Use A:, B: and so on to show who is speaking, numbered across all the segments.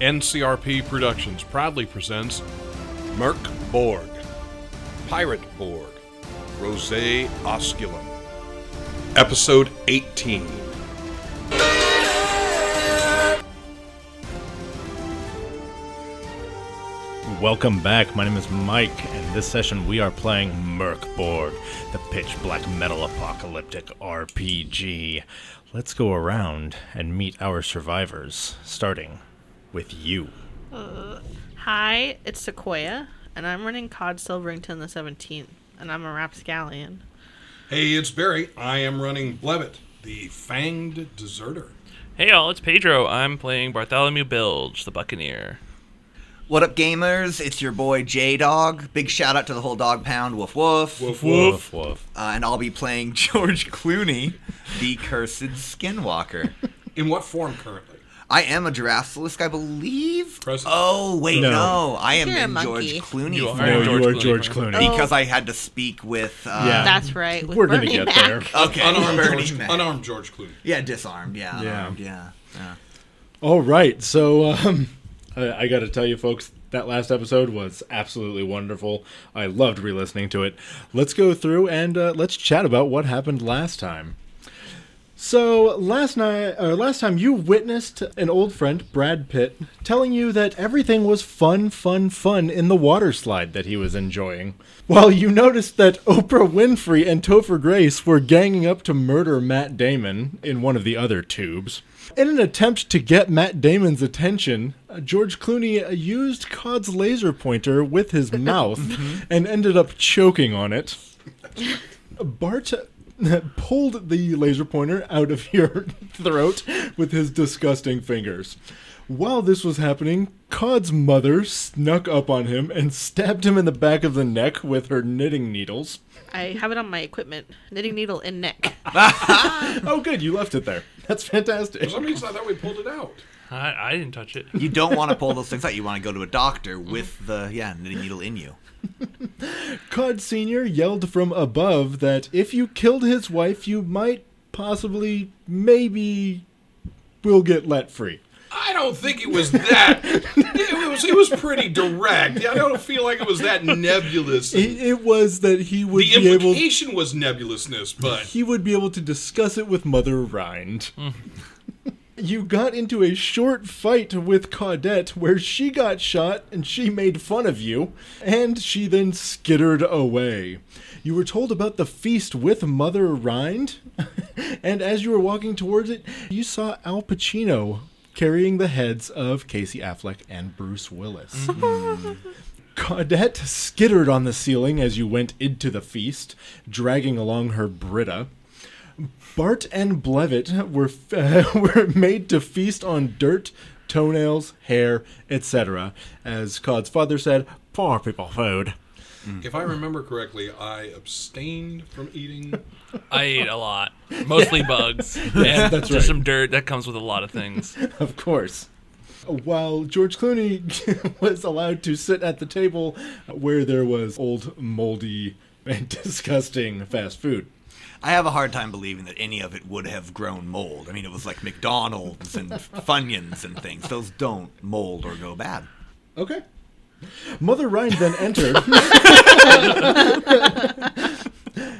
A: NCRP Productions proudly presents Merc Borg, Pirate Borg, Rose Osculum, Episode 18.
B: Welcome back. My name is Mike, and this session we are playing Merkborg, the pitch black metal apocalyptic RPG. Let's go around and meet our survivors, starting with you.
C: Hi, it's Sequoia, and I'm running COD Silverington the 17th, and I'm a rapscallion.
A: Hey, it's Barry. I am running Blevitt, the Fanged Deserter.
D: Hey all, it's Pedro. I'm playing Bartholomew Bilge, the Buccaneer.
E: What up, gamers? It's your boy J Dog. Big shout out to the whole Dog Pound. Woof woof.
A: Woof
B: Woof, woof.
E: Uh, and I'll be playing George Clooney, the cursed skinwalker.
A: In what form currently?
E: I am a Giraffalisk, I believe.
A: Present.
E: Oh wait,
B: No.
E: no, I am
C: You're a
E: in
C: monkey.
E: George Clooney
D: You are.
B: No,
E: form
D: George
B: you are
D: Clooney.
B: George Clooney.
E: because I had to speak with. Uh,
B: Yeah.
C: That's right. With
B: Um, We're going to
C: Oh, Bernie
B: get
C: Mac.
B: there.
E: Okay.
A: unarmed,
E: Bernie
A: George,
E: Mac.
A: unarmed George Clooney.
E: Yeah, disarmed. Yeah.
B: Yeah.
E: Unarmed, yeah. yeah.
B: All right, so um, I, I got to tell you, folks, that last episode was absolutely wonderful. I loved re-listening to it. Let's go through and uh, let's chat about what happened last time. So last night, or last time, you witnessed an old friend, Brad Pitt, telling you that everything was fun, fun, fun in the water slide that he was enjoying. While you noticed that Oprah Winfrey and Topher Grace were ganging up to murder Matt Damon in one of the other tubes. In an attempt to get Matt Damon's attention, uh, George Clooney uh, used Cod's laser pointer with his mouth and ended up choking on it. Bart pulled the laser pointer out of your throat with his disgusting fingers. While this was happening, Cod's mother snuck up on him and stabbed him in the back of the neck with her knitting needles.
C: I have it on my equipment. Knitting needle in neck.
B: Oh, good, you left it there. That's fantastic.
A: For some reason, I thought we pulled it out.
D: I, I didn't touch it.
E: You don't want to pull those things out. You want to go to a doctor with the yeah knitting needle in you.
B: Cod Sr. yelled from above that if you killed his wife, you might possibly, maybe, will get let free.
A: I don't think it was that. it was it was pretty direct. I don't feel like it was that nebulous.
B: It, it was that he would
A: the
B: be able.
A: implication was nebulousness, but
B: he would be able to discuss it with Mother Rind. you got into a short fight with Caudette where she got shot and she made fun of you, and she then skittered away. You were told about the feast with Mother Rind, and as you were walking towards it, you saw Al Pacino carrying the heads of Casey Affleck and Bruce Willis. Caudette skittered on the ceiling as you went into the feast, dragging along her Brita. Bart and Blevitt were, were made to feast on dirt, toenails, hair, etc. As Cod's father said, poor people food.
A: if I remember correctly, I abstained from eating.
D: I ate a lot, mostly bugs and
B: that's
D: just
B: right.
D: some dirt that comes with a lot of things.
B: Of course. While George Clooney was allowed to sit at the table where there was old, moldy, and disgusting fast food.
E: I have a hard time believing that any of it would have grown mold. I mean, it was like McDonald's and Funyuns and things. Those don't mold or go bad.
B: Okay. Mother Ryan then entered.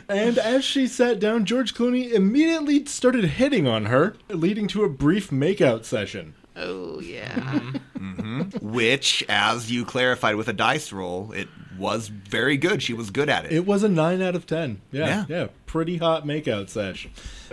B: and as she sat down, George Clooney immediately started hitting on her, leading to a brief makeout session.
C: Oh, yeah.
E: Which, as you clarified with a dice roll, it was very good. She was good at it.
B: It was a 9 out of 10. Yeah.
E: Yeah.
B: Yeah. Pretty hot makeout sesh.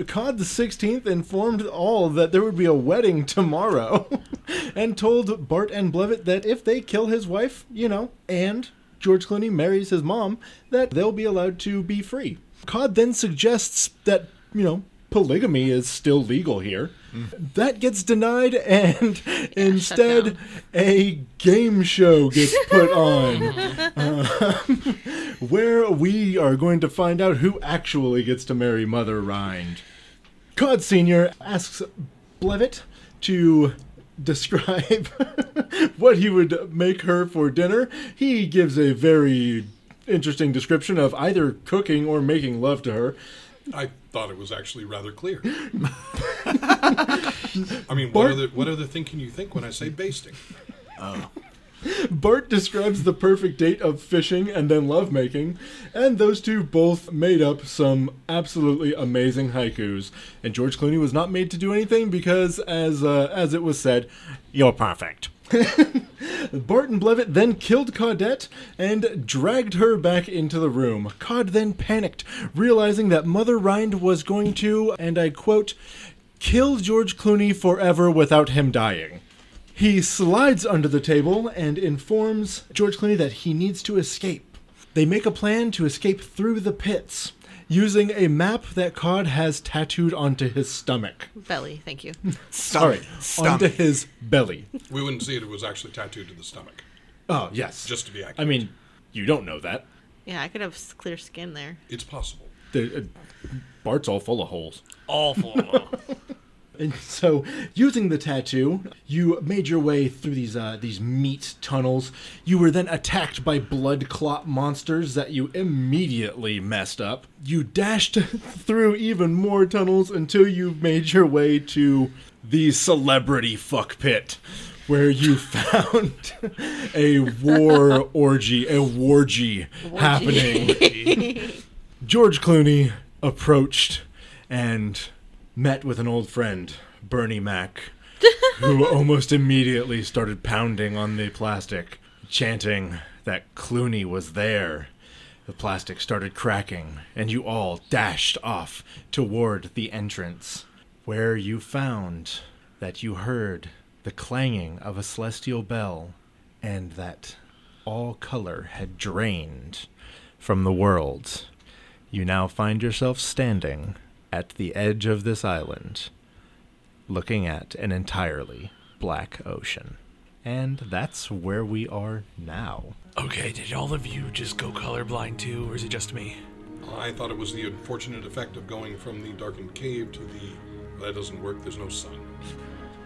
B: Cod the 16th informed all that there would be a wedding tomorrow and told Bart and Blevitt that if they kill his wife, you know, and George Clooney marries his mom, that they'll be allowed to be free. Cod then suggests that, you know, polygamy is still legal here.
E: Mm-hmm.
B: That gets denied, and instead,
C: down.
B: a game show gets put on Um, where we are going to find out who actually gets to marry Mother Rind. Cod Sr. asks Blevitt to describe what he would make her for dinner. He gives a very interesting description of either cooking or making love to her.
A: I thought it was actually rather clear. I mean,
B: Bart-
A: what other what other thing can you think when I say basting?
B: Bart describes the perfect date of fishing and then lovemaking, and those two both made up some absolutely amazing haikus. And George Clooney was not made to do anything because, as uh, as it was said, you're perfect. Bart and Blevett then killed Caudette and dragged her back into the room. Cod then panicked, realizing that Mother Rind was going to, and I quote, kill George Clooney forever without him dying. He slides under the table and informs George Clooney that he needs to escape. They make a plan to escape through the pits using a map that Cod has tattooed onto his stomach.
C: Belly, thank you.
E: Stomach.
B: Sorry,
E: Stomach.
B: onto his belly.
A: We wouldn't see it. It was actually tattooed to the stomach.
B: Oh, yes.
A: Just to be accurate.
B: I mean, you don't know that.
C: Yeah, I could have s- clear skin there.
A: It's possible.
B: The, uh, Bart's all full of holes.
F: Awful.
B: And so, using the tattoo, you made your way through these uh, these meat tunnels. You were then attacked by blood clot monsters that you immediately messed up. You dashed through even more tunnels until you made your way to the celebrity fuck pit, where you found a war orgy, a wargy happening. George Clooney approached and met with an old friend, Bernie Mac, who almost immediately started pounding on the plastic, chanting that Clooney was there. The plastic started cracking, and you all dashed off toward the entrance, where you found that you heard the clanging of a celestial bell and that all color had drained from the world. You now find yourself standing at the edge of this island, looking at an entirely black ocean. And that's where we are now.
F: okay, did all of you just go colorblind too, or is it just me?
A: I thought it was the unfortunate effect of going from the darkened cave to the. Well, that doesn't work. There's no sun.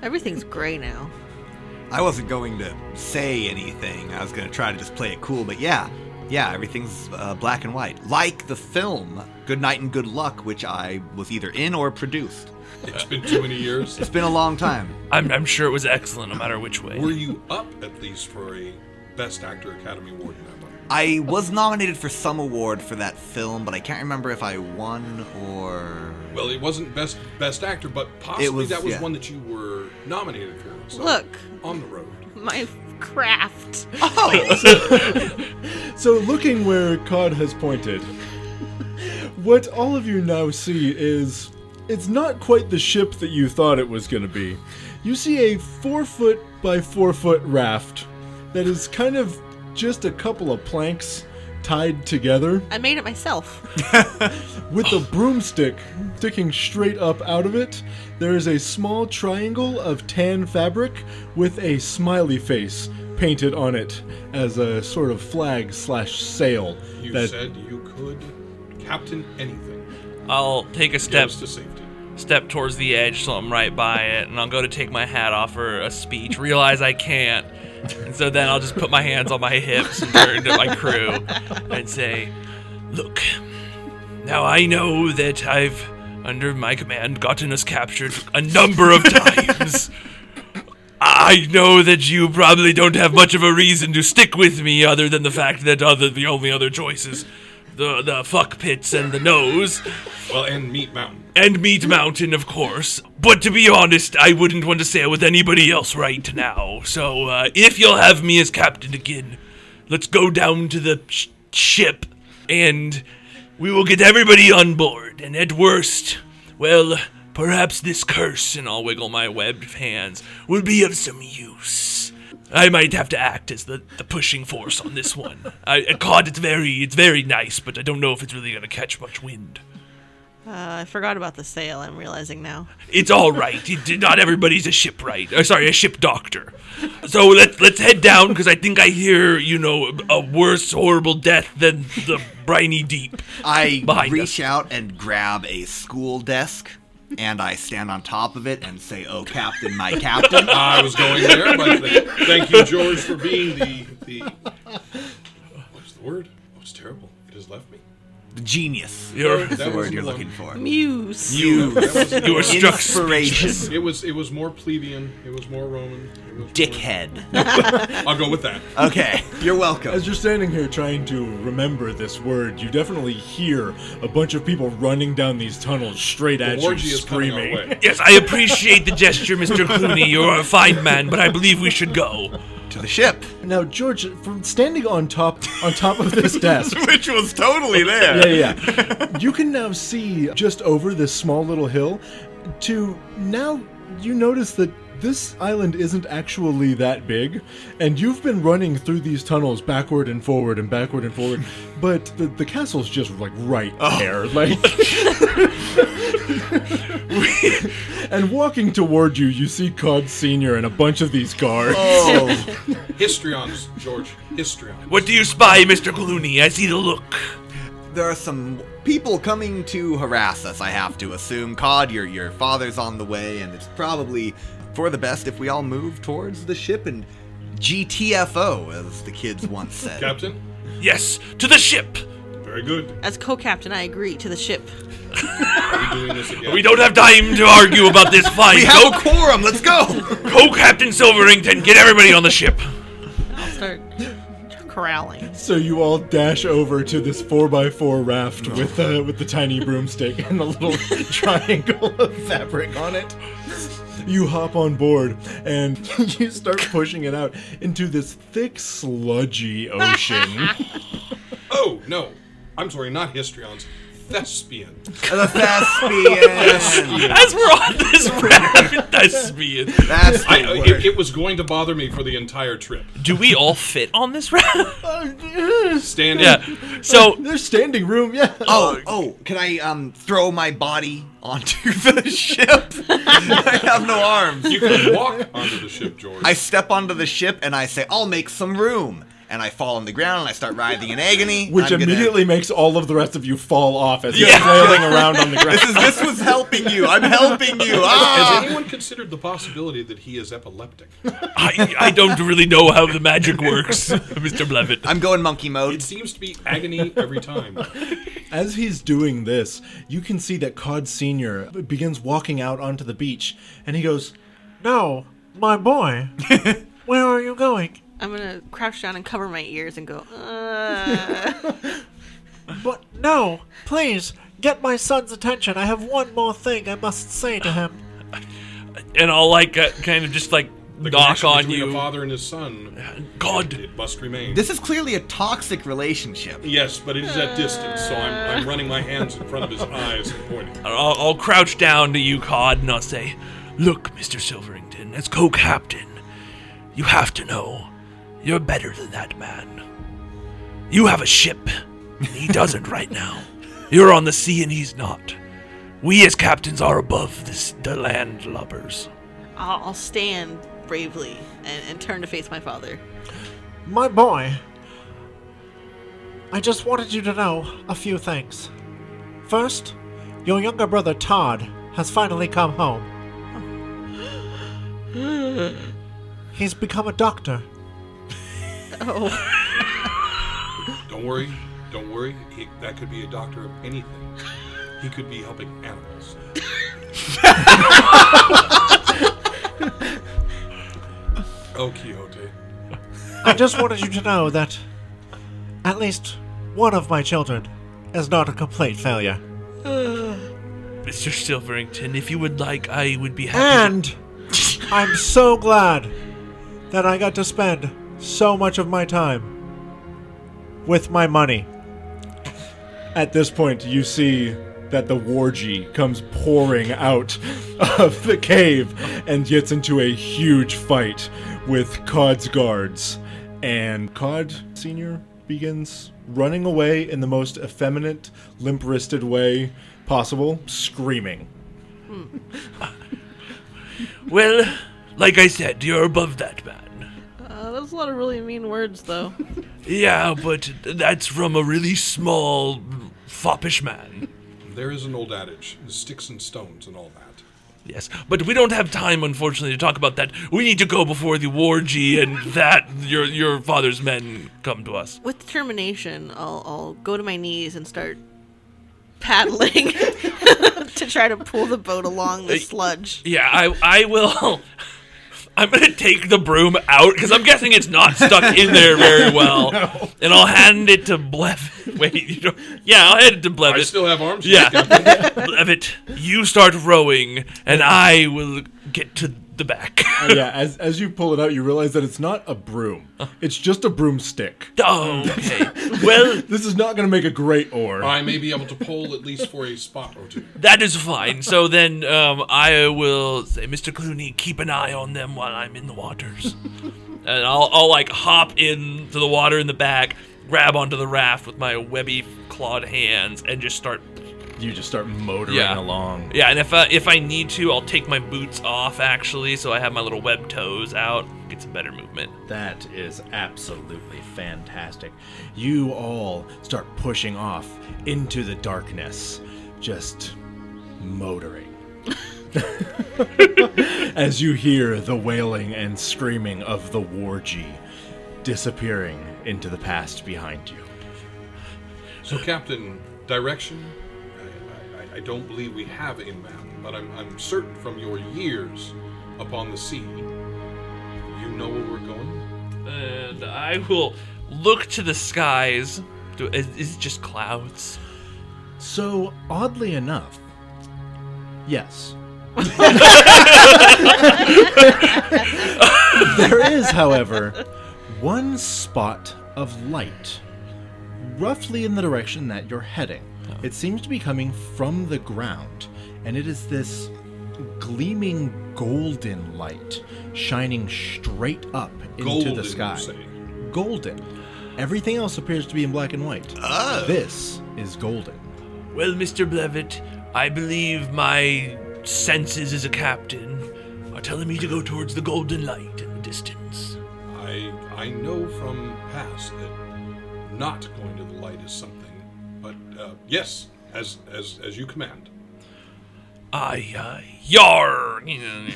C: Everything's gray now.
E: I wasn't going to say anything. I was going to try to just play it cool, but yeah, yeah, everything's uh, black and white. Like the film Good Night and Good Luck, which I was either in or produced.
A: It's been too many years.
E: It's been a long time.
F: I'm, I'm sure it was excellent no matter which way.
A: Were you up at least for a Best Actor Academy Award member?
E: I was nominated for some award for that film, but I can't remember if I won or.
A: Well, it wasn't best best actor, but possibly
E: It was-
A: that was
E: yeah.
A: one that you were nominated for. So,
C: Look.
A: on the road.
C: My craft.
B: So, looking where Cod has pointed, what all of you now see is it's not quite the ship that you thought it was going to be. You see a four foot by four foot raft that is kind of just a couple of planks tied together.
C: I made it myself.
B: With a broomstick sticking straight up out of it, there is a small triangle of tan fabric with a smiley face painted on it as a sort of flag slash sail.
A: You
B: that-
A: said you could captain anything.
F: I'll take a
A: Get
F: step
A: us to safety.
F: step towards the edge so I'm right by it, and I'll go to take my hat off for a speech, realize I can't. And so then I'll just put my hands on my hips and turn to my crew and say, Look, now I know that I've, under my command, gotten us captured a number of times. I know that you probably don't have much of a reason to stick with me other than the fact that other the only other choices the the fuck pits and the nose
A: Well, and Meat Mountain.
F: and Meat Mountain, of course. But to be honest, I wouldn't want to sail with anybody else right now. So uh, if you'll have me as captain again, let's go down to the sh- ship and we will get everybody on board. And at worst, well, perhaps this curse, and I'll wiggle my webbed hands, will be of some use. I might have to act as the, the pushing force on this one. I, I caught it's very it's very nice, but I don't know if it's really gonna catch much wind.
C: Uh, I forgot about the sail, I'm realizing now.
F: It's all right. It, not everybody's a shipwright. Or sorry, a ship doctor. So let's let's head down because I think I hear you know a worse horrible death than the briny deep.
E: I
F: Behind
E: reach
F: us.
E: out and grab a school desk, and I stand on top of it and say, Oh, Captain, my Captain.
A: I was going there, but th- thank you, George, for being the the. What's the word? Oh, it's terrible. It has left me.
E: Genius.
F: You're,
E: That's the
A: That was
E: word you're
A: one.
E: looking for.
C: Muse.
A: You.
F: you were struck
E: Inspiration.
A: It was it was more plebeian. It was more Roman. It was
E: Dickhead.
A: More, I'll go with that.
E: Okay, you're welcome.
B: As you're standing here trying to remember this word, you definitely hear a bunch of people running down these tunnels straight at you,
A: Orgy is coming our
B: screaming.
A: way.
F: Yes, I appreciate the gesture, Mr. Clooney. You're a fine man, but I believe we should go.
E: To the ship.
B: Now, George, from standing on top on top of this desk,
E: Which was totally there.
B: yeah, yeah, you can now see just over this small little hill. To now, you notice that this island isn't actually that big, and you've been running through these tunnels backward and forward and backward and forward. But the, the castle's just like right there, like. and walking toward you, you see Cod Senior and a bunch of these guards.
E: Oh,
A: Histrions, George. Histrions.
F: What do you spy, Mr. Clooney? I see the look.
E: there are some people coming to harass us, I have to assume. Cod, your, your father's on the way, and it's probably for the best if we all move towards the ship and GTFO, as the kids once said.
A: Captain?
F: Yes, to the ship.
A: Very good.
C: As co-captain, I agree to the ship.
A: Are we doing this again?
F: We don't have time to argue about this fight.
E: we
F: Go,
E: have a quorum, let's go!
F: go, Captain Silverington. Get everybody on the ship.
C: I'll start corralling.
B: So you all dash over to this four by four raft with uh, with the tiny broomstick and the little triangle of fabric on it. You hop on board and you start pushing it out into this thick, sludgy ocean.
A: Oh no. I'm sorry, not histrions. Thespian.
E: the thespian!
F: As we're on this raft, that's me.
E: That's the
A: I, uh,
E: word.
A: it, it was going to bother me for the entire trip.
F: Do we all fit on this raft?
A: Standing.
F: Yeah. So
B: There's standing room, yeah.
E: Oh, oh, can I um throw my body onto the ship? I have no arms.
A: You can walk onto the ship, George.
E: I step onto the ship and I say, I'll make some room. And I fall on the ground and I start writhing in agony.
B: Which
E: I'm gonna-
B: immediately makes all of the rest of you fall off as
F: Yeah.
B: you're flailing around on the ground.
E: This, is, this was helping you. I'm helping you.
A: Has
E: Ah!
A: anyone considered the possibility that he is epileptic?
F: I, I don't really know how the magic works, Mr. Blevett.
E: I'm going monkey
A: It
E: mode.
A: seems to be agony every time.
B: As he's doing this, you can see that Cod Sr. begins walking out onto the beach and he goes,
G: No, my boy. Where are you going?
C: I'm gonna crouch down and cover my ears and go. Uh.
G: But no, please get my son's attention. I have one more thing I must say to him.
F: And I'll like uh, kind of just like
A: The
F: knock
A: connection
F: on
A: between A
F: you.
A: father and his son.
F: God,
A: It must remain.
E: This is clearly a toxic relationship.
A: yes, but it is at distance, so I'm, I'm running my hands in front of his eyes and pointing.
F: I'll, I'll crouch down to you, Cod, and I'll say, "Look, Mr. Silverington, as co-captain, you have to know you're better than that man. You have a ship. and He doesn't right now. You're on the sea, and he's not. We as captains are above this, the land lubbers.
C: I'll, I'll stand bravely and, and turn to face my father.
G: My boy, I just wanted you to know a few things. First, your younger brother Todd has finally come home. He's become a doctor.
C: Oh,
A: Don't worry, don't worry. He, that could be a doctor of anything. He could be helping animals. oh, Quixote.
G: I just wanted you to know that at least one of my children is not a complete failure.
F: Mr. Silverington, if you would like, I would be happy. to-
G: And I'm so glad that I got to spend so much of my time with my money.
B: At this point, you see that the wargy comes pouring out of the cave and gets into a huge fight with Cod's guards. And Cod Sr. begins running away in the most effeminate, limp wristed way possible, screaming.
F: well, like I said, you're above that man.
C: uh, that's a lot of really mean words, though.
F: Yeah, but that's from a really small, foppish man.
A: There is an old adage sticks and stones and all that.
F: Yes, but we don't have time, unfortunately, to talk about that. We need to go before the wargy and that your your father's men come to us.
C: With determination, I'll, I'll go to my knees and start paddling to try to pull the boat along the sludge.
F: Yeah, I I will. I'm gonna take the broom out because I'm guessing it's not stuck in there very well, and I'll hand it to Blevit. Wait, you don't, yeah, I'll hand it to Blevit.
A: I still have arms.
F: yeah, Blevit, you start rowing, and I will get to the back.
B: Uh, yeah, as as you pull it out, you realize that it's not a broom. It's just a broomstick.
F: oh, okay. Well,
B: This is not going to make a great oar.
A: I may be able to pole at least for a spot or two.
F: that is fine. So then, um, I will say, Mr. Clooney, keep an eye on them while I'm in the waters, and I'll I'll like hop into the water in the back, grab onto the raft with my webby clawed hands, and just start
B: You just start motoring
F: Yeah.
B: along.
F: Yeah, and if I, if I need to, I'll take my boots off actually, so I have my little web toes out. Get some better movement.
B: That is absolutely fantastic. You all start pushing off into the darkness, just motoring. As you hear the wailing and screaming of the wargy disappearing into the past behind you.
A: So, Captain, direction? I, I, I don't believe we have a map, but I'm, I'm certain from your years upon the sea, you know where we're going.
F: And I will look to the skies. Do, is, is it just clouds?
B: So, oddly enough, yes. there is, however, one spot of light roughly in the direction that you're heading.
A: Oh.
B: It seems to be coming from the ground, and it is this gleaming golden light shining straight up into
A: Golden,
B: the sky.
A: you say?
B: Golden. Everything else appears to be in black and white.
A: Oh.
B: This is golden.
F: Well, Mr. Blevett, I believe my senses as a captain are telling me to go towards the golden light in the distance.
A: I, I know from past that not going to the light is something, but uh, yes, as, as, as you command.
F: Aye, aye, yar.
A: I'm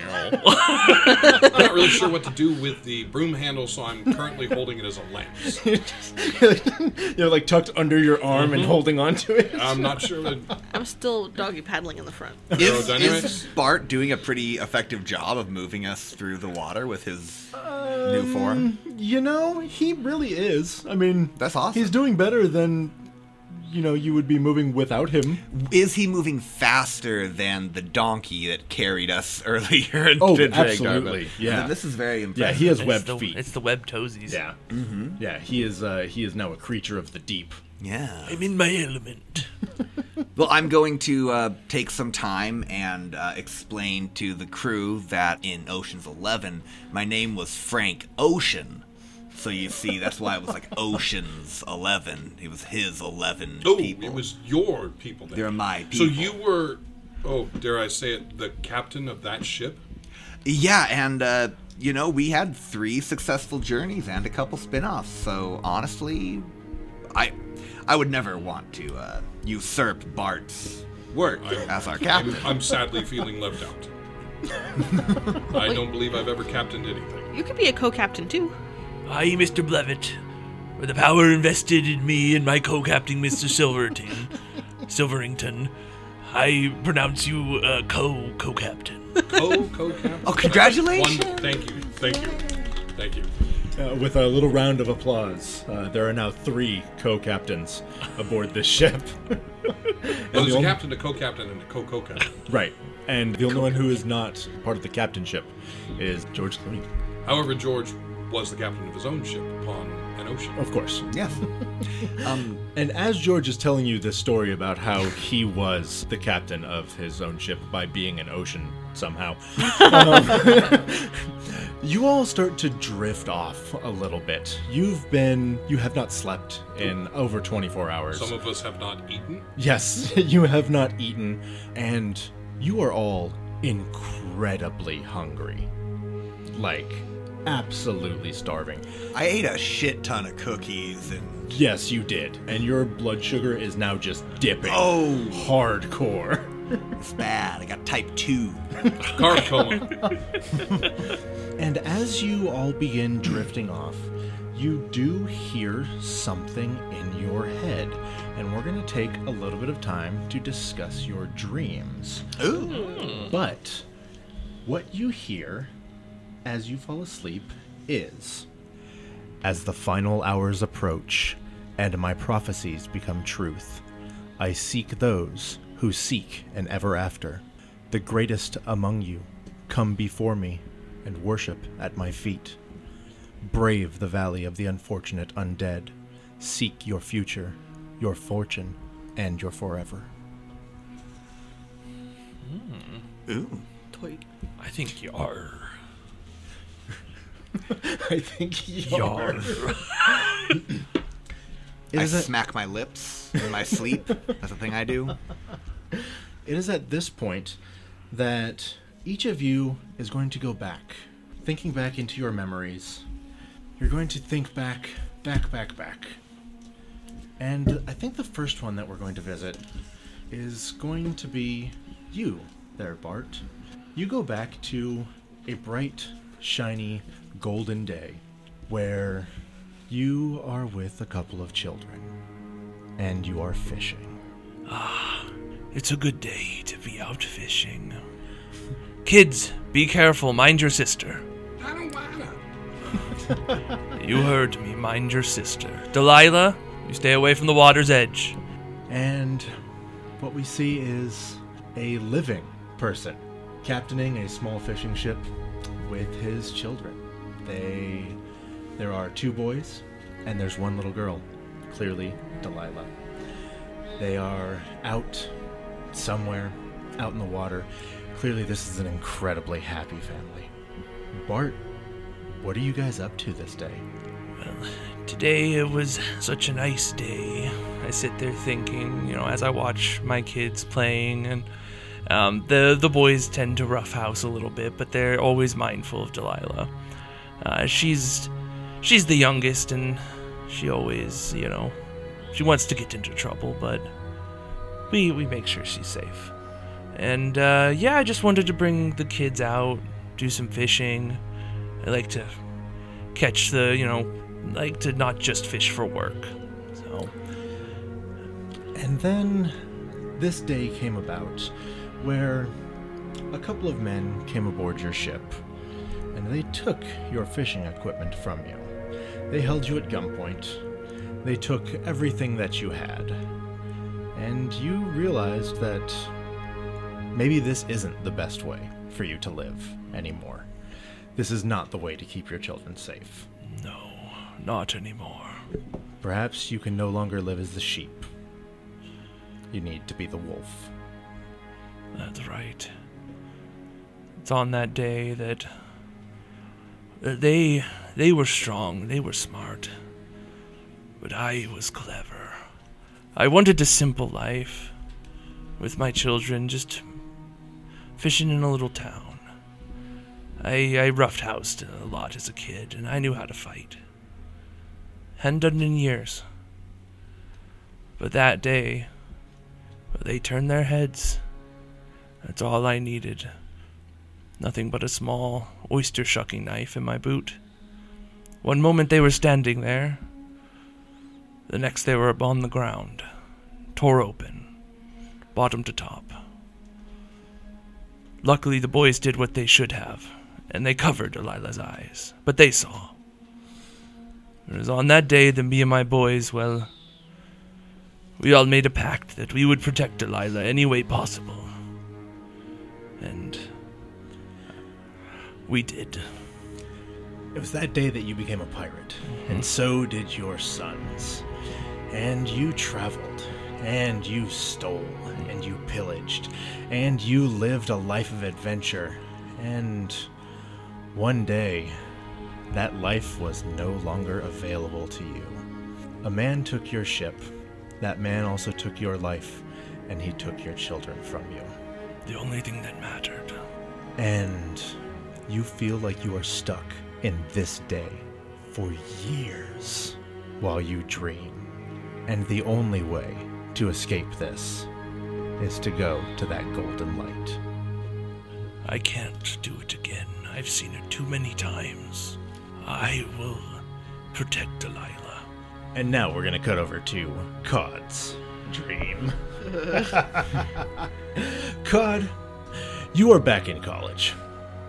A: not really sure what to do with the broom handle, so I'm currently holding it as a lance.
B: You're like tucked under your arm and holding on to it.
A: I'm not sure that
C: I'm still doggy paddling in the front.
E: Is,
A: Aerodynamics?
E: is Bart doing a pretty effective job of moving us through the water with his new form?
B: You know, he really is. I mean,
E: That's awesome.
B: He's doing better than you know you would be moving without him.
E: Is he moving faster than the donkey that carried us earlier? to
B: Oh,
E: Drag Darba?
B: absolutely, yeah.
E: This is very
B: Yeah,
E: impressive.
B: he has
F: It's
B: webbed
F: the,
B: feet.
F: it's the web toesies.
B: yeah, mm-hmm. yeah. He is. Uh, he is now a creature of the deep.
E: Yeah.
F: I'm in my element.
E: Well, I'm going to uh, take some time and uh, explain to the crew that in Ocean's Eleven, my name was Frank Ocean. So you see, that's why it was like Ocean's Eleven. It was his eleven
A: no,
E: people.
A: Oh, it was your people. Then.
E: They're my people.
A: So you were, oh, dare I say it, the captain of that ship?
E: Yeah, and uh, you know, we had three successful journeys and a couple spin-offs. So honestly, I I would never want to uh, usurp Bart's work as our captain.
A: I'm, I'm sadly feeling left out. I don't believe I've ever captained anything.
C: You could be a co-captain too.
F: Aye, Mr. Blevett. With the power invested in me and my co-captain, Mr. Silverton, Silverington, I pronounce you uh, co co-captain.
A: Co co captain.
E: Oh, congratulations.
A: Thank you, thank you, thank you.
B: Uh, with a little round of applause, uh, there are now three co-captains aboard this ship.
A: Well, there's
B: the
A: a
B: only-
A: captain, a co captain, and a co co captain.
B: Right, and the only one who is not part of the captainship is George Clooney,
A: However, George was the captain of his own ship upon an ocean.
B: of course.
E: Yes. Um,
B: And as George is telling you this story about how he was the captain of his own ship by being an ocean somehow, um, you all start to drift off a little bit. You've been, you have not slept in over 24 hours.
A: Some of us have not eaten.
B: Yes, you have not eaten, and you are all incredibly hungry. Like, absolutely starving.
E: I ate a shit ton of cookies and
B: Yes, you did. And your blood sugar is now just dipping.
E: Oh.
B: Hardcore.
E: It's bad. I got type 2.
A: Carb coma.
B: And as you all begin drifting off, you do hear something in your head. And we're going to take a little bit of time to discuss your dreams.
E: Ooh.
B: But what you hear as you fall asleep is As the final hours approach, and my prophecies become truth, I seek those who seek an ever after. The greatest among you come before me and worship at my feet. Brave the valley of the unfortunate undead. Seek your future, your fortune, and your forever.
E: Ooh.
F: I think yar.
B: I think
F: Yar.
B: It
E: I
B: is, at,
E: smack my lips in my sleep. That's the thing I do.
B: it is at this point that each of you is going to go back, thinking back into your memories. You're going to think back, back, back, back. And I think the first one that we're going to visit is going to be you, there, Bart. You go back to a bright, shiny, golden day where you are with a couple of children and you are fishing.
F: It's a good day to be out fishing. Kids, be careful. Mind your sister.
A: I don't wanna.
F: You heard me. Mind your sister. Delilah, you stay away from the water's edge.
B: And what we see is a living person captaining a small fishing ship with his children. They there are two boys and there's one little girl, clearly Delilah. They are out somewhere out in the water. Clearly this is an incredibly happy family. Bart, what are you guys up to this day?
F: Today it was such a nice day. I sit there thinking, you know, as I watch my kids playing, and um, the the boys tend to roughhouse a little bit, but they're always mindful of Delilah. Uh, she's she's the youngest, and she always, you know, she wants to get into trouble, but we we make sure she's safe. And uh, yeah, I just wanted to bring the kids out, do some fishing. I like to catch the you know like to not just fish for work so
B: And then this day came about where a couple of men came aboard your ship and they took your fishing equipment from you. They held you at gunpoint. They took everything that you had. And you realized that maybe this isn't the best way for you to live anymore. This is not the way to keep your children safe.
F: no not anymore
B: Perhaps you can no longer live as the sheep. You need to be the wolf.
F: that's right it's on that day that that they they were strong they were smart but i was clever i wanted a simple life with my children just fishing in a little town i i roughhoused a lot as a kid and i knew how to fight hadn't done it in years. But that day, they turned their heads. That's all I needed. Nothing but a small oyster shucking knife in my boot. One moment they were standing there, the next they were upon the ground, tore open, bottom to top. Luckily, the boys did what they should have, and they covered Delilah's eyes, but they saw. It was on that day that me and my boys, well, we all made a pact that we would protect Delilah any way possible. And we did.
B: It was that day that you became a pirate, and so did your sons. And you traveled, and you stole, and you pillaged, and you lived a life of adventure. And one day, that life was no longer available to you. A man took your ship, that man also took your life, and he took your children from you.
F: The only thing that mattered.
B: And you feel like you are stuck in this day for years while you dream. And the only way to escape this is to go to that golden light.
D: I can't do it again. I've seen it too many times. I will protect Delilah.
B: And now we're gonna cut over to Cod's dream. Cod, you are back in college.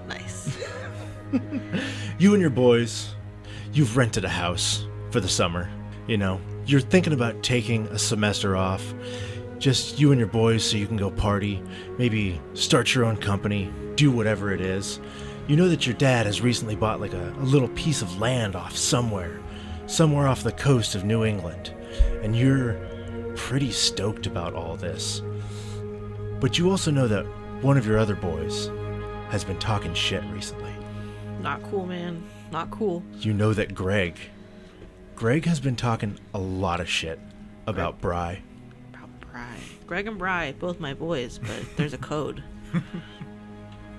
C: Nice.
B: You and your boys, you've rented a house for the summer. You know, you're thinking about taking a semester off. Just you and your boys so you can go party, maybe start your own company, do whatever it is. You know that your dad has recently bought like a, a little piece of land off somewhere, somewhere off the coast of New England. And you're pretty stoked about all this. But you also know that one of your other boys has been talking shit recently.
C: Not cool, man. Not cool.
B: You know that Greg. Greg has been talking a lot of shit about Bry.
C: About Bry. Greg and Bry, both my boys, but there's a code.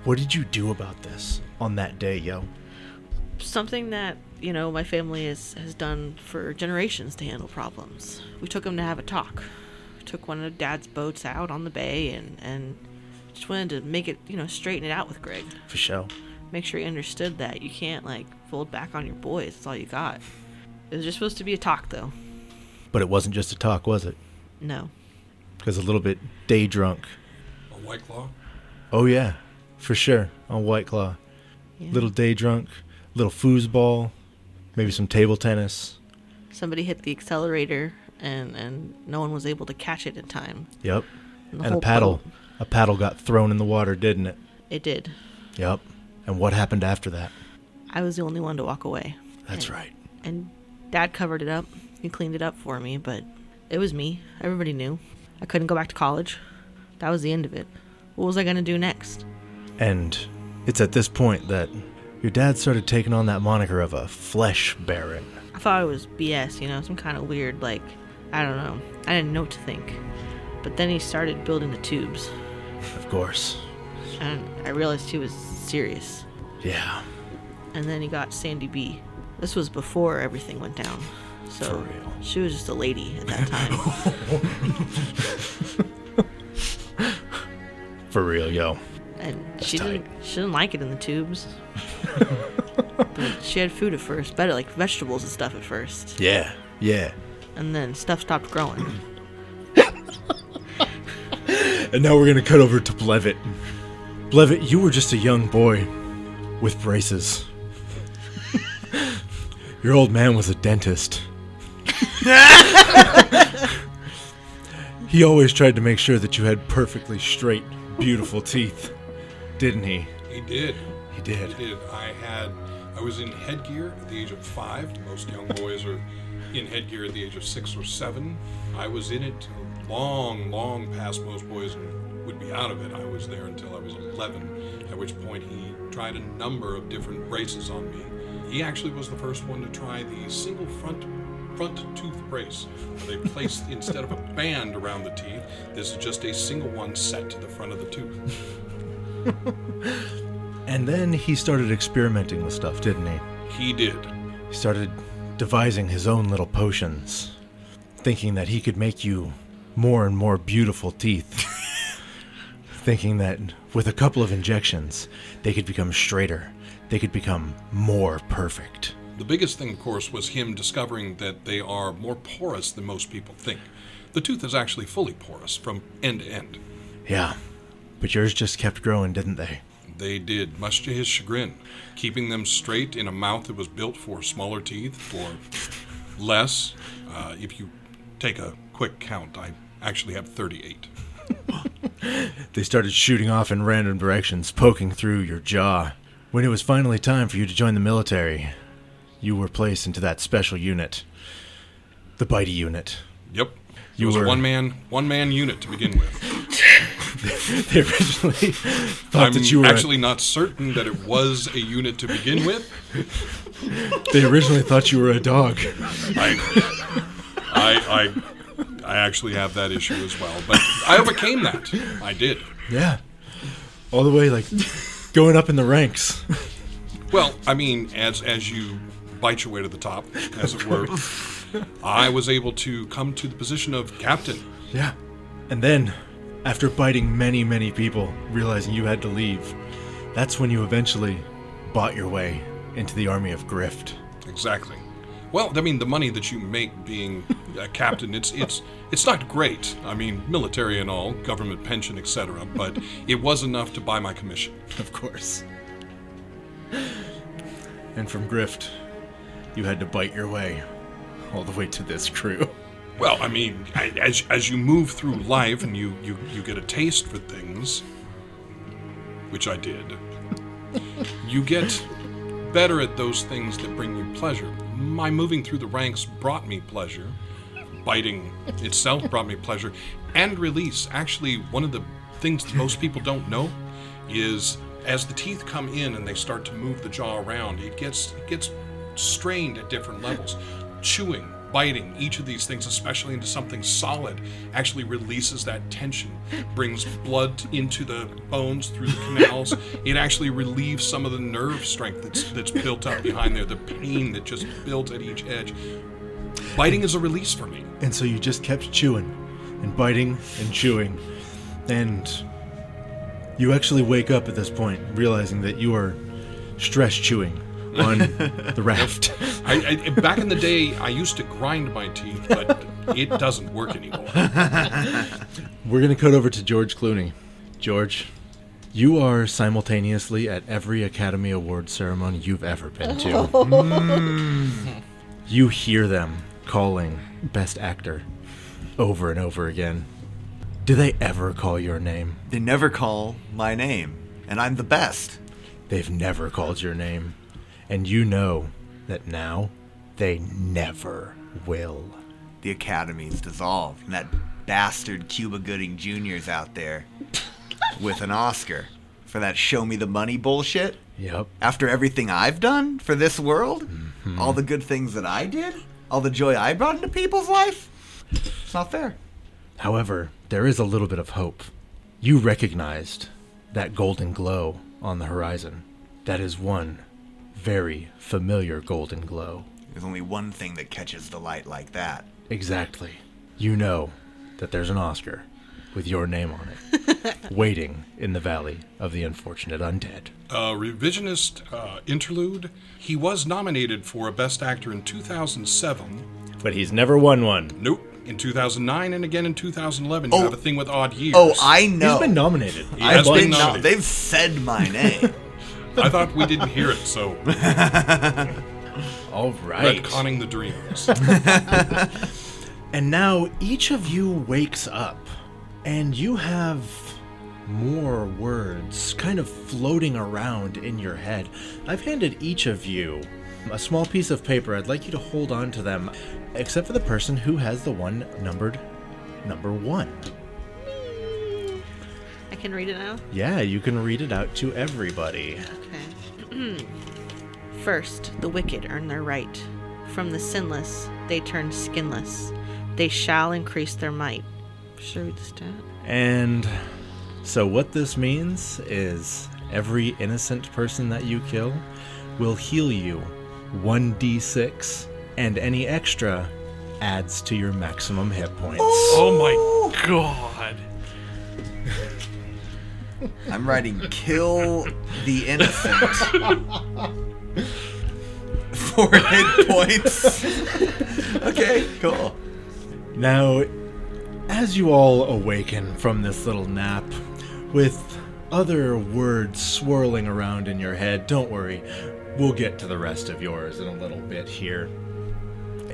B: What did you do about this on that day, yo?
C: Something that, you know, my family is, has done for generations to handle problems. We took him to have a talk. We took one of Dad's boats out on the bay and, and just wanted to make it, you know, straighten it out with Greg.
B: For show.
C: make sure he understood that you can't like fold back on your boys. That's all you got. It was just supposed to be a talk, though.
B: But it wasn't just a talk, was it?
C: No,
B: Because a little bit day drunk.
A: A white claw.
B: Oh, yeah. For sure. On White Claw. Little day drunk, little foosball, maybe some table tennis.
C: somebody hit the accelerator, and and no one was able to catch it in time.
B: Yep.
C: And the
B: And a
C: whole
B: paddle.
C: boat-
B: A paddle got thrown in the water, didn't it?
C: It did.
B: Yep. And what happened after that?
C: I was the only one to walk away,
B: That's right.
C: and Dad covered it up. He cleaned it up for me, but it was me. Everybody knew. I couldn't go back to college. That was the end of it. What was I gonna do next?
B: And it's at this point that your dad started taking on that moniker of a flesh baron.
C: I thought it was BS, you know, some kind of weird, like, I don't know. I didn't know what to think. But then he started building the tubes,
B: Of course.
C: and I realized he was serious.
B: Yeah,
C: And then he got Sandy B. This was before everything went down.
B: for
C: So
B: real.
C: she was just a lady at that time.
B: For real, yo.
C: and she
B: tight.
C: didn't, she didn't like it in the tubes. but she had food at first, better, like vegetables and stuff at first.
B: Yeah, yeah.
C: And then stuff stopped growing.
B: And now we're gonna cut over to Blevitt. Blevitt, you were just a young boy with braces. Your old man was a dentist. he always tried to make sure that you had perfectly straight, beautiful teeth, didn't he?
A: He did.
B: He did.
A: He did. I had. I was in headgear at the age of five. Most young boys are in headgear at the age of six or seven. I was in it long, long past most boys would be out of it. I was there until I was 11, at which point he tried a number of different braces on me. He actually was the first one to try the single front front tooth brace. Where they placed instead of a band around the teeth, this is just a single one set to the front of the tooth.
B: And then he started experimenting with stuff, didn't he?
A: He did.
B: He started devising his own little potions, thinking that he could make you more and more beautiful teeth. thinking that with a couple of injections, they could become straighter, they could become more perfect.
A: The biggest thing, of course, was him discovering that they are more porous than most people think. The tooth is actually fully porous from end to end.
B: Yeah, but yours just kept growing, didn't they?
A: They did, much to his chagrin, keeping them straight in a mouth that was built for smaller teeth, for less. Uh, if you take a quick count, I actually have 38.
B: They started shooting off in random directions, poking through your jaw. When it was finally time for you to join the military, you were placed into that special unit, the Bitey unit.
A: Yep. It
B: You
A: was a
B: were-
A: one man, one man unit to begin with.
B: They originally thought
A: I'm
B: that you were
A: actually not certain that it was a unit to begin with.
B: they originally thought you were a dog.
A: I, I, I, I actually have that issue as well, but I overcame that. I did.
B: Yeah. All the way like going up in the ranks.
A: Well, I mean, as as you bite your way to the top, as it were, I was able to come to the position of captain.
B: Yeah. And then After biting many, many people, realizing you had to leave, that's when you eventually bought your way into the army of Grift.
A: Exactly. Well, I mean, the money that you make being a captain, it's it's it's not great. I mean, military and all, government pension, etc. But it was enough to buy my commission.
B: Of course. And from Grift, you had to bite your way all the way to this crew.
A: Well, I mean, I- as as you move through life and you you you get a taste for things, which I did, you get better at those things that bring you pleasure. My moving through the ranks brought me pleasure. Biting itself brought me pleasure, and release. Actually, one of the things that most people don't know is as the teeth come in and they start to move the jaw around, it gets it gets strained at different levels. Chewing, biting, each of these things, especially into something solid, actually releases that tension, brings blood into the bones through the canals. It actually relieves some of the nerve strength that's that's built up behind there, the pain that just built at each edge. Biting is a release for me.
B: And so you just kept chewing and biting and chewing. And you actually wake up at this point realizing that you are stress chewing on the raft.
A: I, I, back in the day, I used to grind my teeth, but it doesn't work anymore.
B: We're going to cut over to George Clooney. George, you are simultaneously at every Academy Award ceremony you've ever been to. Mm. You hear them calling Best Actor over and over again. Do they ever call your name?
E: They never call my name, and I'm the best.
B: They've never called your name. And you know that now they never will.
E: The academy's dissolved, and that bastard Cuba Gooding Jr.'s out there with an Oscar for that show me the money bullshit.
B: Yep.
E: After everything I've done for this world, all the good things that I did, all the joy I brought into people's life, it's not fair.
B: However, there is a little bit of hope. You recognized that golden glow on the horizon. That is one very familiar golden glow.
E: There's only one thing that catches the light like that.
B: Exactly. You know that there's an Oscar with your name on it, waiting in the valley of the unfortunate undead.
A: uh, revisionist uh, interlude. He was nominated for a Best Actor in 2007.
B: But he's never won one.
A: Nope. In 2009 and again in 2011. You
E: Oh.
A: have a thing with odd years.
E: Oh, I know.
B: He's been nominated.
A: has
E: I've
A: been
E: been
A: nominated.
E: nom- They've said my name.
A: I thought we didn't hear it, so
B: All right.
A: retconning the dreams.
B: And now each of you wakes up, and you have more words kind of floating around in your head. I've handed each of you a small piece of paper. I'd like you to hold on to them, except for the person who has the one numbered number one.
C: I can read it now.
B: Yeah, you can read it out to everybody.
C: Okay. First, the wicked earn their right. From the sinless, they turn skinless. They shall increase their might. Should I read this down?
B: And so, what this means is every innocent person that you kill will heal you 1d6, and any extra adds to your maximum hit points.
D: Oh my god.
E: I'm writing kill the innocent. Four hit points. okay, cool.
B: Now, as you all awaken from this little nap, with other words swirling around in your head, don't worry, we'll get to the rest of yours in a little bit here.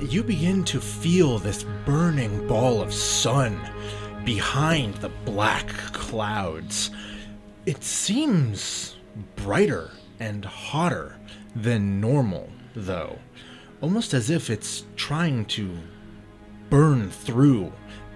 B: You begin to feel this burning ball of sun behind the black clouds. It seems brighter and hotter than normal, though, almost as if it's trying to burn through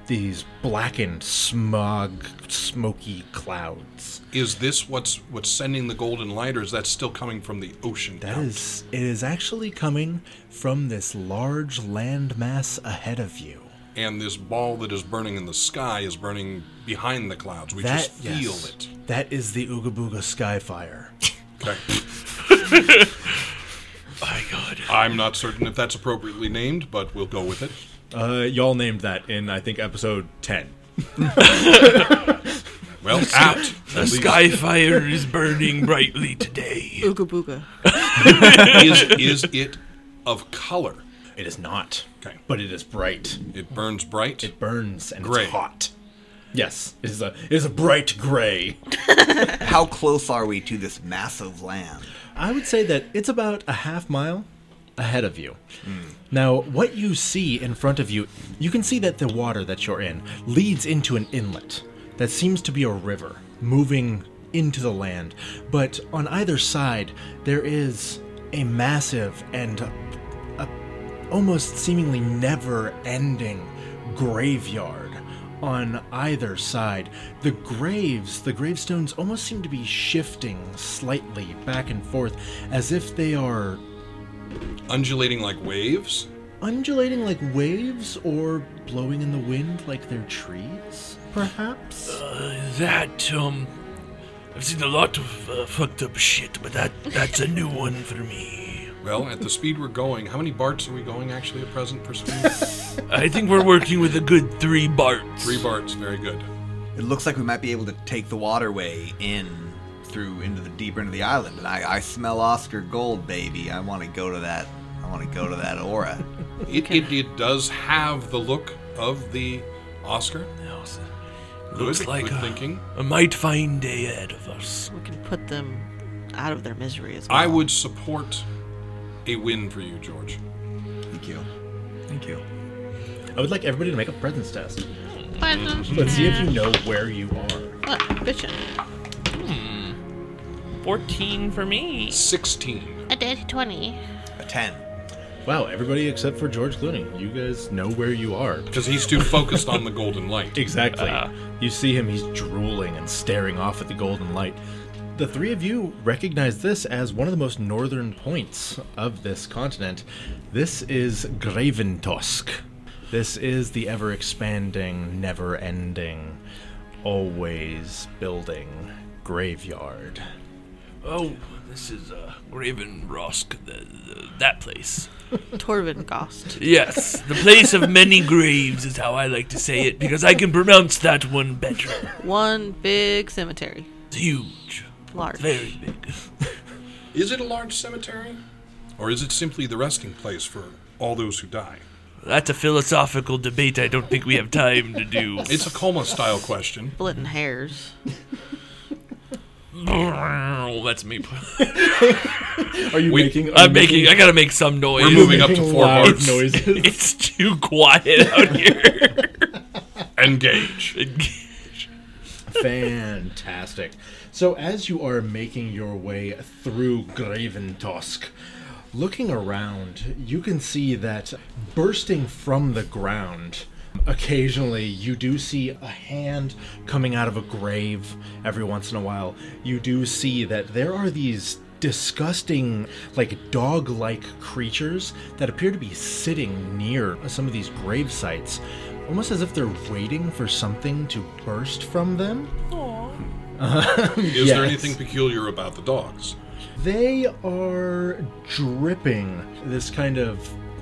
B: these blackened, smog, smoky clouds.
A: is this what's what's sending the golden light, or is that still coming from the ocean?
B: That is, it is actually coming from this large landmass ahead of you.
A: And this ball that is burning in the sky is burning behind the clouds. We just feel
B: yes,
A: it.
B: That is the Ooga Booga Skyfire.
A: Okay.
D: My god.
A: I'm not certain if that's appropriately named, but we'll go with it.
B: Uh, y'all named that in, I think, episode 10.
A: Well, apt. at
F: The
A: least.
F: skyfire is burning brightly today.
C: Ooga booga.
A: is, is it of color?
B: It is not.
A: Okay.
B: But it is bright.
A: It burns bright.
B: It burns and
A: Gray.
B: it's hot. Yes, it is a it is a bright gray.
E: How close are we to this massive land?
B: I would say that it's about a half mile ahead of you. Now, what you see in front of you, you can see that the water that you're in leads into an inlet that seems to be a river moving into the land. But on either side, there is a massive and a, a almost seemingly never ending graveyard on either side. The graves, the gravestones almost seem to be shifting slightly back and forth as if they are
A: Undulating like waves.
B: undulating like waves or blowing in the wind like they're trees, perhaps?
F: Uh, That um, I've seen a lot of uh, fucked up shit, but that that's a new one for me.
A: Well, at the speed we're going, how many barts are we going actually at present for speed?
F: I think we're working with a good three barts.
A: Three barts. Very good.
E: It looks like we might be able to take the waterway in through into the deeper into the island. And I, I smell Oscar Gold, baby. I want to go to that. I want to go to that aura.
A: It, it, it does have the look of the Oscar.
F: barts.
A: Good,
F: Looks like
A: good
F: a,
A: thinking.
F: a might find day ahead of us.
C: We can put them out of their misery as well.
A: I would support a win for you, George.
E: Thank you. Thank you.
B: I would like everybody to make a presence test. Let's see if you know where you are.
C: What? Bitchin'.
H: 14 for me.
A: 16.
I: A dead 20.
E: A ten.
B: Wow, everybody except for George Clooney. You guys know where you are.
A: Because he's too focused on the golden light.
B: Exactly.
A: Uh.
B: you see him, he's drooling and staring off at the golden light. The three of you recognize this as one of the most northern points of this continent. This is Graventosk. This is the ever expanding, never ending, always building graveyard.
F: Oh, this is uh, Raven Rosk, the, the, that place.
C: Torvin Gost.
F: Yes, the place of many graves is how I like to say it because I can pronounce that one better.
C: One big cemetery.
F: It's huge,
C: Large.
F: very big.
A: Is it a large cemetery? Or is it simply the resting place for all those who die?
F: That's a philosophical debate I don't think we have time to do.
A: It's a coma style question.
C: Splitting hairs.
F: That's me.
B: Are you
A: We-
B: making?
F: I'm making. I gotta make some noise.
A: We're moving up to four
B: loud
A: barts.
B: noises.
F: It's too quiet out here.
A: Engage.
B: Fantastic. So, as you are making your way through Graventosk, looking around, you can see that bursting from the ground, occasionally you do see a hand coming out of a grave every once in a while. You do see that there are these disgusting, like dog like creatures that appear to be sitting near some of these grave sites, almost as if they're waiting for something to burst from them.
A: Is there
B: Yes.
A: anything peculiar about the dogs?
B: They are dripping this kind of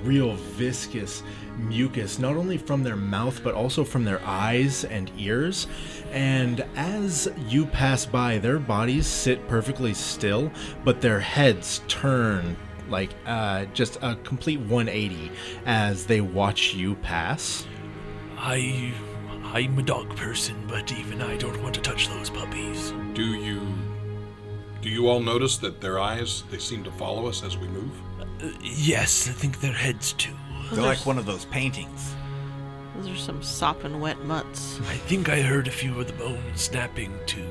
B: real viscous mucus, not only from their mouth, but also from their eyes and ears. And as you pass by, their bodies sit perfectly still, but their heads turn like uh, just a complete 180 as they watch you pass.
F: I, I'm a dog person, but even I don't want to touch those puppies.
A: Do you do you all notice that their eyes they seem to follow us as we move?
F: Yes, I think their heads too.
E: They're like one of those paintings.
C: Those are some sopping wet mutts.
F: I think I heard a few of the bones snapping too.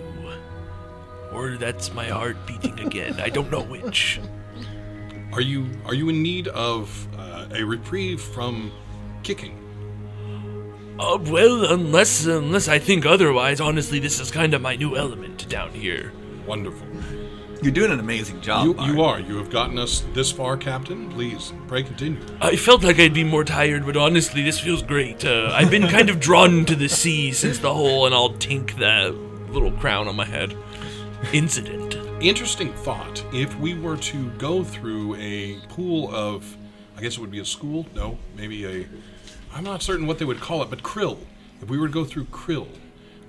F: Or that's my heart beating again. I don't know which.
A: Are you are you in need of uh, a reprieve from kicking?
F: Uh, well, unless unless I think otherwise, honestly, this is kind of my new element down here.
A: Wonderful.
E: You're doing an amazing job.
A: you,
E: Bart.
A: you are. You have gotten us this far, Captain. Please, pray continue.
F: I felt like I'd be more tired, but honestly, this feels great. Uh, I've been kind of drawn to the sea since the whole and I'll tink that little crown on my head incident.
A: Interesting thought. If we were to go through a pool of, I guess it would be a school? No, maybe a. I'm not certain what they would call it, but krill. If we were to go through krill,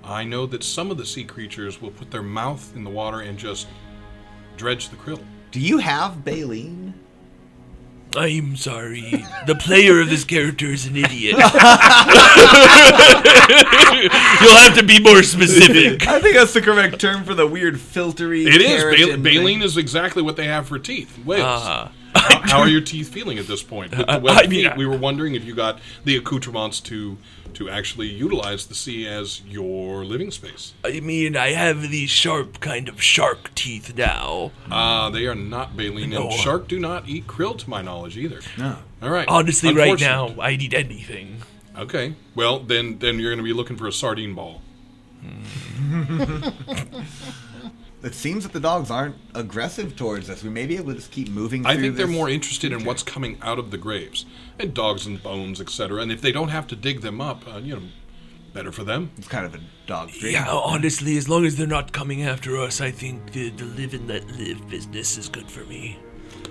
A: I know that some of the sea creatures will put their mouth in the water and just dredge the krill.
E: Do you have baleen?
D: I'm sorry. The player of this character is an idiot. You'll have to be more specific.
E: I think that's the correct term for the weird filtery.
A: It is.
E: keratin
A: Bal-
E: thing.
A: baleen is exactly what they have for teeth. Whales.
D: Uh,
A: how, how are your teeth feeling at this point? With the wet
D: I mean,
A: feet,
D: I-
A: we were wondering if you got the accoutrements to to actually utilize the sea as your living space.
D: I mean, I have these sharp kind of shark teeth now.
A: Uh, they are not baleen,
D: No.
A: and shark do not eat krill, to my knowledge, either. No. All right.
D: Honestly, right
A: Unfortunate.
D: now, I'd eat anything.
A: Okay. Well, then, then you're going to be looking for a sardine ball.
E: It seems that the dogs aren't aggressive towards us. We may be able to just keep moving.
A: I
E: through
A: think they're
E: this.
A: more interested in what's coming out of the graves and dogs and bones, etc. And if they don't have to dig them up, uh, you know, better for them.
E: It's kind of a dog dream.
D: Yeah, honestly, as long as they're not coming after us, I think the, the live and let live business is good for me.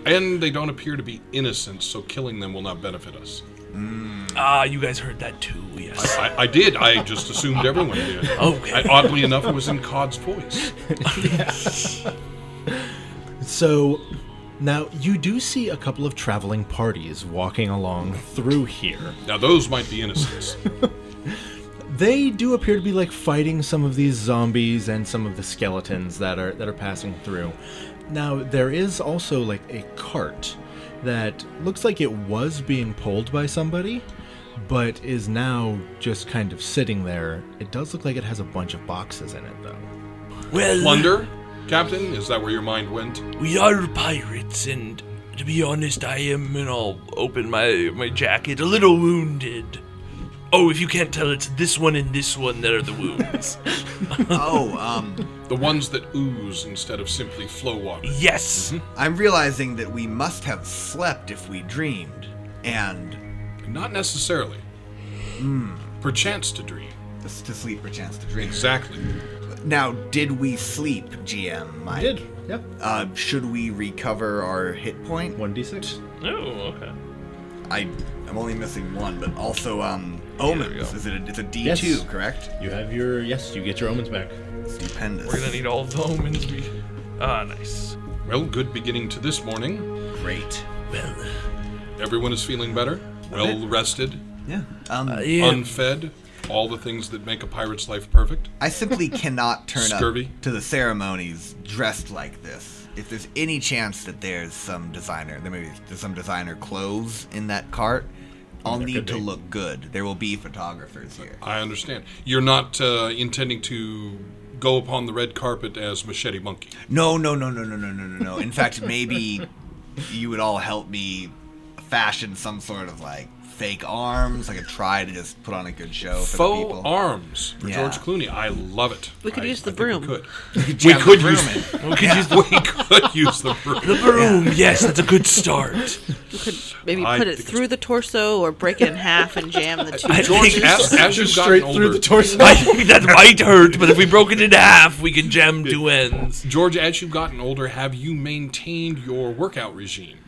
A: And they don't appear to be innocent, so killing them will not benefit us.
D: Ah, you guys heard that too, yes.
A: I, I did. I just assumed everyone did.
D: Okay.
A: I, oddly enough, it was in Cod's voice.
B: So now you do see a couple of traveling parties walking along through here.
A: Now, those might be innocents.
B: They do appear to be like fighting some of these zombies and some of the skeletons that are that are passing through. Now there is also like a cart that looks like it was being pulled by somebody but is now just kind of sitting there. It does look like it has a bunch of boxes in it though.
D: well,
A: Plunder, Captain, is that where your mind went?
D: we are pirates, and to be honest, I am, and I'll open my, my jacket, a little wounded. Oh, if you can't tell, it's this one and this one that are the wounds.
E: Oh, um,
A: The ones that ooze instead of simply flow water.
D: yes!
E: I'm realizing that we must have slept if we dreamed, and
A: Not necessarily. Hmm, Perchance to dream.
E: s- to sleep perchance to dream.
A: Exactly.
E: Now, did we sleep, GM? Mike?
B: Yep.
E: Uh, should we recover our hit point?
B: 1d6.
F: Oh, okay.
E: I I'm only missing one, but also um omens. Is it a, it's a D two,
B: Yes.
E: correct?
B: You have your yes, you get your omens back.
E: Stupendous.
F: We're gonna need all the omens we. Ah, nice.
A: Well, good beginning to this morning.
E: Great.
D: Well,
A: Everyone is feeling better, well rested,
E: Yeah. Um,
D: I am.
A: unfed, all the things that make a pirate's life perfect.
E: I simply cannot turn
A: Scurvy.
E: up to the ceremonies dressed like this. If there's any chance that there's some designer, there maybe there's some designer clothes in that cart, I'll need
B: could
E: to
B: be.
E: look good. There will be photographers here.
A: I understand. You're not uh, intending to go upon the red carpet as Machete Monkey.
E: No, no, no, no, no, no, no, no, no. In fact, maybe you would all help me fashion some sort of like fake arms. I could try to just put on a good show for the
A: Faux
E: people.
A: arms for
E: Yeah.
A: George Clooney. I love it.
C: We could
A: I-
C: use the
A: I think we
C: broom.
A: could.
E: We
A: could use-
D: we could use the,
A: We could use the broom.
D: the broom, yes, that's a good start.
C: You could maybe
A: I
C: put it
A: think
C: through the torso or break it in half and jam the two.
D: I
A: George,
D: think
A: as, as you've gotten
B: Straight
A: older,
B: through the torso.
D: I think that might hurt, but if we broke it in half, we can jam two ends.
A: George, as you've gotten older, have you maintained your workout regime?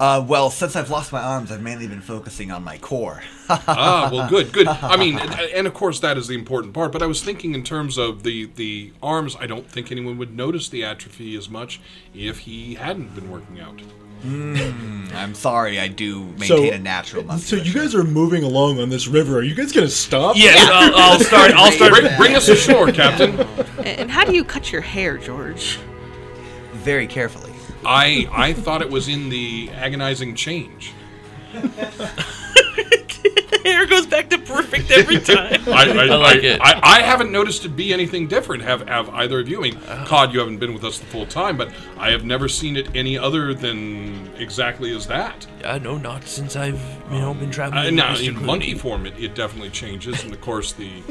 E: Uh, well, since I've lost my arms, I've mainly been focusing on my core.
A: ah, well, good, good. I mean, and- and of course that is the important part. But I was thinking in terms of the the arms. I don't think anyone would notice the atrophy as much if he hadn't been working out.
E: I'm sorry, I do maintain a natural
B: So
E: muscle.
B: you guys are moving along on this river. Are you guys gonna stop?
D: Yes, I'll, I'll start. I'll start.
A: Bring, bring us ashore, Captain.
C: and how do you cut your hair, George?
E: very carefully.
A: I I thought it was in the agonizing change.
F: Hair goes back to perfect every time.
A: I, I,
D: like it.
A: I, I haven't noticed it be anything different. Have have either of you? I mean,
D: Oh.
A: Cod, you haven't been with us the full time, but I have never seen it any other than exactly as that.
D: Uh, no, not since I've you know been traveling.
A: Uh,
D: with
A: now,
D: Mr.
A: in
D: Clooney.
A: monkey form, it, it definitely changes, and of course, the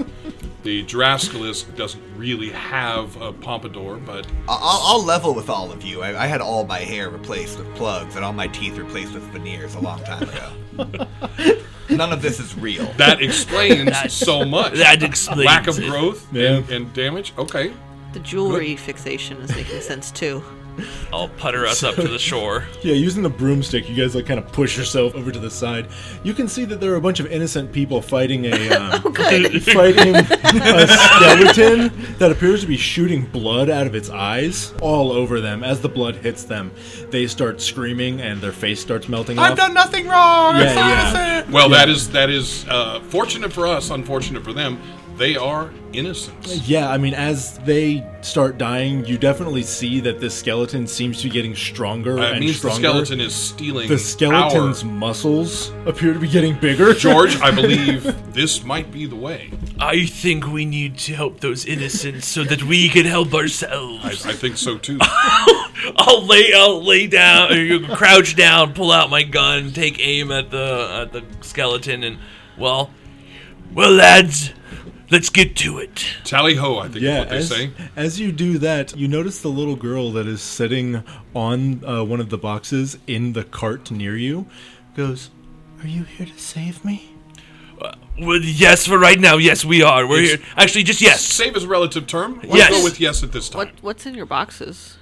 A: the Drascalis doesn't really have a pompadour, but
E: I- I'll, I'll level with all of you. I, I had all my hair replaced with plugs and all my teeth replaced with veneers a long time ago. None of this is real.
A: that explains so much. Uh,
D: that explains
A: lack of
D: it.
A: growth
B: Yeah.
A: and, and damage. Okay,
C: The jewelry fixation is making sense too.
F: I'll putter us up to the shore.
B: Yeah, using the broomstick, you guys like kind of push yourself over to the side. You can see that there are a bunch of innocent people fighting a um,
E: Oh,
B: fighting a skeleton that appears to be shooting blood out of its eyes all over them. As the blood hits them, they start screaming and their face starts melting
E: I've
B: off.
E: done nothing wrong.
B: Yeah,
E: it's
B: yeah.
E: innocent.
A: Well, that is that is uh, fortunate for us, unfortunate for them. They are innocent.
B: Yeah, I mean, as they start dying, you definitely see that this skeleton seems to be getting
E: Uh,
B: stronger
A: That
B: and
A: means
B: stronger.
A: the skeleton is stealing.
B: The skeleton's
A: our-
B: muscles appear to be getting bigger.
A: George, I believe this might be the way.
F: I think we need to help those innocents so that we can help
A: I, I
F: ourselves.
A: think so too.
F: I'll lay, I'll lay down, or you can crouch down, pull out my gun, take aim at the at the skeleton, and well, well, lads, let's get to it.
A: Tally ho! I think is
B: Yeah,
A: what they
B: as,
A: say.
B: as you do that, you notice the little girl that is sitting on uh, one of the boxes in the cart near you goes, Are you here to save me?
F: Well, yes, for right now, yes, we are. We're here. Actually, just yes.
A: Save is a relative term. Let's
F: Yes.
A: go with yes at this time.
C: What what's in your boxes?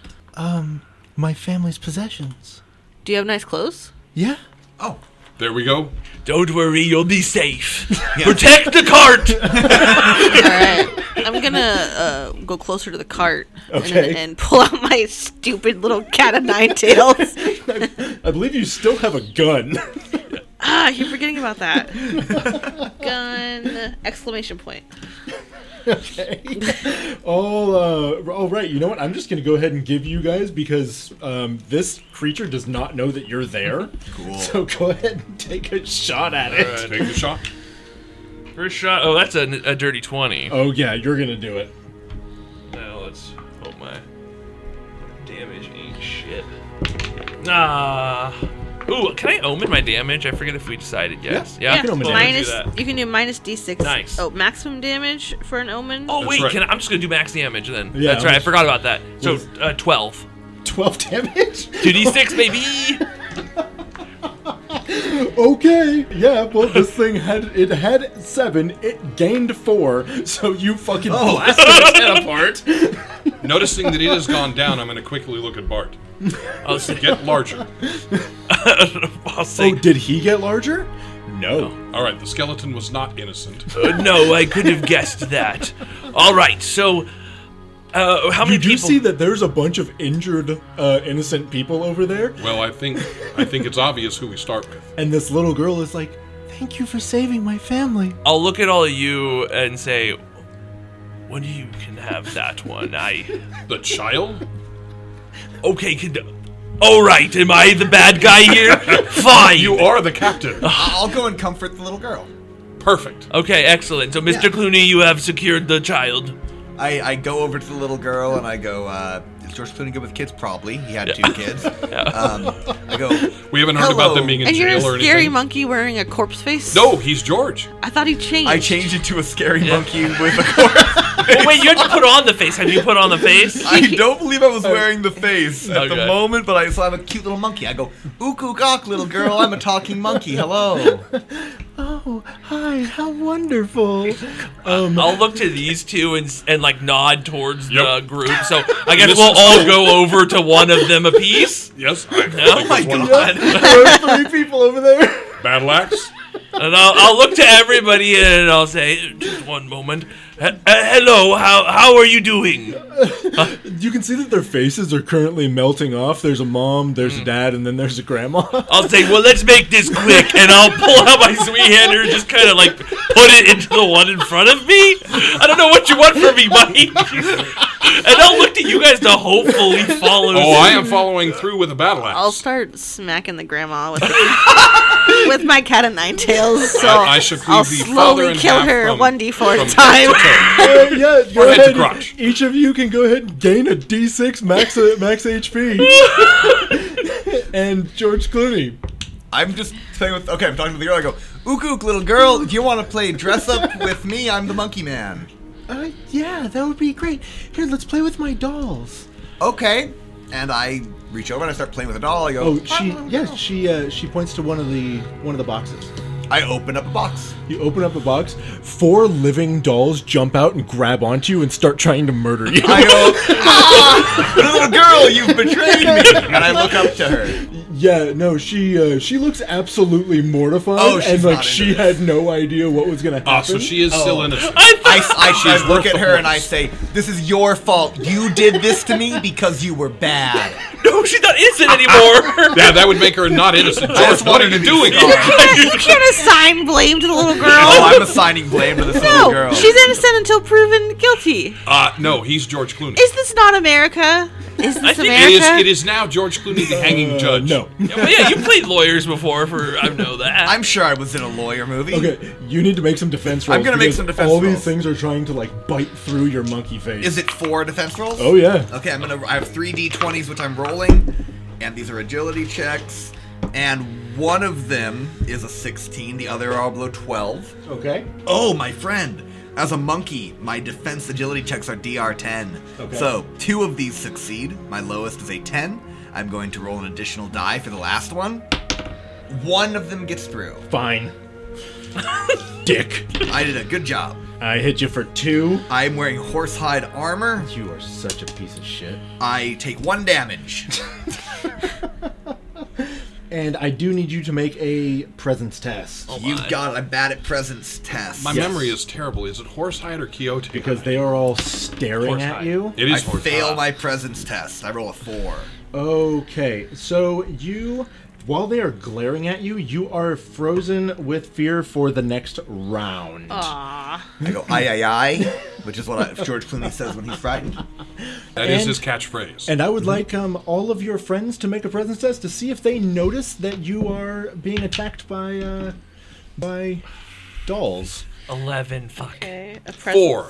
B: My family's possessions.
C: Do you have nice clothes?
B: Yeah.
E: Oh,
A: There we go.
F: Don't worry, you'll be safe. Protect the cart.
C: All right, I'm gonna uh, go closer to the cart
B: Okay.
C: and, and pull out my stupid little cat of nine tails.
B: I believe you still have a gun.
C: ah, you're forgetting about that. Gun! Exclamation point.
B: all, uh, all right, you know what? I'm just going to go ahead and give you guys because um, this creature does not know that you're there. Cool. So go ahead and take a shot at it.
A: Take the shot.
J: First shot. Oh, that's a, a dirty 20.
B: Oh, yeah, you're going to do it.
J: Now let's hope my damage ain't shit. Nah. Ooh, can I omen my damage? I forget if we decided yes.
B: Yeah,
J: Yeah.
B: you can omen
J: well, we'll
B: damage.
J: do
C: minus
J: that.
C: you can do minus d6.
J: Nice.
C: Oh, maximum damage for an omen.
J: Oh
A: That's
J: wait,
A: right.
J: can I, I'm just gonna do max damage then.
B: Yeah,
J: That's right.
B: I'm
J: I forgot about that. So
B: Yes.
J: uh, 12.
B: 12 damage?
J: 2d6 baby.
B: Okay. Yeah. Well, this thing had it had seven. It gained four. So you fucking blasted its head apart.
A: Noticing that it has gone down, I'm going to quickly look at Bart.
J: I'll say,
A: Get larger.
J: I'll
B: Oh,
J: say
B: did he get larger? No.
A: All right, the skeleton was not innocent.
B: Oh,
F: Uh, no, I could have guessed that. All right, so uh, how many
B: You do
F: people?
B: see that there's a bunch of injured, uh, innocent people over there,
A: Well, I think I think it's obvious who we start with.
B: and this little girl is like, "Thank you for saving my family."
F: I'll look at all of you and say, "When you can have that one, I."
A: The child?
F: Okay, can. All right, am I the bad guy here? Fine.
A: You are the captain.
E: I- I'll go and comfort the little girl.
A: Perfect.
F: Okay, excellent. So, Mr.
E: Yeah.
F: Clooney, you have secured the child.
E: I, I go over to the little girl and I go, uh, is George Clooney good with kids? Probably. He had two kids. Um, I go,
A: We haven't heard about
E: Hello.
A: them being in
C: and you're
A: jail
C: a
A: or
C: scary
A: anything.
C: monkey wearing a corpse face.
A: no, he's George.
C: I thought he changed.
E: I changed it to a scary monkey with a corpse.
F: Oh, wait, you had to put on the face. Have you put on the face?
E: I don't believe I was wearing the face at
F: Okay.
E: the moment, but I so I'm a cute little monkey. I go, ook ook ook, little girl, I'm a talking monkey. Hello.
B: Oh, hi! How wonderful.
F: I'll look to these two and s- and like nod towards
A: Yep.
F: the group. So I guess we'll all go over to one of them apiece.
A: Yes. I
F: Oh my
E: God.
B: there are three people over there.
A: Battle axe.
F: And I'll, I'll look to everybody and I'll say, just one moment. H- uh, hello, how how are you doing?
B: You can see that their faces are currently melting off. There's a mom, there's a dad, and then there's a grandma.
F: I'll say, well, let's make this quick. And I'll pull out my sweet hander and just kind of like put it into the one in front of me. I don't know what you want from me, Mike. and I'll look to you guys to hopefully follow.
A: Oh, I am following through with a battle axe.
C: I'll start smacking the grandma with with my cat of nine tails. So
A: I- I should leave
C: I'll
A: the father
C: slowly
A: in
C: kill
A: half
C: her
A: from-
C: one d four at a
A: from-
C: time.
B: Uh, yeah, go
A: head to
B: ahead.
A: crotch.
B: Each of you can go ahead and gain a D6 max uh, max HP. and George Clooney.
E: I'm just playing with, okay, I'm talking to the girl. I go, ook ook, little girl, do you want to play dress up with me? I'm the monkey man.
B: Uh, yeah, that would be great. Here, let's play with my dolls.
E: Okay. And I reach over and I start playing with a doll. I go,
B: Oh, she yes, she uh, she points to one of the one of the boxes.
E: I open up a box.
B: You open up a box, four living dolls jump out and grab onto you and start trying to murder you.
E: I go, ah, little girl, you've betrayed me. And I look up to her.
B: yeah, no, she uh, she looks absolutely mortified
E: Oh, she's
B: and like
E: not into
B: she
E: this.
B: had no idea what was gonna happen.
A: Ah, so she is still
F: Oh.
A: innocent.
F: I
E: I,
F: thought
E: I, I
A: She's
E: look
A: worth
E: at
A: the
E: her and I
A: points.
E: say, this is your fault. You did this to me because you were bad.
F: no, she's not innocent anymore.
A: Yeah, that would make her not innocent. George,
E: just
A: what
E: wanted
A: are you
E: to be
A: doing?
E: seen.
C: you can't assign blame to the little
E: Oh,
C: girl.
E: I'm assigning blame to this little
C: No,
E: girl.
C: she's innocent until proven guilty.
A: Uh, no, he's George Clooney.
C: Is this not America? Is this
F: think it
A: It is,
C: America?
A: it is now George Clooney, the hanging
B: Uh,
A: judge.
B: no.
F: yeah, but yeah, you played lawyers before. For I know that.
E: I'm sure I was in a lawyer movie.
B: Okay, you need to make some defense rolls.
E: I'm gonna make
B: because
E: some defense
B: All these
E: rolls.
B: things are trying to like bite through your monkey face.
E: Is it four defense rolls?
B: Oh yeah.
E: Okay, I'm gonna. I have three d20s which I'm rolling, and these are agility checks. And one of them is a 16. The other are below 12.
B: Okay.
E: Oh, my friend! As a monkey, my defense agility checks are DR10.
B: Okay.
E: So two of these succeed. My lowest is a 10. I'm going to roll an additional die for the last one. One of them gets through.
B: Fine. Dick.
E: I did a good job.
B: I hit you for two.
E: I'm wearing horsehide armor.
B: You are such a piece of shit.
E: I take one damage.
B: And I do need you to make a presence test.
E: You've got a bad at presence test.
A: Oh My
B: Yes.
A: memory is terrible. Is it horsehide or Quixote?
B: Because they are all staring at you.
A: it
E: I
A: is horsehide.
E: fail my presence test. I roll a four.
B: Okay, so you, while they are glaring at you, you are frozen with fear for the next round.
E: I go aye aye aye, which is what I, George Clooney says when he's frightened.
A: That is
B: And-
A: his catchphrase.
B: And I would like um, all of your friends to make a presence test to see if they notice that you are being attacked by uh, by dolls.
F: Eleven. Fuck.
C: Okay, a present.
A: Four.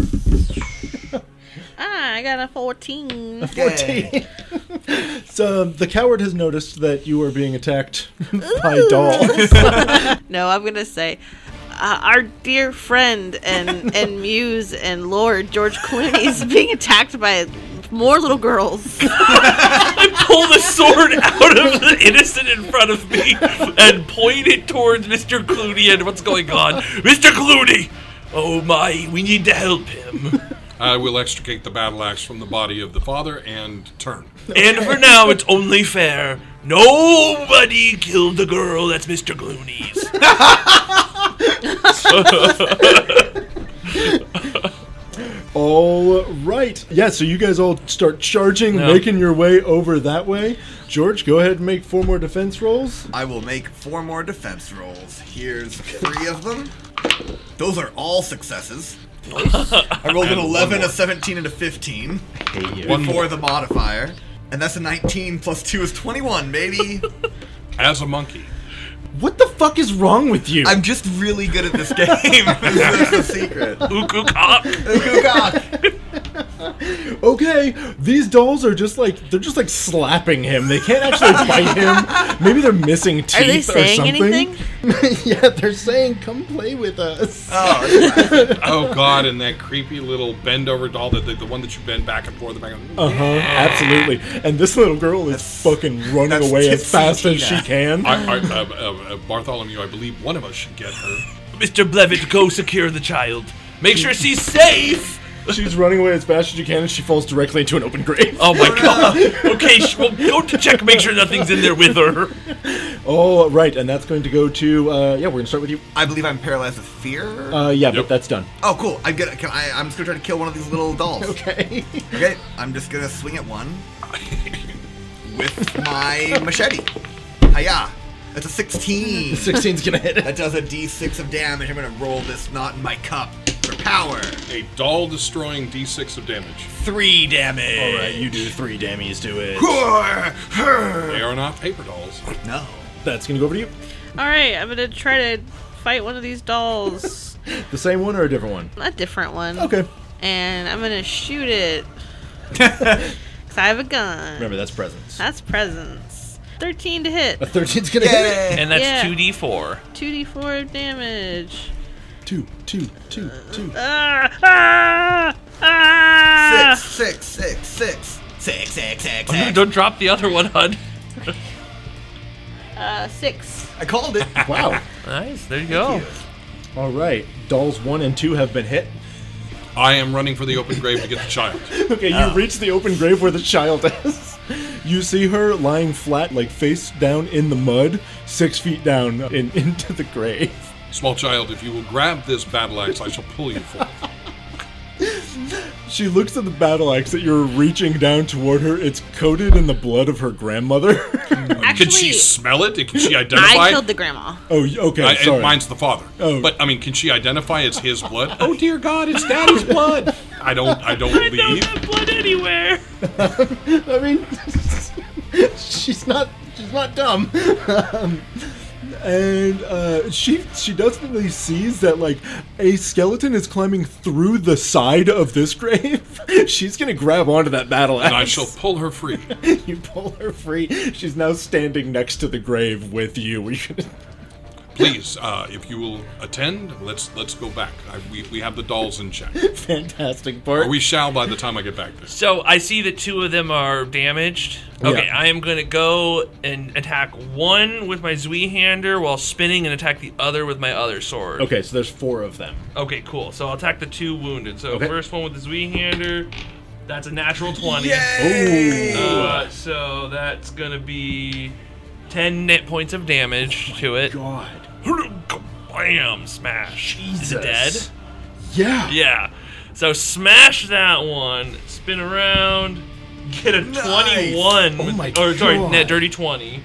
C: Ah, I got a 14.
E: Fourteen.
B: So um, the coward has noticed that you are being attacked by dolls.
C: No, I'm gonna say, uh, our dear friend and and muse and lord George Clooney is being attacked by more little girls.
F: pull the sword out of the innocent in front of me and point it towards Mr. Clooney and what's going on. Mr. Clooney! Oh my, we need to help him.
A: I will extricate the battle axe from the body of the father and turn.
F: And for now, it's only fair. Nobody killed the girl that's Mr. Clooney's.
B: all right. Yeah, so you guys all start charging,
F: No.
B: making your way over that way. George, go ahead and make four more defense rolls.
E: I will make four more defense rolls. Here's three of them. Those are all successes. I rolled an
A: And one
E: 11, a
A: more.
E: 17, and a 15
A: One
E: before
A: more.
E: the modifier. And that's a 19 plus 2 is 21, baby.
A: As a monkey.
B: What the fuck is wrong with you?
E: I'm just really good at this game. That's the secret.
F: Ook, ook, ah.
B: okay, these dolls are just like they're just like slapping him. They can't actually bite him. Maybe they're missing teeth
C: Are they
B: or
C: saying
B: something.
C: anything?
B: yeah, they're saying come play with us.
E: Oh, that's right.
A: Oh God! And that creepy little bend over doll, that the, the one that you bend back and forth. Back and,
B: Uh huh. Absolutely. And this little girl is fucking running
E: that's
B: away as
E: Gypsy
B: fast as she
E: Tina.
B: can.
A: I, I, uh, uh, uh, Bartholomew, I believe one of us should get her.
F: Mr. Blevett, go secure the child. Make sure she's safe!
B: She's running away as fast as she can, and she falls directly into an open grave.
F: Oh my god. Okay, sh- well, go to check, make sure nothing's in there with her.
B: All Oh, right, and that's going to go to uh, yeah. We're gonna start with you.
E: I believe I'm paralyzed with fear.
B: Uh, yeah, but
A: Yep.
B: that's done.
E: oh, cool. I'm gonna. Can I? I'm just gonna try to kill one of these little dolls.
B: Okay.
E: Okay, I'm just gonna swing at one with my machete. Hiya! That's a 16.
B: 16's gonna hit it.
E: That does a d6 of damage. I'm gonna roll this not in my cup for power.
A: A doll destroying D6 of damage.
E: Three damage.
B: All right, you do three damage to it.
A: They are not paper dolls.
E: No.
B: That's gonna go over to you.
C: All right, I'm gonna try to fight one of these dolls,
B: The same one or a different one?
C: a different one.
B: Okay.
C: And I'm gonna shoot it. Cause I have a gun.
B: Remember that's presence.
C: That's presents. 13 to hit.
B: A 13's gonna hit
E: Yay!
F: And that's
C: Yeah.
F: 2d4.
C: 2d4 damage.
B: it. Two, two, two, two.
C: Ah, ah, ah.
E: Six, six, six, six. Six, six, six,
F: Oh, no,
E: six.
F: don't drop the other one, Hud.
C: Uh, six.
E: I called it.
B: Wow.
F: Nice. There you go.
B: All right. Dolls one and two have been hit.
A: I am running for the open grave to get the child.
B: Okay, you reach the open grave where the child is. You see her lying flat, like face down in the mud, six feet down in, into the grave.
A: Small child, if you will grab this battle axe, I shall pull you forth.
B: She looks at the battle axe that you're reaching down toward her. It's coated in the blood of her grandmother.
C: Hmm.
A: Can she
C: Actually,
A: smell it? Can she identify?
C: I killed the grandma.
B: oh, y- okay.
A: I-
B: sorry.
A: and mine's the father.
B: Oh.
A: But I mean, can she identify it's his blood? Oh dear God, it's daddy's blood. I don't. I don't believe.
F: blood anywhere.
B: I mean, she's not she's not dumb. Um, and uh, she she definitely sees that like a skeleton is climbing through the side of this grave. she's gonna grab onto that battle axe.
A: And I shall pull her free.
B: you pull her free. She's now standing next to the grave with you. You can-
A: Please, uh, if you will attend, let's let's go back. I, we, we have the dolls in check.
B: Fantastic part.
A: Or we shall by the time I get back there.
F: So I see that two of them are damaged. Okay,
B: Yeah.
F: I am going to go and attack one with my Zweehander while spinning and attack the other with my other sword.
B: okay, so there's four of them.
F: Okay, cool. So I'll attack the two wounded. So
B: Okay.
F: first one with the Zweehander. That's a natural 20.
B: Ooh.
F: Uh, so that's going to be 10 net points of damage to it.
B: Oh God.
F: Bam! Smash. Is it dead?
B: Jesus. Yeah.
F: Yeah. So smash that one, spin around, get a 21.
B: Oh my
F: or sorry,
B: God.
F: net dirty 20.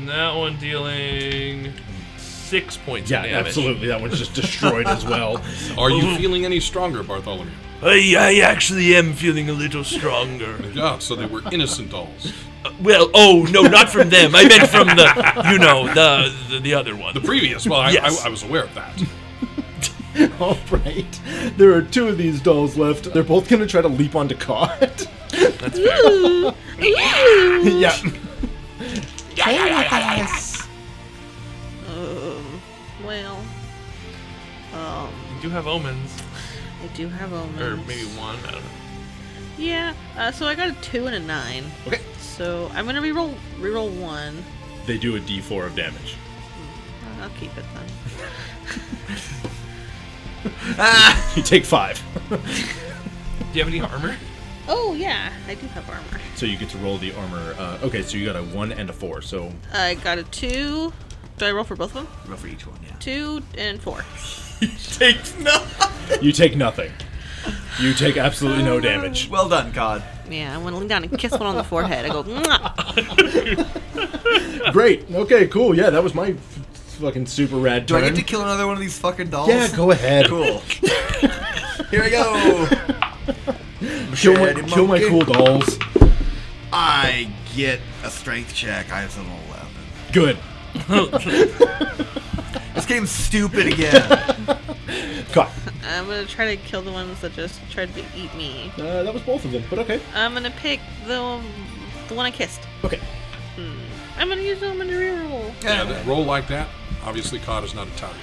F: And that one dealing 6 points
B: Yeah,
F: of damage.
B: absolutely. That one's just destroyed as well.
A: Are you feeling any stronger, Bartholomew?
F: I, I actually am feeling a little stronger.
A: Yeah, so they were innocent dolls.
F: well, oh no, not from them. I meant from the, you know, the the, the other one.
A: The previous, well, I,
F: Yes.
A: I, I was aware of that.
B: All right. There are two of these dolls left. They're both going to try to leap onto Cod.
F: That's fair.
B: yeah.
C: Um, well, um,
F: You do have omens,
C: I do have omens.
F: or maybe one. I don't know.
C: Yeah. Uh, so I got a two and a nine.
B: Okay.
C: So I'm gonna reroll reroll one.
B: They do a d4 of damage.
C: I'll keep it then.
B: You take five.
F: Do you have any armor?
C: Oh yeah, I do have armor.
B: so you get to roll the armor. Uh, okay, so you got a one and a four. So
C: I got a two. Do I roll for both of them?
E: Roll for each one, yeah.
C: Two and four.
B: you take nothing. You take absolutely no damage.
E: Well done, Cod.
C: Yeah, I'm gonna lean down and kiss one on the forehead. I go, Mwah!
B: Great. Okay, cool. Yeah, that was my f- fucking super rad
E: Do I
B: turn.
E: get to kill another one of these fucking dolls?
B: yeah, go ahead.
E: Cool. Here I go.
B: Kill, my,
E: Machete
B: kill my
E: monkey.
B: cool dolls.
E: I get a strength check. I have an 11.
B: Good.
E: This game's stupid again.
B: Cod.
C: I'm gonna try to kill the ones that just tried to eat me.
B: Uh, that was both of them, but okay.
C: I'm gonna pick the the one I kissed.
B: Okay.
C: I'm gonna use them in a reroll.
A: Yeah, that roll like that. Obviously, Cod is not Italian.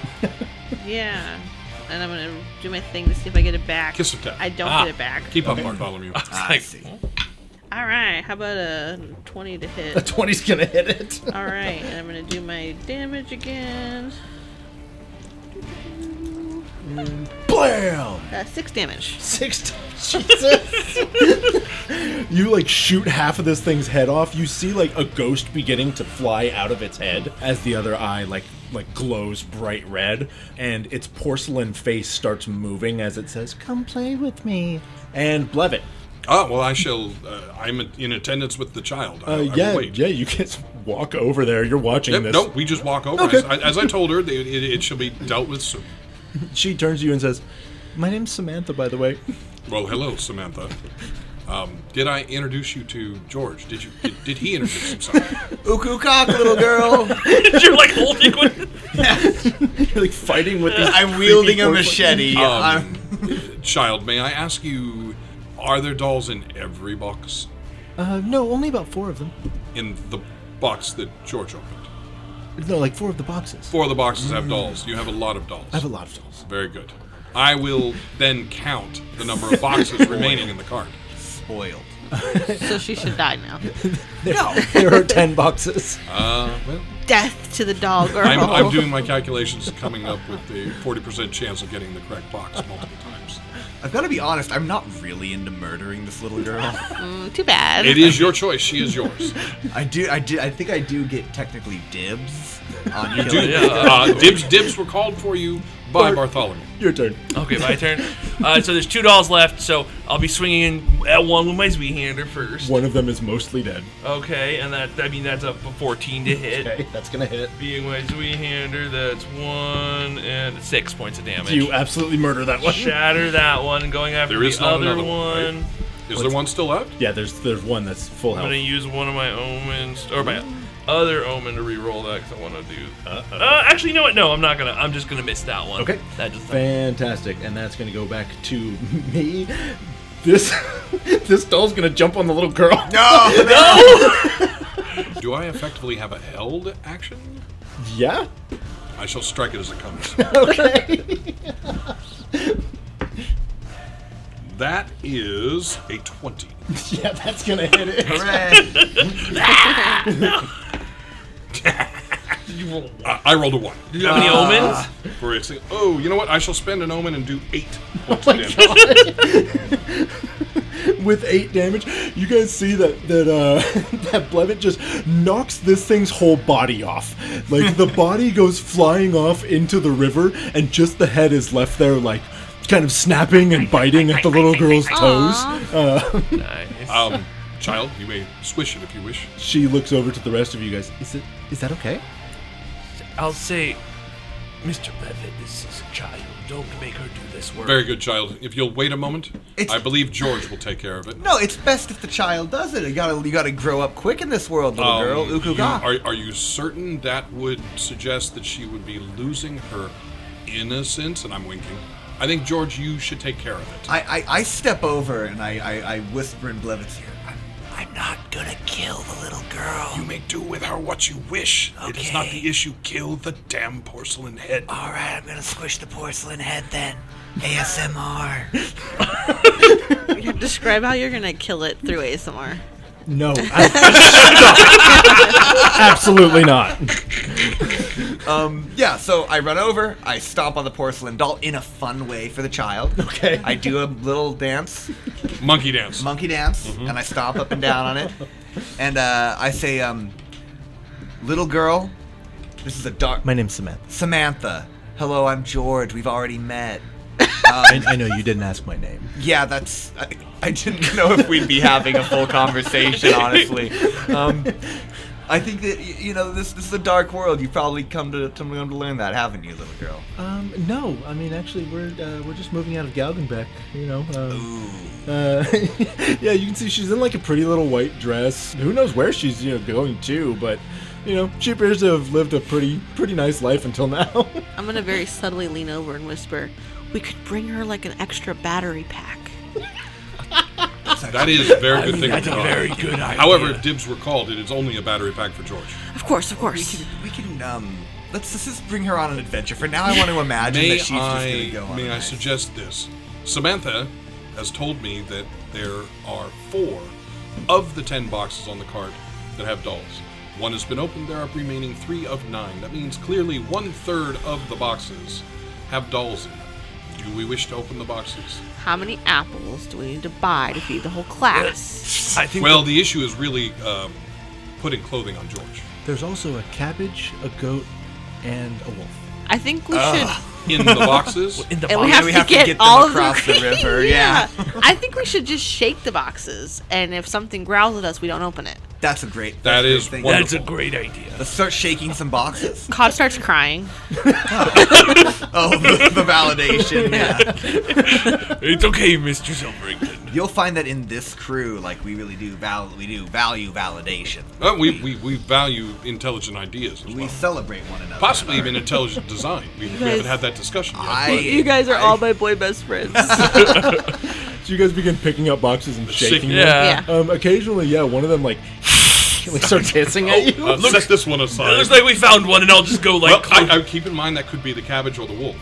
C: Yeah. And I'm gonna do my thing to see if I get it back.
A: Kiss attack.
C: I don't get it back.
A: Keep up, Bartholomew.
B: Ah,
E: I see.
C: All right. How about a 20 to
B: A
C: hit?
B: 20's gonna hit it.
C: All right. And I'm gonna do my damage again.
B: Blam!
C: Uh, six damage.
B: Six times. Jesus. you like shoot half of this thing's head off. You see like a ghost beginning to fly out of its head as the other eye like like glows bright red and its porcelain face starts moving as it says, "Come play with me." And Blevit.
A: Ah, well, I shall. Uh, I'm in attendance with the child. I,
B: Uh,
A: I will
B: yeah,
A: wait.
B: yeah, you can just walk over there. You're watching
A: Yep,
B: this.
A: nope, we just walk over.
B: Okay.
A: As, I, as I told her, they, it, it shall be dealt with soon.
B: She turns to you and says, "My name's Samantha, by the way."
A: Well, hello, Samantha. Um, did I introduce you to George? Did you? Did, did he introduce himself? Um,
E: Uku cock, little girl.
F: You're like holding one.
B: You're like fighting with these
E: I'm wielding a
B: creepy porcelain-
E: machete. I'm-
A: Um, child, may I ask you, are there dolls in every box?
B: Uh, no, only about four of them.
A: In the box that George opened.
B: No, like four of the boxes.
A: Four of the boxes have dolls. You have a lot of dolls.
B: Mm. I have a lot of dolls.
A: Very good. I will then count the number of boxes remaining in the cart.
E: spoiled.
C: So she should die now.
B: There, there are ten boxes.
A: Uh, well,
C: death to the doll girl.
A: I'm, I'm doing my calculations, coming up with a 40% chance of getting the correct box multiple times.
E: I've got to be honest, I'm not really into murdering this little girl.
C: Mm, too bad.
A: It is your choice. She is yours.
E: I do, I do, I think I do get technically dibs on you.
A: Dude, uh, dibs, dibs were called for you by Bartholomew.
B: Your turn.
F: Okay, my turn. Uh, so there's two dolls left, so I'll be swinging at one with my Z hander first.
B: One of them is mostly dead.
F: Okay, and that I mean that's a 14 to hit.
B: Okay, that's gonna hit.
F: Being my Zui hander, that's one and six points of damage.
B: You absolutely murder that one.
F: Shatter that one. Going after
A: There is
F: the
A: not
F: other
A: another
F: one.
A: one, right? Is there one still left?
B: Yeah, there's there's one that's full
F: I'm gonna
A: Oh.
B: health.
F: use one of my omens or my other omen to re-roll that because I want to do. Uh, actually, you know what? No, I'm not gonna. I'm just gonna miss that one.
B: Okay.
F: That just.
B: Fantastic, and that's gonna go back to me. This this doll's gonna jump on the little girl.
E: No, no.
A: Do I effectively have a held action?
B: Yeah.
A: I shall strike it as it comes.
B: Okay.
A: That is a 20.
B: yeah, that's gonna hit it.
E: Hooray.
A: I, I rolled a 1.
F: Do you have
A: Ah.
F: any omens?
A: For it's oh, you know what? I shall spend an omen and do 8 points of damage.
B: with eight damage. You guys see that that uh, that Blevett just knocks this thing's whole body off. Like the body goes flying off into the river, and just the head is left there, like kind of snapping and biting at the little girl's toes. Uh,
F: Nice.
A: Um, child, you may swish it if you wish.
B: she looks over to the rest of you guys. Is it is that okay?
F: I'll say, Mr. Levitt, this is a child. Don't make her do this work.
A: Very good, child. If you'll wait a moment,
E: It's-
A: I believe George will take care of it.
E: no, it's best if the child does it. You gotta, you gotta grow up quick in this world, little
A: Um,
E: girl.
A: you-
E: Ukuga.
A: are, are you certain that would suggest that she would be losing her innocence? And I'm winking. I think, George, you should take care of it.
E: I, I, I step over and I, I, I whisper in Blevitt's ear. I'm, I'm not gonna kill the little girl.
A: You may do with her what you wish. It is not the issue. Kill the damn porcelain head.
E: All right, I'm gonna squish the porcelain head then. ASMR.
C: Describe how you're gonna kill it through ASMR.
B: No, ab- absolutely not.
E: um, yeah. So I run over. I stomp on the porcelain doll in a fun way for the child.
B: Okay.
E: I do a little dance,
A: Monkey dance.
E: monkey dance,
A: Mm-hmm.
E: and I stomp up and down on it. And uh, I say, um, "Little girl, this is a dark."
K: My name's Samantha.
E: Samantha. Hello, I'm George. We've already met.
K: I, I know you didn't ask my name.
E: Yeah, that's. I, I didn't know if we'd be having a full conversation, honestly. Um, I think that y- you know this. This is a dark world. You've probably come to come to learn that, haven't you, little girl?
K: Um, no, I mean actually we're uh, we're just moving out of Galgenbeck, you know. Um, uh,
B: yeah, you can see she's in like a pretty little white dress. Who knows where she's you know going to, but you know she appears to have lived a pretty pretty nice life until now.
C: I'm gonna very subtly lean over and whisper, "We could bring her like an extra battery pack."
A: That is a very good thing.
F: That's a
A: for George.
F: very good idea.
A: However, if dibs were called, it is only a battery pack for George.
C: Of course, of
E: We
C: course.
E: can. We can. Um, let's, let's just bring her on an adventure. For now, I want to imagine
A: May
E: that she's
A: I,
E: just gonna go on.
A: may
E: a
A: I
E: nice-
A: suggest this? Samantha has told me that there are four of the ten boxes on the cart that have dolls. One has been opened, there are remaining three of nine. That means clearly one third of the boxes have dolls in them. Do we wish to open the boxes?
C: How many apples do we need to buy to feed the whole class?
F: I think.
A: Well, the issue is really um, putting clothing on George.
K: there's also a cabbage, a goat, and a wolf.
C: I think we
A: In the boxes,
F: in the
C: should. And we
F: box-
C: have,
E: Oh, we
C: to,
E: have to
C: get
E: get them
C: all of
E: across the river, yeah.
C: I think we should just shake the boxes, and if something growls at us, we don't open it.
E: That's a great. That's
A: That
E: a great
A: is
E: thing.
A: wonderful.
F: that's a great idea.
E: Let's start shaking some boxes.
C: Cod starts crying.
E: Oh, the, the validation. Yeah.
F: It's okay, Mr. Silverington.
E: You'll find that in this crew, like we really do val- we do value validation.
A: uh, we, we, we value intelligent ideas as
E: We
A: well.
E: celebrate one another.
A: Possibly even intelligent design. We, we haven't had that discussion yet.
E: I-
A: but-
C: You guys are
E: I-
C: all my boy best friends.
B: so you guys begin picking up boxes and shaking them.
F: Yeah.
C: yeah.
B: Um, occasionally, yeah, one of them like like starts hissing at you.
A: Uh, set this one aside.
F: It looks like we found one, and I'll just go
A: well,
F: like. I,
A: I, I keep in mind that could be the cabbage or the wolf.